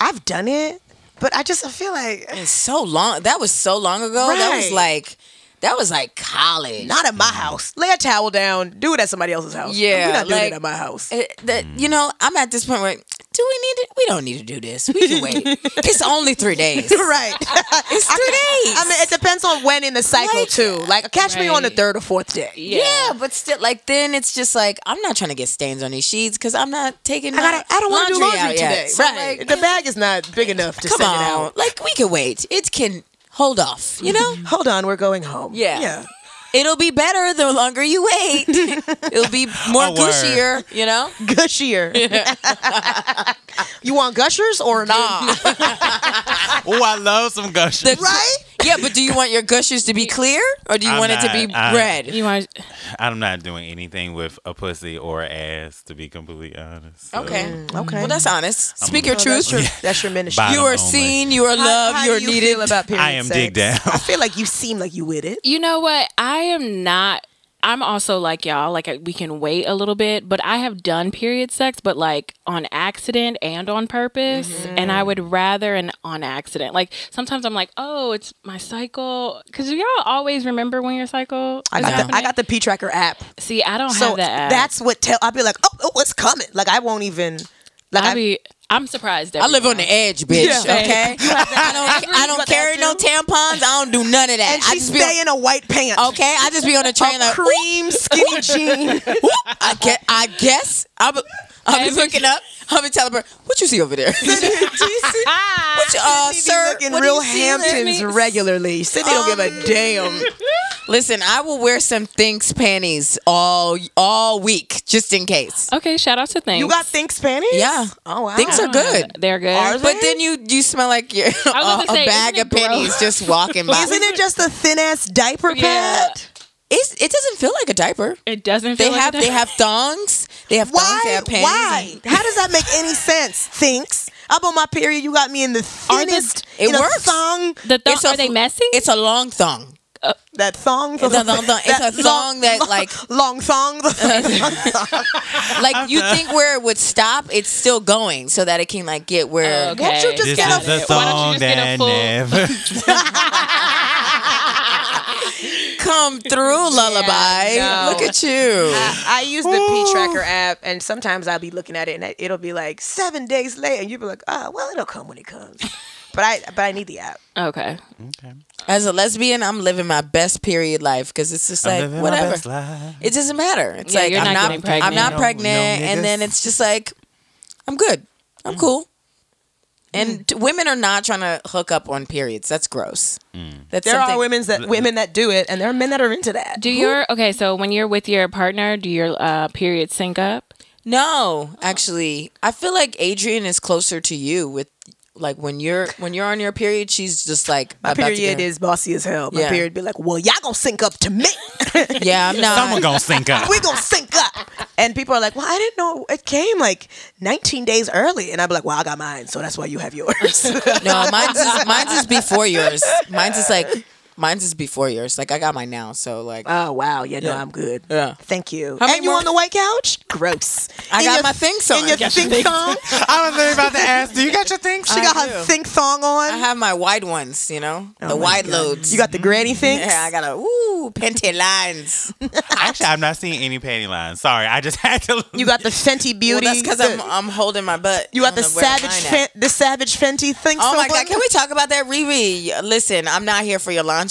S3: I've done it, but I just I feel like
S4: It's so long. That was so long ago. That was
S3: Right.
S4: like, that was like college.
S3: not at my house. Lay a towel down. Do it at somebody else's house.
S4: Yeah,
S3: we're not doing
S4: like-
S3: it at my house.
S4: It- that eh,
S1: Hmm.
S4: you know, I'm at this point where do we need it? We don't need to do this. We can (laughs) wait. it's only three (laughs) days.
S3: (laughs) right.
S4: It's three
S3: I
S4: days.
S3: mean, it depends on when in the cycle
S4: Like-
S3: too. Like, catch me on the
S2: Right.
S3: third or fourth day.
S4: yeah. but still, like then it's just like I'm not trying to get stains on these sheets because I'm not taking.
S3: I got. I don't
S4: want to
S3: do laundry today.
S4: right?
S3: right. the bag is not big enough to
S4: come
S3: send it
S4: on,
S3: out.
S4: like we can wait. It can hold off. You (laughs) know,
S3: Hold on, we're going home.
S4: Yeah.
S3: Yeah.
S4: it'll be better the longer you (laughs) wait. it'll be more
S1: A word.
S4: gushier. You know, (laughs)
S3: Gushier. you want gushers
S4: (laughs)
S3: or nah?
S1: Oh, I love some gushers.
S3: right?
S4: yeah. But do you want your gushers
S1: (laughs)
S4: to be clear or do you
S1: I'm
S4: want it to
S1: not-
S4: be
S1: I-
S4: red?
S2: You want
S1: I'm not doing anything with a pussy or ass, to be completely honest. So,
S4: Okay.
S3: Okay.
S4: Well, that's honest. Speak your
S3: No,
S4: truth.
S3: That's your, that's your ministry.
S1: Bye.
S4: You
S1: Bottom
S4: are
S1: only.
S4: seen. You are
S3: How-
S4: loved.
S3: how
S4: you are
S3: do
S4: needed.
S3: Feel about period
S1: I am
S3: sex?
S1: dig down. (laughs)
S3: I feel like you seem like you with it.
S2: You know what? I am not. I'm also like y'all. Like I- we can wait a little bit, but I have done period sex, but like on accident and on purpose. And I would rather an on accident. Like sometimes I'm like, oh, it's my cycle. Because y'all always remember when your cycle.
S3: I
S2: is
S3: got, the, I
S2: happening.
S3: got the P Tracker app,
S2: See, I don't
S3: so
S2: have that. app.
S3: that's what tell. I'll be like, oh, oh, it's coming. Like I won't even. Like
S2: I
S3: I,
S2: be. I'm surprised.
S4: I live on the edge, bitch.
S3: Yeah. (laughs)
S4: Okay. I don't. I
S3: You
S4: don't
S3: got that
S4: carry no
S3: too?
S4: tampons. I don't do none of that.
S3: and
S4: I
S3: she
S4: just be on-
S3: stay in a white pants,
S4: okay. I just be on the train like. "Ooh,
S3: cream
S4: (laughs)
S3: skinny (laughs) jean.
S4: I get. I guess. I'll be, I'll be
S2: Every-
S4: looking up. I'll be telling her what you see over there. (laughs) What you- uh,
S3: (laughs) She be
S4: sir,
S3: looking
S4: what do you
S3: real
S4: see over there? Um,
S3: Hamptons regularly. Sydney don't give a damn.
S4: Listen, I will wear some thinks panties all all week just in case.
S2: Okay. Shout out to things.
S3: You got thinks panties?
S4: Yeah.
S3: Oh wow.
S4: Thinks are good.
S2: They're good.
S3: Are
S4: But then you you smell like you're
S2: was
S4: a,
S2: gonna say,
S4: a bag
S2: isn't
S4: of
S2: it gross?
S4: panties just walking by.
S3: (laughs) Isn't it just a thin ass diaper
S2: Yeah.
S3: pad?
S4: It's, it doesn't feel like a diaper.
S2: It doesn't. Feel
S4: They
S2: like
S4: have
S2: that.
S4: they have thongs. They have thongs. They
S3: Why?
S4: have panties.
S3: Why? How does that make any sense? Thinks. Up on my period, you got me in the
S4: Are the-
S3: thinnest.
S4: it
S3: in a
S4: works.
S3: Thong.
S2: The thong,
S4: It's a
S2: are they
S4: fl-
S2: messy?
S4: It's a long thong.
S3: That thong.
S4: It's a thong. thong. It's a thong that like
S3: long thong. (laughs)
S2: (laughs)
S4: like you think where it would stop, it's still going, so that it can like get where.
S2: Oh, Okay.
S3: Won't you just
S1: This
S3: get
S1: is the
S3: a
S2: Why don't you
S1: song
S2: just get
S1: that
S2: a full-
S1: never.
S2: (laughs)
S4: Come through, lullaby.
S3: no.
S4: Look at you.
S3: I use the P Tracker app, and sometimes I'll be looking at it, and it'll be like seven days later, and you'll be like, "Ah, well, it'll come when it (laughs) comes." But I, but I need the app.
S2: okay.
S1: (laughs)
S4: As a lesbian, I'm living my best period life because it's just like
S1: I'm living my
S4: whatever.
S1: best life.
S4: It doesn't matter. It's
S2: Yeah,
S4: like
S2: you're
S4: I'm
S2: not
S4: not,
S2: getting pregnant.
S4: I'm not
S1: No,
S4: pregnant,
S1: no niggas.
S4: and then it's just like I'm good. I'm cool.
S3: Mm.
S4: And t- women are not trying to hook up on periods. That's gross.
S1: Mm.
S4: That's
S3: There
S4: something-
S3: are women that women that do it, and there are men that are into that.
S2: Do your okay? So when you're with your partner, do your uh, periods sync up?
S4: No, actually, I feel like Adrian is closer to you with like when you're when you're on your period. She's just like
S3: My
S4: about to
S3: period
S4: get-
S3: is bossy as hell. My
S4: Yeah.
S3: period be like, "Well, y'all gonna sync up to me." (laughs)
S4: Yeah, I'm not.
S1: Someone gonna sink up.
S3: we gonna sync up. And people are like, well, I didn't know it came like 19 days early. And I'd be like, well, I
S4: (laughs)
S3: got mine, so that's why you have yours.
S1: (laughs)
S4: No, mine's is, mine's is before yours. Mine's is like Mine's is before yours. Like I got mine now, so like
S3: Oh wow, yeah, no,
S4: Yeah.
S3: I'm good.
S4: yeah.
S3: Thank you.
S4: How many
S3: and you
S4: more-
S3: on the white couch? Gross.
S4: I
S3: In
S4: got
S3: your-
S4: my thing song.
S3: In your
S4: Got your
S3: think song.
S1: I was literally about to ask, do you got your things?
S3: She got her
S4: do.
S3: think thong on.
S4: I have my wide ones, you know, the wide loads.
S3: Oh
S4: Mm-hmm.
S3: you got the granny things.
S4: yeah, I got a ooh panty lines.
S1: Actually, I've not seen any panty lines. Sorry, I just (laughs) had to.
S3: you got the Fenty
S4: well,
S3: Beauty.
S4: that's because
S3: the-
S4: I'm I'm holding my butt.
S3: You got
S4: I
S3: the
S4: don't know where
S3: savage,
S4: mine at.
S3: Fen- the savage Fenty thing.
S4: Oh my god! Can we talk about that, Riri? Listen, I'm not here for your lingerie. It-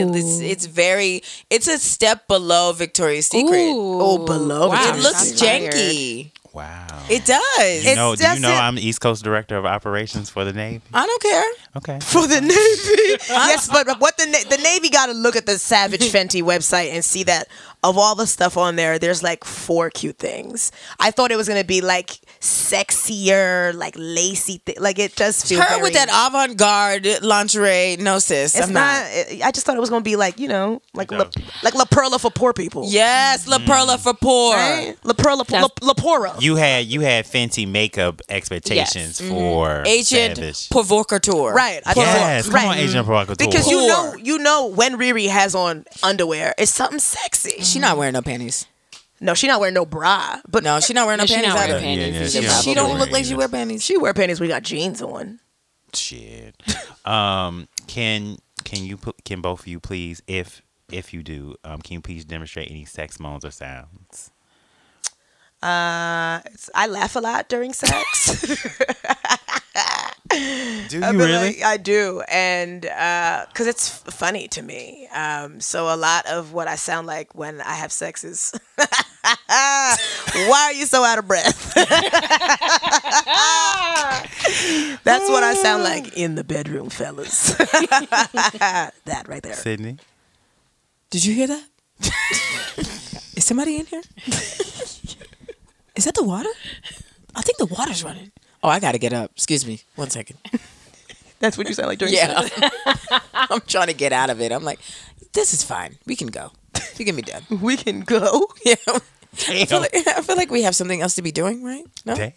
S4: It's, it's very, it's a step below Victoria's Secret.
S3: Oh, below.
S4: It
S2: Wow,
S4: looks
S2: shots fired.
S4: janky.
S1: wow.
S4: It does.
S1: you know, do you know
S3: doesn't-
S1: I'm the East Coast Director of Operations for the Navy?
S4: I don't care.
S1: Okay.
S3: for the Navy? (laughs) yes, but what the Na- the Navy got to look at the Savage
S4: (laughs)
S3: Fenty website and see that of all the stuff on there, there's like four cute things. I thought it was gonna be like sexier, like lacy, thi- like it does feel.
S4: Her
S3: very-
S4: with that avant-garde lingerie, no sis.
S3: It's
S4: I'm not.
S3: not. I I just thought it was gonna be like you know, like La,
S1: does.
S3: like La Perla for poor people.
S4: Yes, La Perla
S1: Mm.
S4: for poor.
S3: Right? La Perla, for La,
S2: That's-
S3: La Pora.
S1: You had you had Fenty makeup expectations for
S4: Agent
S1: Savage.
S4: provocateur.
S3: Right. I
S1: Yes,
S3: thought-
S1: come on,
S4: Mm-hmm.
S1: Agent Provocateur.
S3: Because you
S4: Or-
S3: know, you know when Riri has on underwear, it's something sexy.
S4: She not wearing no panties.
S3: No, she not wearing no bra, but
S4: No, she not wearing no,
S2: No, she
S4: panties
S2: not wearing
S4: either.
S1: Yeah, yeah,
S2: panties.
S1: she
S4: She,
S1: not
S2: She
S4: don't
S1: wearing
S4: look like she
S1: panties.
S4: wear panties.
S3: she wear panties. We got jeans on.
S1: shit. um, can can you pl- can both of you please, if if you do, um, can you please demonstrate any sex moans or sounds?
S3: Uh, it's, I laugh a lot during (laughs) sex.
S1: Do
S3: I
S1: you
S3: feel
S1: really?
S3: like I do, and because it's f- funny to me. Um, so a lot of what I sound like when I have sex is, (laughs) why are you so out of breath? (laughs) That's what I sound like in the bedroom, fellas. (laughs) that right there.
S1: Sydney.
S4: Did you hear that? Is somebody in here? Is that the water? I think the water's running. Oh, I gotta get up. Excuse me. One second.
S3: That's what you sound like during
S4: (laughs) Yeah. (laughs) I'm trying to get out of it. I'm like, this is fine. We can go. You can be done.
S3: sex. We can go.
S4: (laughs) Yeah. I feel,
S1: Damn.
S4: like, I feel like we have something else to be doing, right?
S3: Oh.
S4: No.
S1: Damn.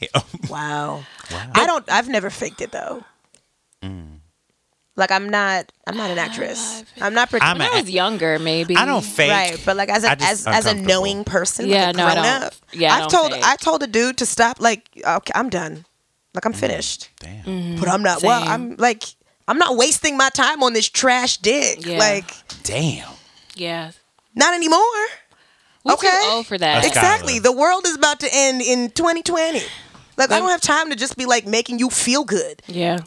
S3: Wow. I don't. I've never faked it though. Like I'm not. I'm not an actress. I'm not. pretending.
S1: I'm
S2: When I was younger, maybe.
S1: I don't fake.
S3: Right, but like as a
S1: I just
S3: as, as a
S1: uncomfortable.
S3: knowing person,
S2: Yeah,
S3: like a
S2: no, I
S3: grown
S2: don't-
S3: up,
S2: yeah, I
S3: I've
S2: don't
S3: told
S2: think.
S3: I told a dude to stop. Like, okay, I'm done. Like
S1: Mm.
S3: I'm finished.
S1: Damn.
S3: But I'm not. Well,
S2: Mm. Same.
S3: I'm like I'm not wasting my time on this trash dick.
S2: Yeah.
S3: Like
S1: Damn.
S2: Yeah.
S3: not anymore.
S2: We're
S3: Okay.
S2: too old for that.
S1: That's
S3: Exactly.
S1: Skylar.
S3: The world is about to end in 2020. Like I don't have time to just be like making you feel good.
S2: yeah.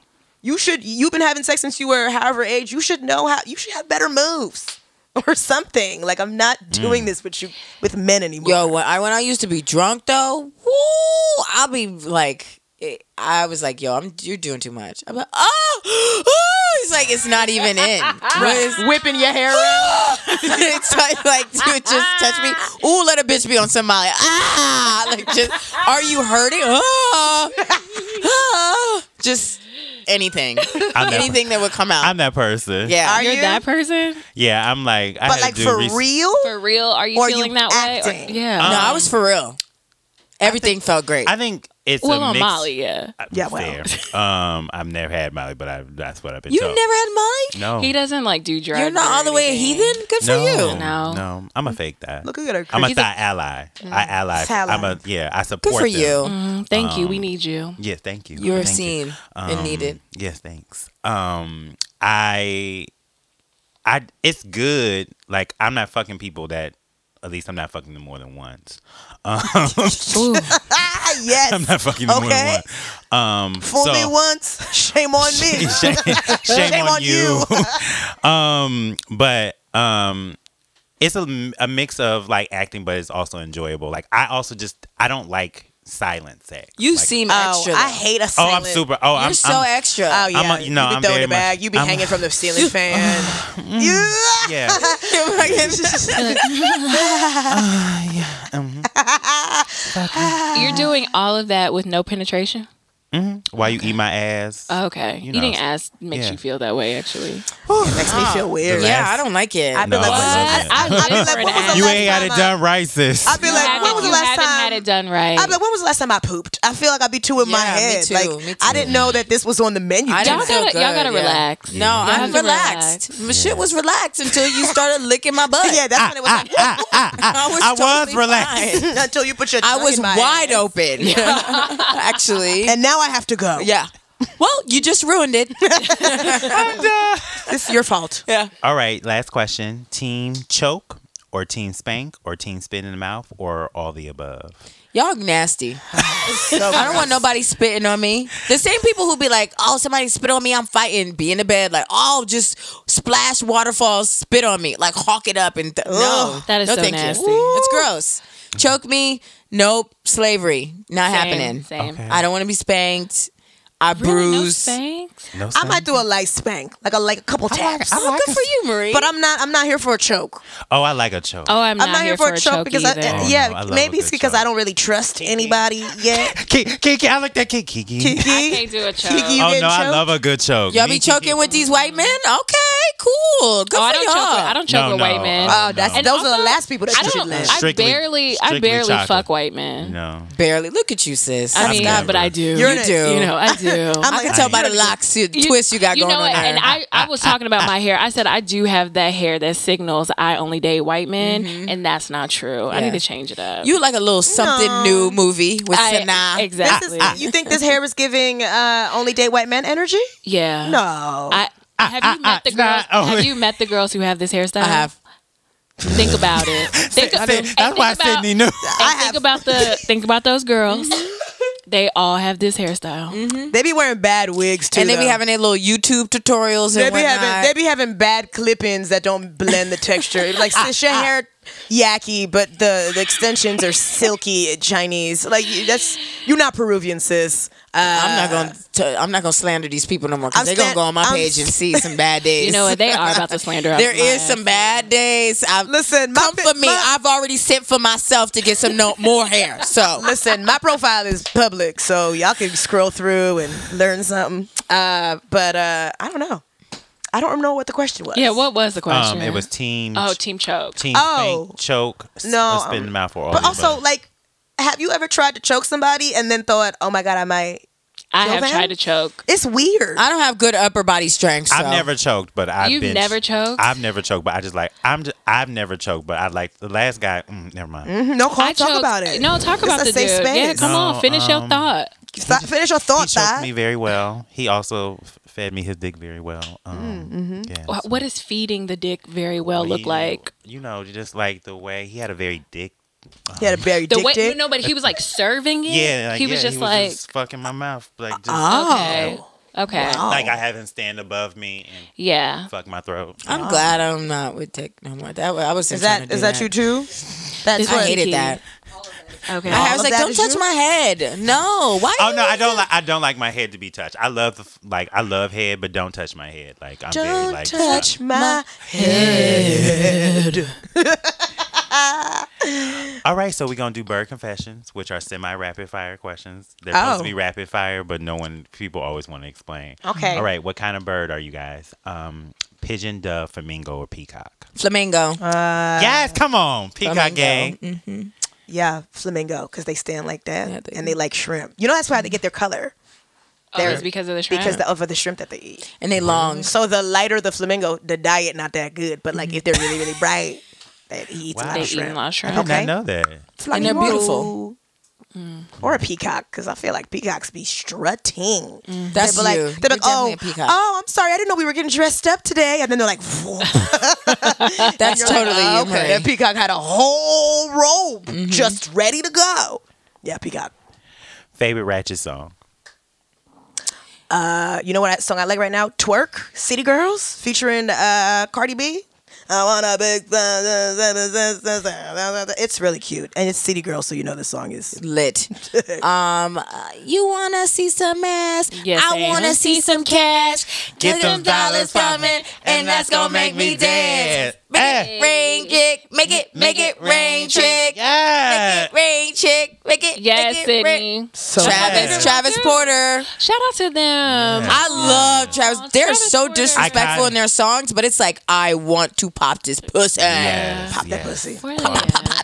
S3: You should. You've been having sex since you were however age. You should know how. You should have better moves (laughs) or something. Like I'm
S1: Mm.
S3: not doing this with you with men anymore.
S4: Yo, when I when I used to be drunk though, woo, I'll be like, it- I was like, yo, I'm you're doing too much. I'm like, oh, oh, it's like it's not even in. What is-
S3: whipping your
S4: (laughs)
S3: hair.
S4: it's like, like, dude, just touch me. Ooh, let a bitch be on somebody. Ah, like just, are you hurting? Ah, ah, just anything,
S1: I'm that,
S4: anything that would come out.
S1: I'm that person.
S4: yeah.
S3: Are
S2: You're
S3: you?
S2: that person?
S1: Yeah. I'm like. I
S3: But
S1: had
S3: like
S1: to do
S3: for
S1: res-
S3: real?
S2: For real? Are you
S3: Or
S2: feeling
S3: you
S2: that way? Or-
S3: acting?
S2: yeah.
S1: Uh,
S4: no, I was for real. Everything felt great.
S1: I um, think it's
S2: well,
S1: a
S2: on
S1: mix. uh,
S2: Molly, yeah.
S3: Yeah, well.
S1: Fair. Um, I've never had Molly, but I, that's what I've been
S4: you
S1: told.
S4: never had mine.
S1: No.
S2: He doesn't like do drugs.
S4: You're not
S2: or
S4: all the way a
S2: anything.
S4: heathen. Good for
S1: no,
S4: you.
S2: No.
S1: No. I'm a fake guy.
S3: Look at her.
S1: I'm a
S3: Chris.
S1: thigh ally. I ally.
S3: Ally.
S1: I'm a yeah. I support.
S4: Good for
S1: them.
S4: you.
S2: Mm, Thank you.
S1: Um,
S2: We need you.
S1: Yeah, thank you.
S4: You were
S1: Thank
S4: seen and
S1: Um,
S4: needed.
S1: Yes, thanks. Um, I, I, it's good. Like I'm not fucking people that. At least I'm not fucking them more than once. (laughs)
S3: ah yes.
S1: I'm not fucking them more
S3: Okay.
S1: than one. Um,
S3: (laughs) Fool
S1: so,
S3: me once, (laughs) shame
S1: (laughs)
S3: on me. (laughs)
S1: shame, shame
S3: Shame
S1: on,
S3: on
S1: you. (laughs) um, but um, it's a, a mix of like acting, but it's also enjoyable. Like I also just I don't like silent sex.
S4: You
S1: like,
S4: seem
S3: Oh,
S4: extra.
S3: I
S4: though.
S3: hate a
S1: Oh,
S3: silent.
S1: I'm super. Oh,
S4: You're
S1: I'm
S4: so
S1: I'm-
S4: extra. (laughs)
S3: Oh yeah.
S1: a- no,
S3: you be
S1: I'm
S3: throwing
S1: very
S3: the bag.
S1: much-
S3: (laughs) You be
S1: I'm- Mm.
S3: hanging from the ceiling
S1: (laughs)
S3: fan. Yeah.
S1: yeah. (laughs)
S2: You're doing all of that with no penetration? Oh,
S1: While you eat my
S2: Uh,
S1: ass.
S2: Okay. You,
S1: know,
S2: didn't ask makes
S1: yeah.
S4: you
S2: you feel that way actually.
S3: It makes me feel weird.
S4: Yeah, I don't like it.
S3: I'd be
S1: No,
S3: like,
S1: Oh, I
S3: I,
S1: love
S3: I, I'd be like,
S2: Different
S3: what was the
S2: ass.
S1: you
S3: last
S1: ain't got
S3: time
S1: it
S3: I-
S1: done right, (laughs) sis.
S3: I'd be
S2: you
S3: like,
S2: haven't,
S3: when was the
S2: you
S3: last
S2: haven't had
S3: time?
S2: it done right.
S3: I'd be like, when was the last time I pooped? I feel like I'd be too in my
S4: Yeah, me
S3: head.
S4: too,
S3: like
S4: me
S3: I
S4: too.
S3: didn't know that this was on the menu.
S4: I
S2: y'all
S4: didn't feel
S2: gotta, y'all
S4: good,
S2: gotta
S4: yeah.
S2: relax.
S4: No, I'm
S2: have to
S4: relaxed. My shit was relaxed until you started licking my
S1: (laughs)
S4: butt.
S3: (laughs) yeah,
S1: Ah,
S3: that's when it was like
S4: I was,
S1: I was
S4: totally
S1: relaxed. (laughs)
S4: fine.
S3: until you put your.
S4: I
S3: tongue
S4: was
S3: in my
S4: wide
S3: ass.
S4: open. (laughs) Actually,
S3: and now I have to go.
S4: yeah. Well, you just
S1: (laughs)
S4: ruined it.
S1: uh,
S4: (laughs)
S3: it's your fault.
S4: yeah.
S1: All right, last question. Team choke or team spank or team spit in the mouth or all the above?
S4: Y'all nasty. I don't want nobody spitting on me. The same people who be like, "Oh, somebody spit on me, I'm fighting." Be in the bed like, "Oh, just splash waterfalls, spit on me, like hawk it up and th- no."
S2: That is
S4: no,
S2: so
S4: thank
S2: nasty.
S4: You. It's gross. Choke me? Nope. Slavery not happening.
S2: Same.
S1: Okay.
S4: I don't want to be spanked. I
S2: Really, no
S4: bruise.
S2: thanks?
S1: No
S3: I
S1: spank?
S3: might do a light spank, like a like a couple taps.
S4: Oh, good for you, Marie.
S3: but I'm not. I'm not here for a choke.
S1: Oh, I like a choke.
S2: Oh, I'm not,
S3: I'm not here for a choke because I, uh,
S2: either.
S1: Oh,
S3: yeah,
S1: no, I love
S3: maybe
S1: a
S3: it's
S1: good
S3: because
S1: choke.
S3: I don't really trust anybody yet.
S1: Kiki, Kiki, (laughs) I like that Kiki. Kiki.
S2: I
S3: Kiki,
S2: can't
S3: (laughs)
S2: do a choke.
S3: Kiki, you
S1: Oh no,
S3: getting
S1: I
S3: choked?
S1: love a good choke.
S4: Y'all
S1: Me
S4: be
S1: and Kiki-
S4: choking with these white men? Okay, cool. Good
S2: Oh, I
S4: for
S2: don't
S4: y'all.
S2: choke. With, I don't choke
S1: No,
S2: with
S1: no.
S2: white men.
S1: Uh,
S3: Oh, that's
S1: No.
S3: those
S2: And
S3: are the
S2: also,
S3: last people that
S2: I
S3: you should
S2: don't.
S3: let.
S2: I
S1: Strictly-
S2: barely. I
S1: strictly
S2: barely
S1: chocolate.
S2: fuck white men.
S1: No.
S4: Barely. Look at you, sis.
S2: I mean,
S1: Never.
S2: but I do.
S3: You're
S4: You
S3: an-
S4: do.
S2: You know, I do.
S3: (laughs) I'm
S4: I
S3: like,
S4: can tell by the locks, you, twist you got
S2: you
S4: going
S2: know
S4: on
S2: what?
S4: there.
S2: And I, I was talking about my hair. I said I do have that hair that signals I only date white men,
S3: Mm-hmm.
S2: and that's not true. I
S4: Yeah.
S2: need to change it up.
S4: you like a little something
S3: No.
S4: new movie with
S2: I-
S4: Sanaa.
S3: This
S2: exactly.
S3: is, you think this hair is giving uh, only date white men energy?
S2: yeah.
S3: No.
S2: I have you met the
S1: ah, nah,
S2: girls?
S1: oh.
S2: Have you met the girls who have this hairstyle?
S4: I have.
S3: uh,
S2: Think about it. Think,
S1: I
S2: and
S1: think-
S2: think
S1: that's why
S2: about,
S1: Sydney knew.
S2: and
S3: I
S2: think
S3: have-
S2: about the think about those girls. They all have this hairstyle.
S3: They be wearing bad wigs too.
S4: and they be
S3: though.
S4: having their little YouTube tutorials
S3: They
S4: and
S3: be
S4: whatnot.
S3: having they be having bad clip-ins that don't blend the texture. It
S2: (laughs)
S3: be like sis,
S2: Ah,
S3: your hair yucky, but the, the extensions are silky Chinese. Like you- that's you're not Peruvian, sis. Uh,
S4: I'm not gonna. T- I'm not gonna slander these people no more because
S3: I'm
S4: they're gonna
S3: stan-
S4: go on my
S3: I'm
S4: page and see
S3: (laughs)
S4: some bad days.
S2: You know what? They are about to slander us.
S4: there
S2: my
S4: is
S2: ass.
S4: some bad days. I,
S3: listen, my
S4: come
S3: pi-
S4: for me.
S3: my-
S4: I've already sent for myself to get some no, more hair. So
S3: Listen, my profile is public, so y'all can scroll through and learn something. Uh, but uh, I don't know. I don't know what the question was.
S2: Yeah. What was the question?
S1: Um, it was team.
S2: Oh, team choke.
S1: Team
S3: Oh.
S1: spank, choke, s-
S3: No,
S1: or spit in the
S3: um,
S1: mouth or all
S3: But
S1: the
S3: also,
S1: above.
S3: like, have you ever tried to choke somebody and then thought, "Oh my god, I might"?
S2: I have
S3: Jovan?
S2: tried to choke.
S3: It's weird.
S4: I don't have good upper body strength. So.
S1: I've never choked, but I've
S2: You've
S1: been.
S2: never choked?
S1: I've never choked, but I just like I'm. Just, I've never choked, but I like the last guy. Mm, never mind.
S2: Mm-hmm.
S3: no, call,
S2: I
S3: talk
S2: choked-
S3: about it.
S2: No, talk
S3: It's
S2: about
S3: a
S2: the
S3: safe
S2: dude. Yeah,
S3: space.
S2: come
S1: No,
S2: on, finish your
S1: um,
S2: thought.
S3: Stop, finish your
S1: He
S3: thought,
S1: choked me
S3: Ty.
S1: very well. He also f- fed me his dick very well. Um, yeah,
S2: Wha-
S1: so-
S2: Mm, mm-hmm. What does feeding the dick very well
S1: Well,
S2: look
S1: you-
S2: like?
S1: You know, just like the way he had a very dick.
S3: He had a very
S2: The
S3: dick
S2: way
S3: dick.
S2: no, but he was like serving it.
S1: Yeah, like,
S2: he was
S1: yeah,
S2: just
S1: he
S2: like uh, oh.
S1: was just fucking my mouth, like just
S2: okay, okay,
S1: like I have him stand above me and
S2: yeah.
S1: fuck my throat.
S4: I'm glad I'm not with Dick no more. That wa- I was
S3: Is that is that you too? That's
S2: This
S4: I
S3: what.
S2: is
S4: hated
S2: Kiki.
S4: that.
S2: Okay,
S4: I
S3: All
S4: was
S3: of
S4: like,
S3: that
S4: don't
S3: is
S4: touch
S3: you?
S4: my head. No, why?
S1: Oh
S4: you
S1: no, I
S4: like
S1: don't
S4: that?
S1: like I don't like my head to be touched. I love the f- like I love head, but don't touch my head. Like I'm very
S3: Don't
S1: like
S3: touch my head.
S1: All right, so we're gonna do bird confessions, which are semi rapid fire questions. They're supposed to
S3: Oh.
S1: be rapid fire, but no one people always want to explain.
S3: Okay.
S1: All right, what kind of bird are you guys? Um, pigeon, dove, flamingo, or peacock?
S4: flamingo.
S3: Uh,
S1: yes, come on, peacock
S4: flamingo.
S1: gang.
S3: yeah, flamingo, because they stand like that,
S4: Yeah, they
S3: and they like shrimp. You know that's why they get their color
S2: oh, it's
S3: there-
S2: because of the shrimp.
S3: because the, of the shrimp that they eat.
S4: and they
S3: (laughs)
S4: long.
S3: So the lighter the flamingo, the diet not that good. But like if they're really really bright, that he
S1: Wow.
S3: eats a
S2: they
S3: lot of
S2: eat a
S3: shrimp.
S2: lot of
S1: I
S2: shrimp.
S1: did
S3: Mm-hmm. Okay.
S1: not know that.
S3: It's like
S4: And they're
S3: whoa.
S4: beautiful.
S3: Or a peacock, because I feel like peacocks be strutting.
S4: Mm. That's
S3: They're like,
S4: you.
S3: they're like,
S4: You're definitely
S3: oh,
S4: a peacock.
S3: oh, I'm sorry, I didn't know we were getting dressed up today, and then they're like, (laughs)
S4: That's
S3: You're like,
S4: totally Mm-hmm.
S3: "Oh,
S4: you,
S3: okay.
S4: Marie.
S3: That peacock had a whole robe just ready to go. Yeah, peacock.
S1: Favorite ratchet song?
S3: Uh, you know what song I like right now? Twerk, City Girls, featuring uh, Cardi B. I wanna big. It's really cute, and it's City Girls, so you know the song is.
S1: (laughs)
S4: lit. um, uh, you wanna see some ass?
S2: Yes,
S4: I
S2: ma'am.
S4: wanna see some cash.
S1: Get
S4: Look
S1: them
S4: at
S1: dollars coming, and that's gonna make me dance.
S4: Make
S1: Hey.
S4: it rain chick. Make it, make it rain chick.
S1: Yeah.
S4: Make it rain chick. Make it,
S2: Yes,
S4: make it rain-
S2: Sydney.
S3: So
S4: Travis,
S1: Yeah.
S4: Travis Porter.
S2: Shout out to them.
S1: Yeah.
S4: I love Travis.
S2: Oh,
S4: They're
S2: Travis
S4: so
S2: Porter.
S4: disrespectful
S1: Iconic.
S4: in their songs, but it's like I want to pop this pussy.
S1: Yes,
S3: Pop that
S1: yes,
S3: pussy.
S2: Brilliant.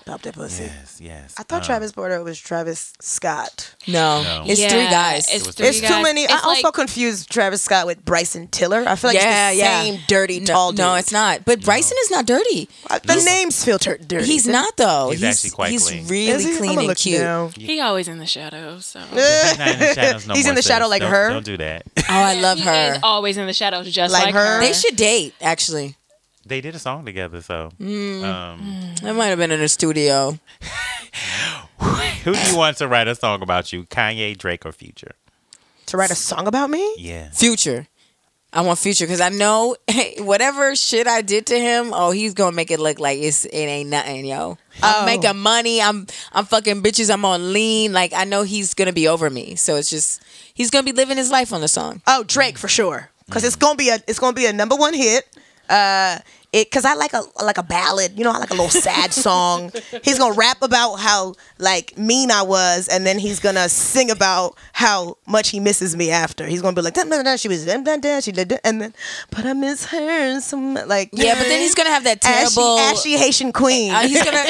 S3: Pop that pussy.
S1: Yes, yes.
S3: I
S1: Um,
S3: thought Travis Porter was Travis Scott.
S4: No,
S1: No.
S4: it's
S2: Yeah,
S4: three guys.
S2: It's,
S1: was
S2: three
S3: it's too
S2: guys.
S3: many. I
S2: It's
S3: also
S2: like-
S3: confused Travis Scott with Bryson Tiller. I feel like
S4: yeah,
S3: it's the
S4: yeah.
S3: same dirty
S4: no,
S3: tall dude.
S4: No, it's not. But Bryson is not dirty.
S3: Uh, the names feel tur- dirty.
S4: He's not though.
S1: He's actually quite clean.
S4: really
S3: Is he? I'ma
S4: clean and
S3: look
S4: cute. Oh,
S3: now.
S2: he always in the shadows. So.
S1: He's not in the shadows no
S3: He's in
S1: more,
S3: the shadow
S1: sis.
S3: like
S1: Don't-
S3: her.
S1: Don't do that. (laughs)
S4: Oh, I love
S2: He
S4: her.
S2: is always in the shadows, just
S3: Like
S2: like,
S3: her?
S2: her.
S4: They should date. Actually,
S1: They did a song together, so.
S3: Mm.
S1: Um,
S4: that might have been in a studio.
S1: who do you want to write a song about you? Kanye, Drake, or Future?
S3: (laughs) to write a song about me.
S1: Yeah.
S3: (laughs)
S4: Future. I want future because I know (laughs) whatever shit I did to him. Oh, he's gonna make it look like it's it ain't nothing, yo.
S3: Oh.
S4: I'm making money. I'm I'm fucking bitches. I'm on lean. Like I know he's gonna be over me. So it's just he's gonna be living his life on the song.
S3: Oh, Drake for sure, because it's gonna be a it's gonna be a number one hit. Uh, it because I like a like a ballad. You know, I like a
S4: (laughs)
S3: little sad song. He's gonna rap about how like mean I was, and then he's gonna sing about how much he misses me after. He's gonna be like, dun, dun, dun, she was dun, dun, dun, she did, dun," and then but I miss her so much. Like
S4: Yeah, but then he's gonna have that
S3: ashy,
S4: terrible.
S3: ashy Haitian queen.
S4: uh, he's
S3: (laughs)
S4: gonna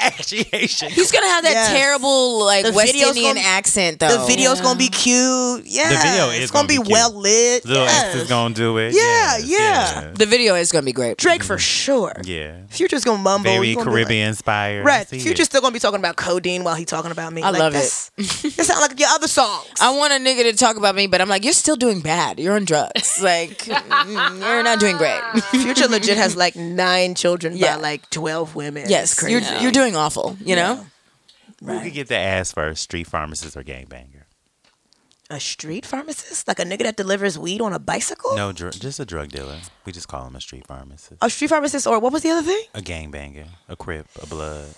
S1: Actuation.
S4: he's gonna have that
S3: Yes.
S4: terrible like
S3: The
S4: West
S3: video's
S4: Indian
S3: gonna-
S4: accent though.
S3: the video's gonna be cute. Yeah,
S1: Oh. video is
S3: it's gonna,
S1: gonna be
S3: be,
S1: cute.
S3: well lit.
S1: Lil
S3: yes.
S1: X is gonna do it.
S3: Yeah,
S1: Yes,
S3: yeah.
S1: yes.
S4: The video is gonna be great.
S3: Drake for sure.
S1: Mm. Yeah.
S3: Future's gonna mumble.
S1: Very
S3: you gonna be like-
S1: Caribbean inspired.
S3: right.
S1: See it.
S3: Future's still gonna be talking about codeine while he talking about me.
S4: I love it.
S3: it. It sounds like your other songs.
S4: I want a nigga to talk about me, but I'm like, you're still doing bad. You're on
S3: (laughs)
S4: drugs. Like, mm, you're not doing great.
S3: (laughs) Future legit has like nine children
S4: Yeah.
S3: by like twelve women. It's
S4: yes,
S3: crazy.
S4: you're, you're doing awful. You know,
S1: Who could get the ass first? Street pharmacist or gangbanger?
S3: a street pharmacist, like a nigga that delivers weed on a bicycle.
S1: No, dr- just a drug dealer. We just call him a street pharmacist.
S3: a street pharmacist, or what was the other thing?
S1: A gangbanger, a crip, a blood,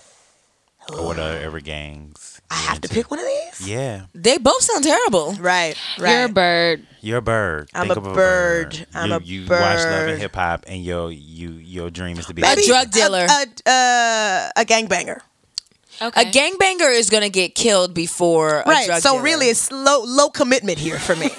S1: or
S3: (sighs)
S1: whatever gangs.
S3: I
S1: you're
S3: have to
S1: into.
S3: pick one of these.
S1: Yeah,
S4: they both sound terrible.
S3: Right, right.
S2: You're a bird.
S1: you're a bird.
S3: I'm
S1: Think
S3: a
S1: of a
S3: bird.
S1: bird.
S3: I'm
S1: you,
S3: a
S1: you watch Love
S3: bird.
S1: and Hip Hop, and your you your dream is to be
S4: A
S3: Maybe
S4: drug dealer.
S3: A, a, uh, a gangbanger.
S2: Okay.
S4: A gangbanger is gonna get killed before a
S3: Right.
S4: drug
S3: So
S4: dealer.
S3: really, it's low low commitment here
S4: (laughs)
S3: for me.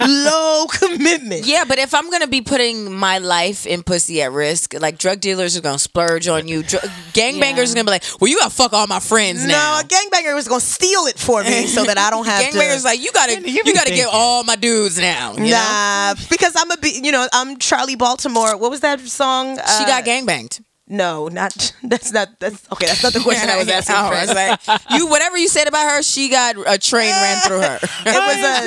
S3: low commitment.
S4: Yeah, but if I'm gonna be putting my life and pussy at risk, like drug dealers are gonna splurge on you. Dr-
S3: (laughs)
S4: gangbangers
S2: Yeah.
S4: is gonna be like, well, you gotta fuck all my friends
S3: No,
S4: now.
S3: a gangbanger was gonna steal it for me so that I don't have to.
S4: gangbangers like, you gotta,
S1: you
S4: you,
S1: be
S4: gotta get
S1: thinking.
S4: all my dudes now. You know?
S3: nah, because I'm a be, you know, I'm Charlie Baltimore. What was that song?
S4: She
S3: Uh,
S4: got gangbanged.
S3: No, not (laughs) that's not that's okay. That's
S4: (laughs)
S3: not the question I was asking.
S4: Oh, I was like, you whatever you said about her, she got a train ran through her.
S3: (laughs) It was a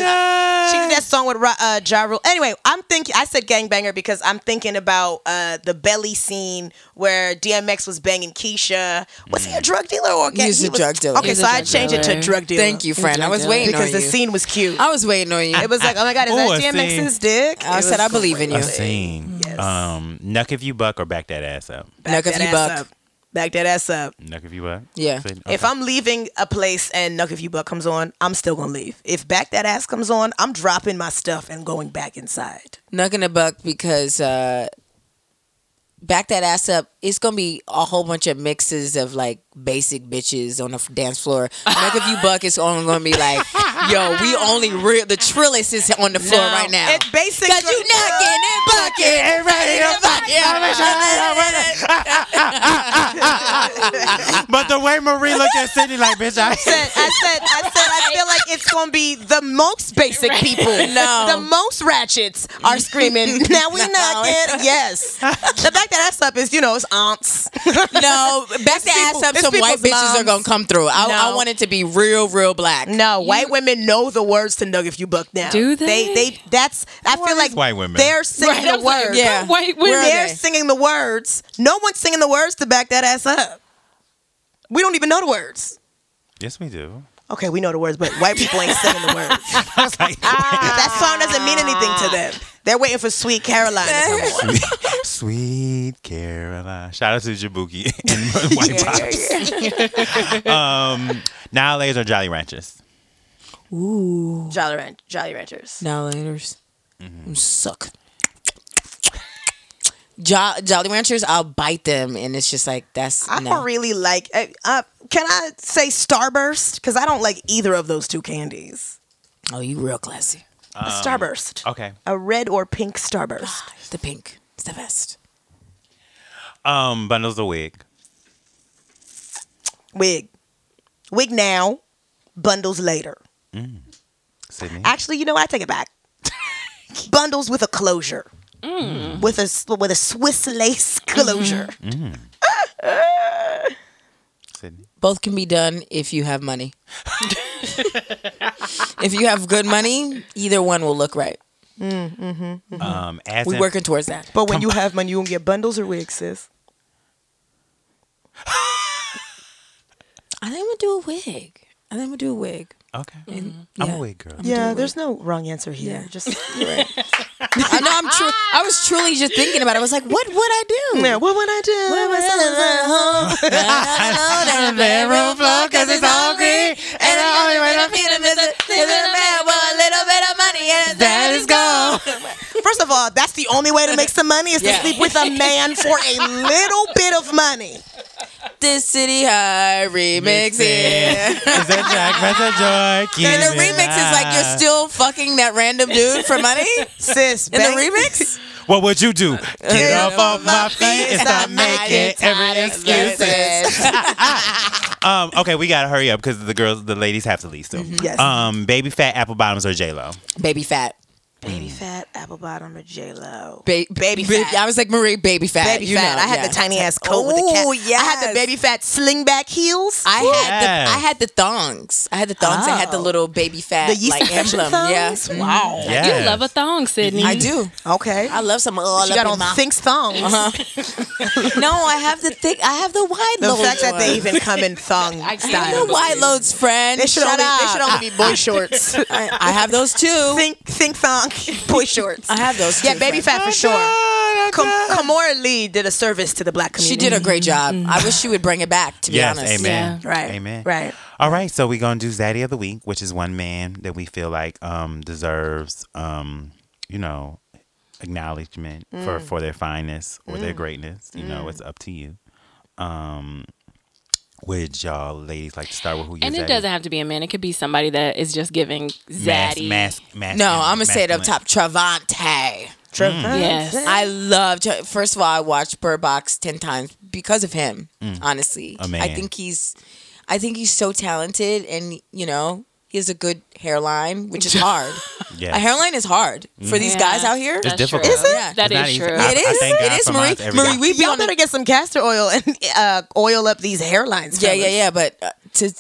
S3: she did that song with Ra- uh, Ja Rule. Anyway, I'm thinking I said gangbanger because I'm thinking about uh, the belly scene where DMX was banging Keisha. Was he a drug dealer or a gang?
S4: He's
S3: he
S4: a
S3: was-
S4: drug dealer.
S3: Okay,
S4: He's
S3: so
S4: a
S3: I
S4: drug
S3: changed it to
S2: dealer.
S3: drug dealer.
S4: Thank you, friend. I was waiting on
S3: because
S4: you.
S3: the scene was cute.
S4: I was waiting on you.
S3: Oh, It was like, oh my god, is
S1: Oh, I
S3: that DMX's dick?
S4: I
S3: It
S4: said,
S3: was
S4: I believe in you.
S1: a scene.
S3: Yes.
S1: Um, nuck if you buck or back that ass up.
S4: Nuck if
S3: that
S4: you
S3: ass
S4: buck.
S3: up. Back that ass up.
S1: Nuck if you buck.
S4: Yeah.
S1: See?
S3: If
S1: Okay.
S3: I'm leaving a place and Nuck If You Buck comes on, I'm still gonna leave. If Back That Ass comes on, I'm dropping my stuff and going back inside.
S4: Not gonna buck because uh, back that ass up. It's gonna be a whole bunch of mixes of like basic bitches on the f- dance floor. Nuck if you
S3: (laughs)
S4: buck is only gonna be like, yo, we only real the trillist is on the floor
S2: No.
S4: right now.
S3: It's basic.
S4: Cause you knocking and bucking and ready to fuck. Yeah.
S1: (laughs) but the way Marie looked at Sydney, like bitch, I
S4: (laughs)
S3: I said, I said, I feel like it's gonna be the most basic people. (laughs)
S4: No.
S3: The most ratchets are (laughs) screaming, now we knocking. Yes. The Back That Ass Up is, you know, it's aunts.
S4: (laughs) No, back the
S3: people-
S4: ass up.
S3: it's
S4: Some white
S3: people's
S4: bitches
S3: moms.
S4: are gonna come through. I,
S3: No.
S4: I want it to be real, real black.
S3: (laughs) No, white women know the words to Nug If You Buck now.
S2: Do they?
S3: They, they that's, I feel like
S1: white women?
S3: they're singing
S2: Right, I
S3: the
S2: was like,
S3: words.
S4: Yeah.
S2: Wait,
S4: Where are
S2: wait.
S3: They're
S4: they?
S3: singing the words. No one's singing the words to back that ass up. We don't even know the words.
S1: Yes, we
S4: (laughs)
S1: do. (laughs)
S3: Okay, we know the words, but white people ain't singing the words.
S1: I was like,
S3: that song doesn't mean anything to them. They're waiting for Sweet Caroline to come on.
S1: Sweet Caroline. Shout out to Jabuki (laughs)
S4: (laughs)
S1: and White Pops.
S3: (laughs)
S1: um, Nowadays are Jolly Ranchers.
S3: Jolly, Ran- Jolly Ranchers.
S4: Now laters. Suck. Jo- Jolly Ranchers, I'll bite them, and it's just like that's
S3: I
S4: no.
S3: don't really like. Uh, uh, can I say Starburst? Because I don't like either of those two candies.
S4: oh, you real classy.
S3: a Starburst,
S1: Okay.
S3: a red or pink Starburst.
S4: The pink, it's the best.
S1: Um, bundles of wig.
S3: Wig, wig now, bundles later.
S1: Sydney.
S3: Actually, you know what? I take it (laughs) back. bundles with a closure, with a s- with a Swiss lace closure.
S1: Sydney.
S4: Both can be done if you have money. if you have good money, either one will look right. Mm-hmm.
S1: Um, as
S4: We're
S1: in-
S4: working towards that.
S3: But when you have money, you gonna get bundles or wigs, sis.
S4: I think I'm gonna do a wig. I think I'm gonna do a wig.
S1: Okay. I'm
S4: Mm-hmm. yeah.
S1: a wig girl.
S3: Yeah, there's no wrong answer here.
S4: Yeah.
S3: (laughs) Just
S4: You're right. (laughs) I know. I'm true. I was truly just thinking about it. I was like, what would I do? (laughs)
S3: yeah, what would I do? What would I do? First of all, that's the only way to make some money is to
S4: Yeah.
S3: sleep with a man for a little bit of money.
S4: (laughs) This city high remix
S1: (laughs)
S4: it.
S1: Is
S4: (laughs)
S1: that Jack? That's a joy.
S4: And the remix is like you're still fucking that random dude for money in
S3: Sis,
S4: the
S3: bang-
S1: (laughs)
S4: remix.
S1: What would you do? Get off of my feet and stop making every excuse. Um, okay, we gotta hurry up because the girls, the ladies have to leave still.
S3: Mm-hmm. Yes.
S1: Um, baby fat apple bottoms or J Lo.
S4: Baby fat.
S3: Baby
S1: Mm.
S3: fat, apple bottom, or J Lo.
S4: Ba-
S3: Baby
S4: ba-
S3: fat.
S4: I was like Marie, baby fat.
S3: Baby
S4: you
S3: fat.
S4: know,
S3: I had
S4: yeah.
S3: the tiny ass coat with the cat.
S4: Ooh,
S3: I had
S4: yes.
S3: the baby fat sling back heels.
S4: I had
S1: Yes.
S4: the I had the thongs. I had the thongs. I had the
S3: Oh.
S4: little baby fat
S3: the yeast
S4: like
S3: infection
S4: emblem.
S3: thongs?
S4: Yeah.
S3: Wow.
S1: Yeah.
S2: You love a thong, Sydney.
S4: I do.
S3: Okay.
S4: I love some all
S3: she
S4: up
S3: got
S4: in
S3: on
S4: my-
S3: thinks thongs. (laughs)
S4: No, I have the thick. I have the wide
S3: The
S4: loads.
S3: fact that
S4: on.
S3: they even come (laughs) in thong
S4: I have
S3: style.
S4: the wide loads, friend.
S3: They should
S4: Shut
S3: only they
S4: up.
S3: should only be
S4: (laughs)
S3: boy shorts.
S4: I, I have those too.
S3: think think thong (laughs) boy shorts.
S4: I have those. Too,
S3: Yeah, baby
S4: friend.
S3: fat for sure. Kam- Kamora Lee did a service to the black
S4: She
S3: community.
S4: did a great job.
S3: Mm-hmm.
S4: I wish she would bring it back. To be
S1: Yes,
S4: honest.
S1: amen.
S3: Yeah. Right,
S1: Amen.
S3: right.
S1: All right, so we're gonna do Zaddy of the Week, which is one man that we feel like um deserves um, you know, acknowledgement for for their fineness or their greatness. You know, it's up to you. Um would y'all ladies like to start with who you
S2: And it
S1: zaddy?
S2: doesn't have to be a man. It could be somebody that is just giving
S1: Mas-
S2: zaddy.
S1: mas- mas-
S4: No, I'm gonna say it up
S1: masculine.
S4: top. Travante.
S2: Yes.
S4: I love. Tra- First of all, I watched Bird Box ten times because of him. Honestly,
S1: Mm. A man.
S4: I think he's, I think he's so talented, and you know, he has a good hairline,
S2: (laughs)
S4: which is hard.
S1: Yeah. Mm.
S4: A hairline is hard for these guys
S2: Yeah.
S4: out here.
S1: It's
S2: That's true.
S1: difficult.
S2: Is it?
S4: Yeah.
S2: That
S1: It's not
S2: is
S1: easy.
S2: true.
S1: I-
S4: It
S1: I
S4: is.
S1: thank God
S4: It is,
S1: for
S4: Marie.
S1: mine every
S4: Marie,
S1: day.
S4: we be
S3: Y'all
S4: on.
S3: better
S4: The-
S3: get some castor oil and uh, oil up these hairlines.
S4: yeah, yeah,
S3: fellas.
S4: yeah. But uh, to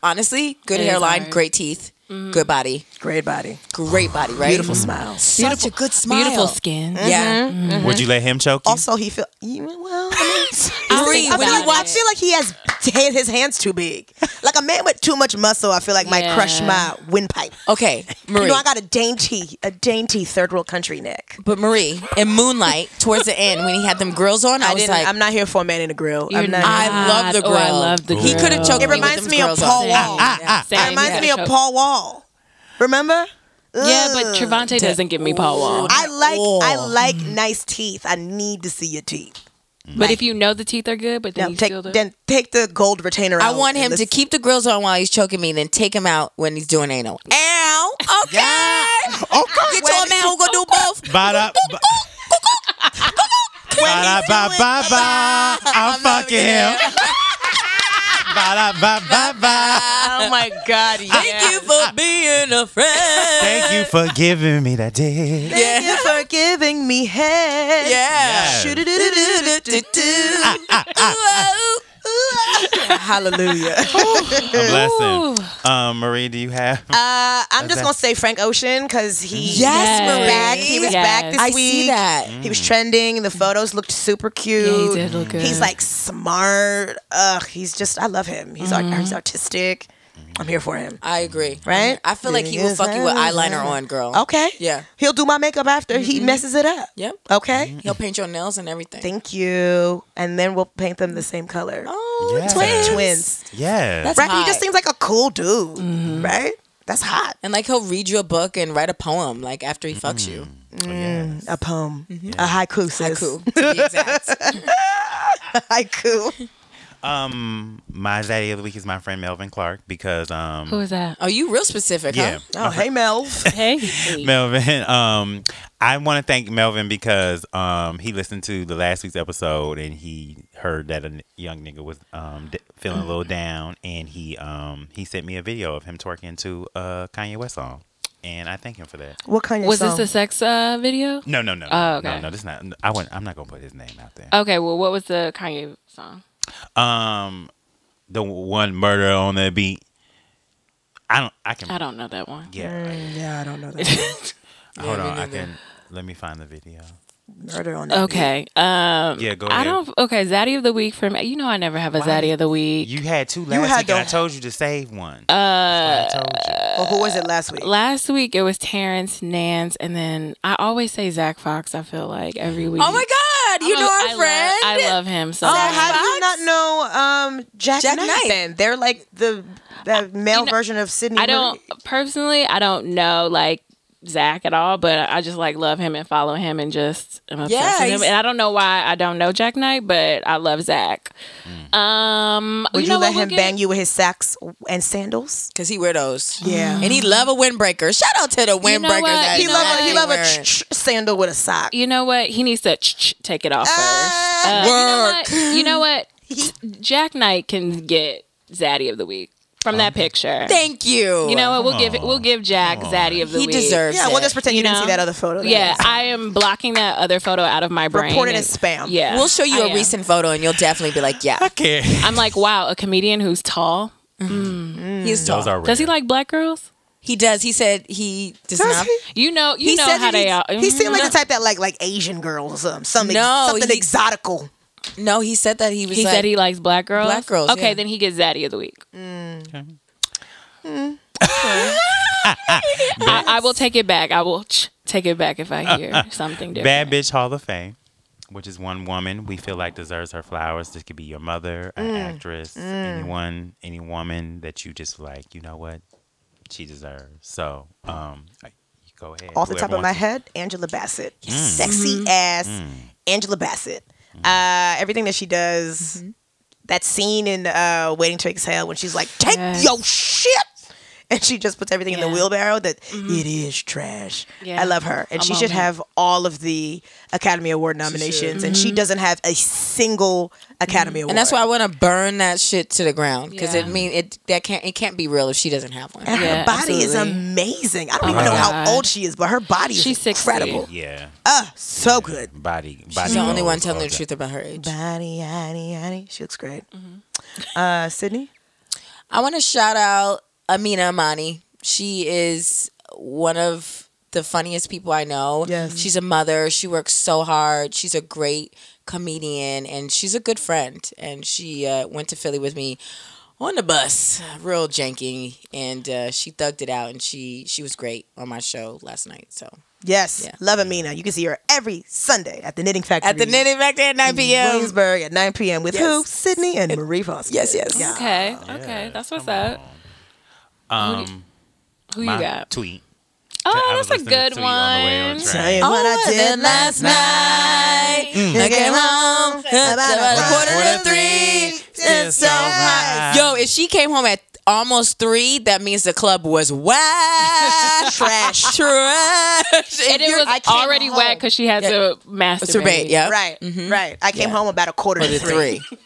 S4: honestly, good
S2: It is
S4: hairline,
S2: hard. Mm-hmm.
S4: great teeth, good body,
S3: Great body, Mm.
S4: great body, right?
S3: beautiful smile.
S4: Such a good smile.
S2: Beautiful Mm-hmm. skin.
S4: Yeah.
S1: Would you let him choke you?
S3: Also, he feel you- well.
S4: (laughs)
S3: I mean,
S4: Marie,
S3: I
S4: when
S3: feel,
S4: you
S3: like, I
S4: watch
S3: feel like he has had his hands too big. Like a man with too much muscle, I feel like might crush
S2: Yeah.
S3: my windpipe.
S4: Okay, Marie.
S3: You know, I got a dainty, a dainty third world country neck.
S4: But Marie, in Moonlight, towards the end, when he had them grills on, I,
S3: I,
S4: was
S3: didn't.
S4: like,
S3: I'm not here for a man in a grill.
S2: You're
S3: I'm not.
S2: not-
S4: I love the
S2: Oh,
S4: grill.
S2: I love the
S4: He could
S2: grill.
S4: have choked
S2: It
S4: me with
S3: reminds
S4: them
S3: me of
S4: grills
S3: Paul
S4: on.
S3: Wall.
S4: Yeah.
S1: Ah,
S2: Same.
S3: It reminds
S2: Yeah.
S3: me of Paul Wall. Remember?
S2: Yeah, but
S3: Ugh.
S2: Trevante doesn't give me Paul Wall.
S3: I like
S4: Oh.
S3: I like nice teeth. I need to see your teeth.
S2: But if you know the teeth are good, but then
S3: No,
S2: you
S3: take
S2: still do-
S3: then take the gold retainer.
S4: I
S3: out
S4: want
S3: and
S4: him to
S3: let's-
S4: keep the grills on while he's choking me, then take him out when he's doing anal. Ow! Okay. Get your man who gonna do both.
S1: Bada, ba- bada, ba, ba, ba. I'm fucking him. Bada, ba, ba, ba.
S3: Oh my god! Yeah.
S4: Thank you for being a friend.
S1: Thank you for giving me that dick.
S3: Thank
S4: Yeah.
S3: you for giving me head.
S4: Yeah.
S3: Shoo-doo-doo-doo-doo-doo-doo.
S4: ah,
S3: Hallelujah.
S4: (laughs)
S1: A blessing. Um, Marie, do you have?
S3: Uh, I'm just gonna say Frank Ocean because he
S4: Yes, Marie.
S3: back. He was
S2: Yes.
S3: back this
S4: I
S3: week.
S4: see that.
S3: He was trending. The photos looked super cute.
S2: Yeah, he did look good.
S3: He's like smart. Ugh, he's just. I love him. He's
S4: Mm-hmm.
S3: like he's artistic. I'm here for him.
S4: I agree.
S3: Right?
S4: I feel like he will fuck you with eyeliner on, girl.
S3: Okay.
S4: Oh, Yeah. Mm-hmm.
S3: He'll do my makeup after he messes it up.
S4: Yep.
S3: Okay.
S4: He'll paint your nails and everything.
S3: Thank you. And then we'll paint them the same color.
S4: oh,
S1: Yes.
S4: twins.
S3: Twins.
S1: Yeah.
S4: That's
S3: Right. He
S4: hot.
S2: Mm-hmm.
S3: just seems like a cool dude. Right. That's hot.
S4: And like he'll read you a book and write a poem like after he fucks you.
S1: Oh, Yes.
S3: A poem.
S2: Mm-hmm.
S3: A haiku. Sis.
S1: Mm.
S4: Haiku, to be exact.
S3: (laughs) haiku.
S1: Um, my zaddy of the week is my friend Melvin Clark because um,
S2: Who is
S4: (laughs)
S2: that?
S4: Oh, you real specific,
S1: yeah,
S4: huh?
S3: Oh, hey, (laughs) Melv.
S2: Hey.
S1: Melvin. (laughs) Um, I want to thank Melvin because um, he listened to the last week's episode and he heard that a n- young nigga was um d- feeling a little down and he um he sent me a video of him twerking to a Kanye West song and I thank him for that.
S3: What kind of
S2: Was
S3: song?
S2: this a sex uh, video?
S1: No, no, no,
S2: Oh,
S1: no,
S2: okay.
S1: no. This is not. I wouldn't. I'm not gonna put his name out there.
S2: Okay, well, what was the Kanye song? Oh.
S1: Um, the one murder on that beat. I don't. I can.
S2: I don't know that one.
S1: Yeah.
S3: Mm, yeah, I don't know that.
S1: Hold
S4: Yeah, me
S1: on. I
S4: neither.
S1: can. Let me find the video.
S2: (laughs)
S3: Murder on that.
S2: Okay. Um,
S1: Yeah, go
S2: I
S1: ahead.
S2: don't. Okay, Zaddy of the week for me. You know, I never have a Zaddy of the week.
S1: You had two last
S3: had
S1: week, and I
S3: the-
S1: told you to save one. Uh, I told you.
S3: Well, who was it last week?
S2: Last week it was Terrence Nance, and then I always say Zach Fox. I feel like every week.
S4: Oh my God, you
S2: I'm a-
S4: know our
S2: I love-
S4: friend. Oh,
S2: I love him so.
S3: Zach,
S2: much.
S3: Oh, how do you not know um, Jack,
S4: Jack
S3: Knight,
S4: Knight.
S3: Then they're like the the male version of Sydney.
S2: I don't
S3: Marie.
S2: personally. I don't know like Zach at all, but I just like love him and follow him and just am obsessed
S4: Yeah,
S2: with him.
S4: he's-
S2: And I don't know why I don't know Jack Knight, but I love Zach. Um,
S3: Would you,
S2: know
S3: let
S2: what? We'll
S3: him
S2: get-
S3: bang you with his sacks and sandals?
S4: Cause he wear those.
S3: Yeah.
S4: And he love a windbreaker. Shout out to the windbreaker
S2: know what?
S4: that
S3: He
S2: You know
S3: love a,
S2: what?
S3: he love a
S4: wearing.
S3: ch- ch- sandal with a sock. Ah.
S2: You know what? He needs to ch- ch- take it off first. Uh,
S4: Work.
S2: You know
S3: (laughs)
S2: what? You know what? Jack Knight can get Zaddy of the week from that picture.
S4: Thank you.
S2: you know what? We'll give it. We'll give Jack Zaddy of the
S4: he
S2: week.
S4: deserves
S3: Yeah,
S4: it.
S3: we'll just pretend you,
S2: You
S3: didn't see
S2: know?
S3: that other photo. that
S2: Yeah,
S3: is.
S2: I am blocking that other photo out of my brain.
S3: Report it
S2: and-
S3: as spam.
S2: Yeah,
S4: We'll show you
S2: I
S4: a
S2: am.
S4: recent photo and you'll definitely be like, yeah,
S1: Okay.
S2: (laughs) I'm like, wow, a comedian who's tall.
S3: Mm.
S4: he's tall.
S1: Those are
S2: Does he
S1: rare.
S2: like black girls?
S4: He does. He said he does,
S3: Does
S4: not.
S3: he?
S2: You know, you
S4: He
S2: know
S4: said
S2: how
S4: that
S2: they
S4: he's-
S2: are.
S3: He seemed like
S2: Mhm.
S3: the type that like like Asian girls or something, something,
S4: No,
S3: something
S4: he-
S3: exotical.
S4: No, he said that he was.
S2: He
S4: like,
S2: said he likes black girls.
S4: Black girls,
S2: Okay,
S4: yeah. Mm.
S2: then he gets Zaddy of the week.
S4: Hmm.
S2: I, I will take it back. I will ch- take it back if
S1: (laughs)
S2: I hear something
S1: Bad
S2: different.
S1: Bitch Hall of Fame, which is one woman we feel like deserves her flowers. This could be your mother, an
S3: Mm,
S1: actress, anyone, any woman that you just like. You know what? She deserves. So, um, I- you go ahead.
S3: Off the
S1: Whoever
S3: top of my
S1: wants to-
S3: head, Angela Bassett,
S2: Mm.
S3: sexy ass Angela Bassett. Uh, everything that she does,
S2: Mm-hmm.
S3: that scene in uh, Waiting to Exhale when she's like, "Take
S2: Yes.
S3: your shit," (laughs) and she just puts everything in
S2: Yeah. Mm-hmm.
S3: the wheelbarrow. That it is trash.
S2: Yeah.
S3: I love her, and
S2: A
S3: she should
S2: moment.
S3: have all of the Academy Award nominations, and
S2: Mm-hmm.
S3: she doesn't have a single Academy Award.
S4: and that's why I want to burn that shit to the ground because
S2: Yeah.
S4: it mean it that can't it can't be real if she doesn't have one.
S3: And
S2: Yeah,
S3: her body is
S2: absolutely.
S3: amazing. I don't
S2: Oh
S3: even
S2: my
S3: know
S2: God.
S3: how old she is, but her body is
S2: She's 60.
S3: incredible.
S1: Yeah.
S3: Uh, so good.
S1: Body. body
S4: She's the only
S1: goals,
S4: one telling
S1: all
S4: the
S1: that.
S4: truth about her age.
S3: Body, honey, honey. She looks great.
S4: Mm-hmm.
S3: Uh, Sydney.
S4: I want to shout out Amina Amani. She is one of the funniest people I know.
S3: Yes.
S4: She's a mother. She works so hard. She's a great comedian and she's a good friend. And she uh, went to Philly with me on the bus, real janky, and uh, she thugged it out. And she she was great on my show last night. So
S3: Yes,
S4: Yeah.
S3: love Amina. You can see her every Sunday at the Knitting Factory
S4: at the knitting back there at nine
S3: in
S4: p.m.
S3: Williamsburg at 9 p.m. with who?
S4: Yes.
S3: Sydney and Marie Foster.
S4: Yes, yes.
S3: Yeah.
S2: Okay, okay, that's what's up.
S1: Um,
S2: Who you
S1: my
S2: got?
S1: tweet. I
S2: Oh,
S1: was
S2: that's a
S1: listening to
S2: good
S1: tweet on the way on
S2: one.
S1: track.
S3: Tell you what I did last night. Mm. I came home
S4: about a quarter
S1: quarter
S4: to
S1: to
S4: three.
S1: It's so
S3: Uh,
S1: high.
S4: Yo, if she came home at almost three, that means the club was
S3: (laughs)
S4: whack.
S3: Trash.
S4: trash.
S2: And it was
S3: came
S2: already
S3: home.
S2: whack because she had to masturbate.
S4: masturbate, yeah.
S3: Right, right. I came home about a quarter
S4: Or
S3: to
S4: the three.
S3: three.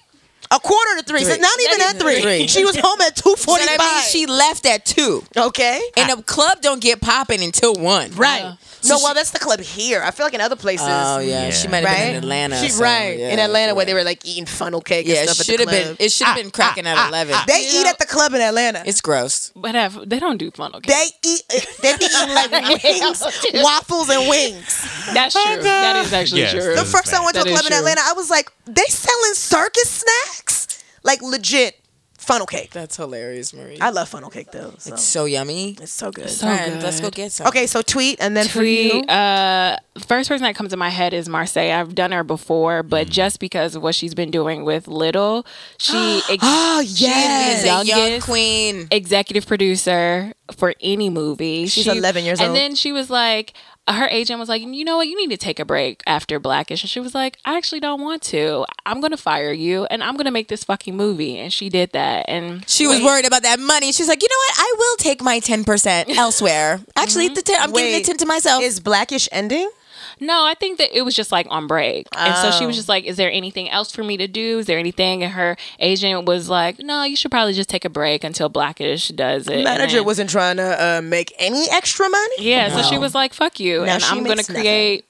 S3: A quarter to three. So
S4: Three.
S3: not even
S4: Not
S3: at three.
S4: even three.
S3: She was
S4: (laughs)
S3: home at
S4: so
S3: 2:45.
S4: that means she left at two.
S3: okay.
S4: And the club don't get popping until one.
S3: Ah. Right.
S2: Yeah.
S3: no, well, that's the club here. I feel like in other places.
S4: Oh yeah.
S1: Yeah.
S4: She might have
S3: right?
S4: been in Atlanta.
S3: She,
S4: so,
S3: right.
S4: yeah,
S3: in Atlanta where
S4: right.
S3: they were like eating funnel cake
S4: Yeah,
S3: and
S4: it
S3: stuff.
S4: should have
S3: at the
S4: been
S3: club. Ah,
S4: it should have been cracking at eleven.
S3: They
S2: You
S3: eat
S2: know-
S3: at the club in Atlanta.
S4: it's gross.
S2: But have, they don't do funnel cake.
S3: they eat. uh, They be
S4: (laughs)
S3: eating like wings, waffles, and wings.
S2: that's true. That is actually
S1: Yes,
S2: true.
S1: that
S3: The
S1: is
S3: first time I went to a
S2: That is
S3: club in
S2: true.
S3: Atlanta, I was like, they selling circus snacks, like legit funnel cake.
S4: That's hilarious, Marie.
S3: I love funnel cake though. So.
S4: it's
S3: It's,
S4: so yummy.
S3: so good.
S2: So
S4: Friend, Let's go
S2: good.
S4: get some.
S3: Oh, okay, so tweet and then for you.
S2: Tweet. Uh, first person that comes to my head is Marseille. I've done her before, but just because of what she's been doing with Little,
S3: (gasps)
S2: she ex-
S3: oh
S4: She
S3: yes.
S4: is a young
S2: Youngest.
S4: queen.
S2: executive producer for any movie.
S3: She's 11 years old.
S2: And then she was like, her agent was like, you know what, you need to take a break after Blackish. And she was like, I actually don't want to. I'm going to fire you and I'm going to make this fucking movie. And she did that. And
S4: She was worried about that money. She's like, you know what? I will take my ten
S3: (laughs)
S4: percent elsewhere. Actually, the ten, I'm giving
S3: Wait.
S4: the ten to myself.
S3: Is Blackish ending?
S2: No, I think that it was just like on break. And so
S3: Oh.
S2: she was just like, Is there anything else for me to do? Is there anything? And her agent was like, No, you should probably just take a break until Blackish does it. And
S3: Manager
S2: then-
S3: wasn't trying to uh, make any extra money.
S2: Yeah, so she was like, Fuck you.
S3: Now
S2: and
S3: she
S2: I'm going to
S3: makes nothing.
S2: create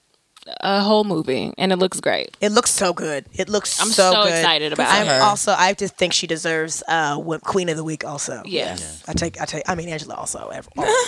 S2: a whole movie. And it looks
S3: (laughs)
S2: great.
S3: It looks so good. It looks
S2: I'm
S3: so,
S2: so
S3: good.
S2: excited about
S3: I'm
S4: her.
S3: also I just think she deserves uh wo- Queen of the Week also.
S2: Yes.
S3: I take I take I mean Angela also
S2: (laughs)
S3: ever- always.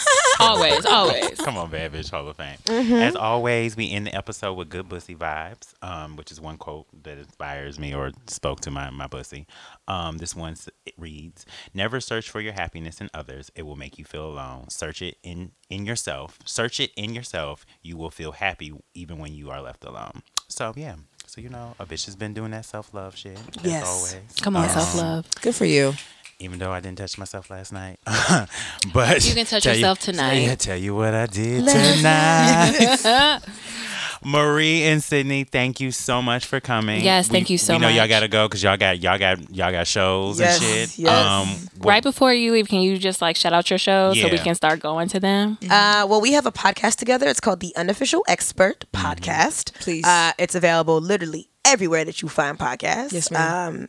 S2: Always, always.
S1: Come on, Bad Bitch Hall of Fame. As always, we end the episode with good bussy vibes, um, which is one quote that inspires me or spoke to my, my bussy. Um, this one s- it reads Never search for your happiness in others, it will make you feel alone. Search it in, in yourself. Search it in yourself. You will feel happy even when you are left alone. So, yeah. So, you know, a bitch has been doing that self love shit. As
S3: Yes.
S1: always.
S2: Come on,
S3: Oh.
S1: Um,
S2: self love.
S4: Good for you.
S1: even though I didn't touch myself last night. (laughs) but
S2: You can touch
S1: tell you-
S2: yourself tonight.
S1: Yeah, tell you what I did tonight.
S2: (laughs)
S1: Marie and Sydney, thank you so much for coming.
S2: Yes, thank
S1: We-
S2: you so
S1: We know y'all
S2: much.
S1: gotta go because y'all got y'all got y'all got shows
S3: Yes,
S1: and shit. Um,
S3: yes.
S1: what-
S2: Right before you leave, can you just like shout out your shows so we
S1: Yeah.
S2: can start going to them?
S3: Uh, well, we have a podcast together. It's called the Unofficial Expert Podcast.
S4: Mm-hmm. Please.
S3: uh, it's available literally everywhere that you find podcasts.
S4: Yes, ma'am.
S3: Um,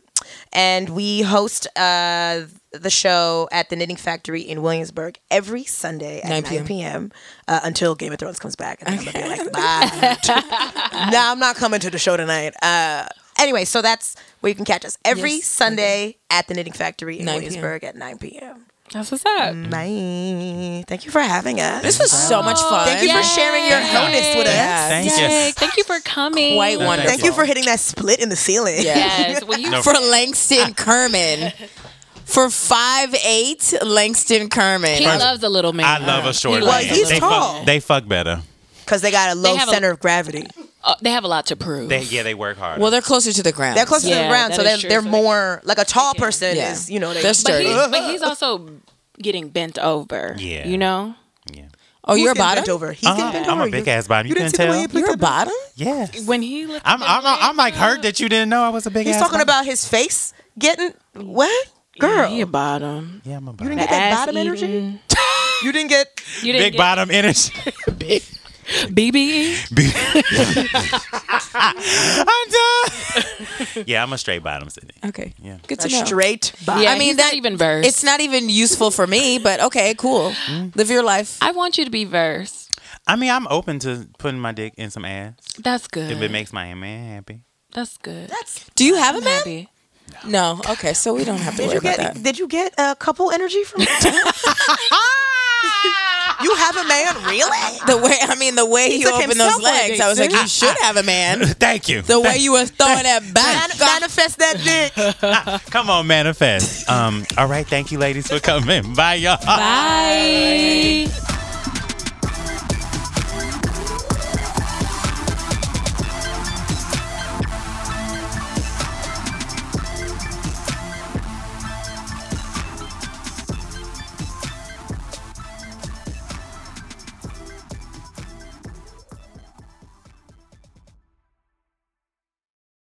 S3: and we host uh, the show at the Knitting Factory in Williamsburg every Sunday at
S4: 9
S3: 9
S4: p.m.
S3: p.m. uh, until Game of Thrones comes back, and then I'm gonna be
S4: (laughs)
S3: like, bye. no, I'm not coming to the show tonight. Uh, anyway, so that's where you can catch us every
S4: Yes,
S3: Sunday at the Knitting Factory in
S4: 9 p.m.
S3: Williamsburg at 9 p.m.
S2: That's what's up.
S3: Bye. Thank you for having us.
S4: This was so much fun.
S3: Thank you for sharing your wholeness with us.
S4: Yes.
S1: Thank you.
S2: Yay. Thank you for coming.
S4: Quite wonderful.
S3: Thank you for hitting that split in the ceiling.
S4: Yeah.
S3: (laughs)
S2: Yes. Well, you
S1: No.
S4: for Langston Kerman. For five eight, Langston Kerman.
S2: He
S1: First-
S2: loves a little man.
S1: I love a short
S2: He loves
S1: man.
S2: a
S3: he's
S1: they
S3: tall.
S1: Fuck, they fuck better.
S3: Because they got a low
S2: They have a-
S3: center of gravity.
S2: Uh, they have a lot to prove.
S1: They yeah, they work hard.
S4: well, they're closer to the ground.
S3: They're closer to the
S2: Yeah,
S3: ground,
S2: that
S3: so
S2: is
S3: they're,
S2: true.
S3: they're
S2: So they-
S3: more like a tall person
S4: Yeah.
S3: is, you know, they,
S4: They're
S1: (laughs)
S2: but,
S4: sturdy.
S2: he, but he's also getting bent over.
S1: Yeah.
S2: You know?
S1: yeah.
S4: oh,
S3: Who's
S4: you're a
S3: getting bent
S4: bottom.
S3: over. He's getting bent
S1: I'm
S3: over.
S1: a big ass bottom. You, can
S3: see the way
S1: tell.
S3: he picked
S4: You're a
S3: up the-
S4: bottom.
S1: Yes.
S2: When he lifted
S1: I'm
S2: the
S1: I'm
S2: leg
S1: I'm like
S2: up,
S1: hurt that you didn't know I was a big
S3: He's
S1: ass.
S3: talking
S1: bottom.
S3: about his face getting what? Girl,
S2: He a bottom.
S1: yeah, I'm a
S3: you
S1: bottom.
S3: didn't get that
S2: Ass
S3: bottom
S1: (laughs)
S3: energy.
S2: eating.
S3: You didn't get.
S2: You didn't
S1: big
S2: get E?
S1: bottom energy. (laughs)
S2: BBE.
S1: Be- I'm done. yeah, I'm a straight bottom Sydney.
S4: Okay.
S1: Yeah.
S4: Good to
S3: A
S4: know.
S3: straight bottom.
S2: Yeah,
S4: I mean,
S2: he's
S4: that
S2: not even verse.
S4: It's not even useful for me, but okay, cool. Live your life.
S2: I want you to be verse.
S1: I mean, I'm open to putting my dick in some ass
S2: That's good.
S1: if it makes my man happy.
S2: That's good.
S3: That's.
S4: Do you have a
S2: I'm
S4: man?
S2: happy.
S4: No. Okay, so we don't have to
S3: Did
S4: worry
S3: you
S4: about
S3: get?
S4: that.
S3: Did you get a uh, couple energy from? (laughs) you have a man, really?
S4: The way I mean, the way you
S3: took
S4: opened those
S3: himself on a
S4: legs,
S3: date,
S4: I was like,
S3: dude.
S4: you should have a
S1: (laughs)
S4: man.
S1: Thank you.
S4: The way
S1: Thank-
S4: you were throwing that back.
S3: Man- manifest that dick.
S1: Come on, manifest. um. All right. Thank you, ladies, for coming. Bye, y'all.
S2: Bye.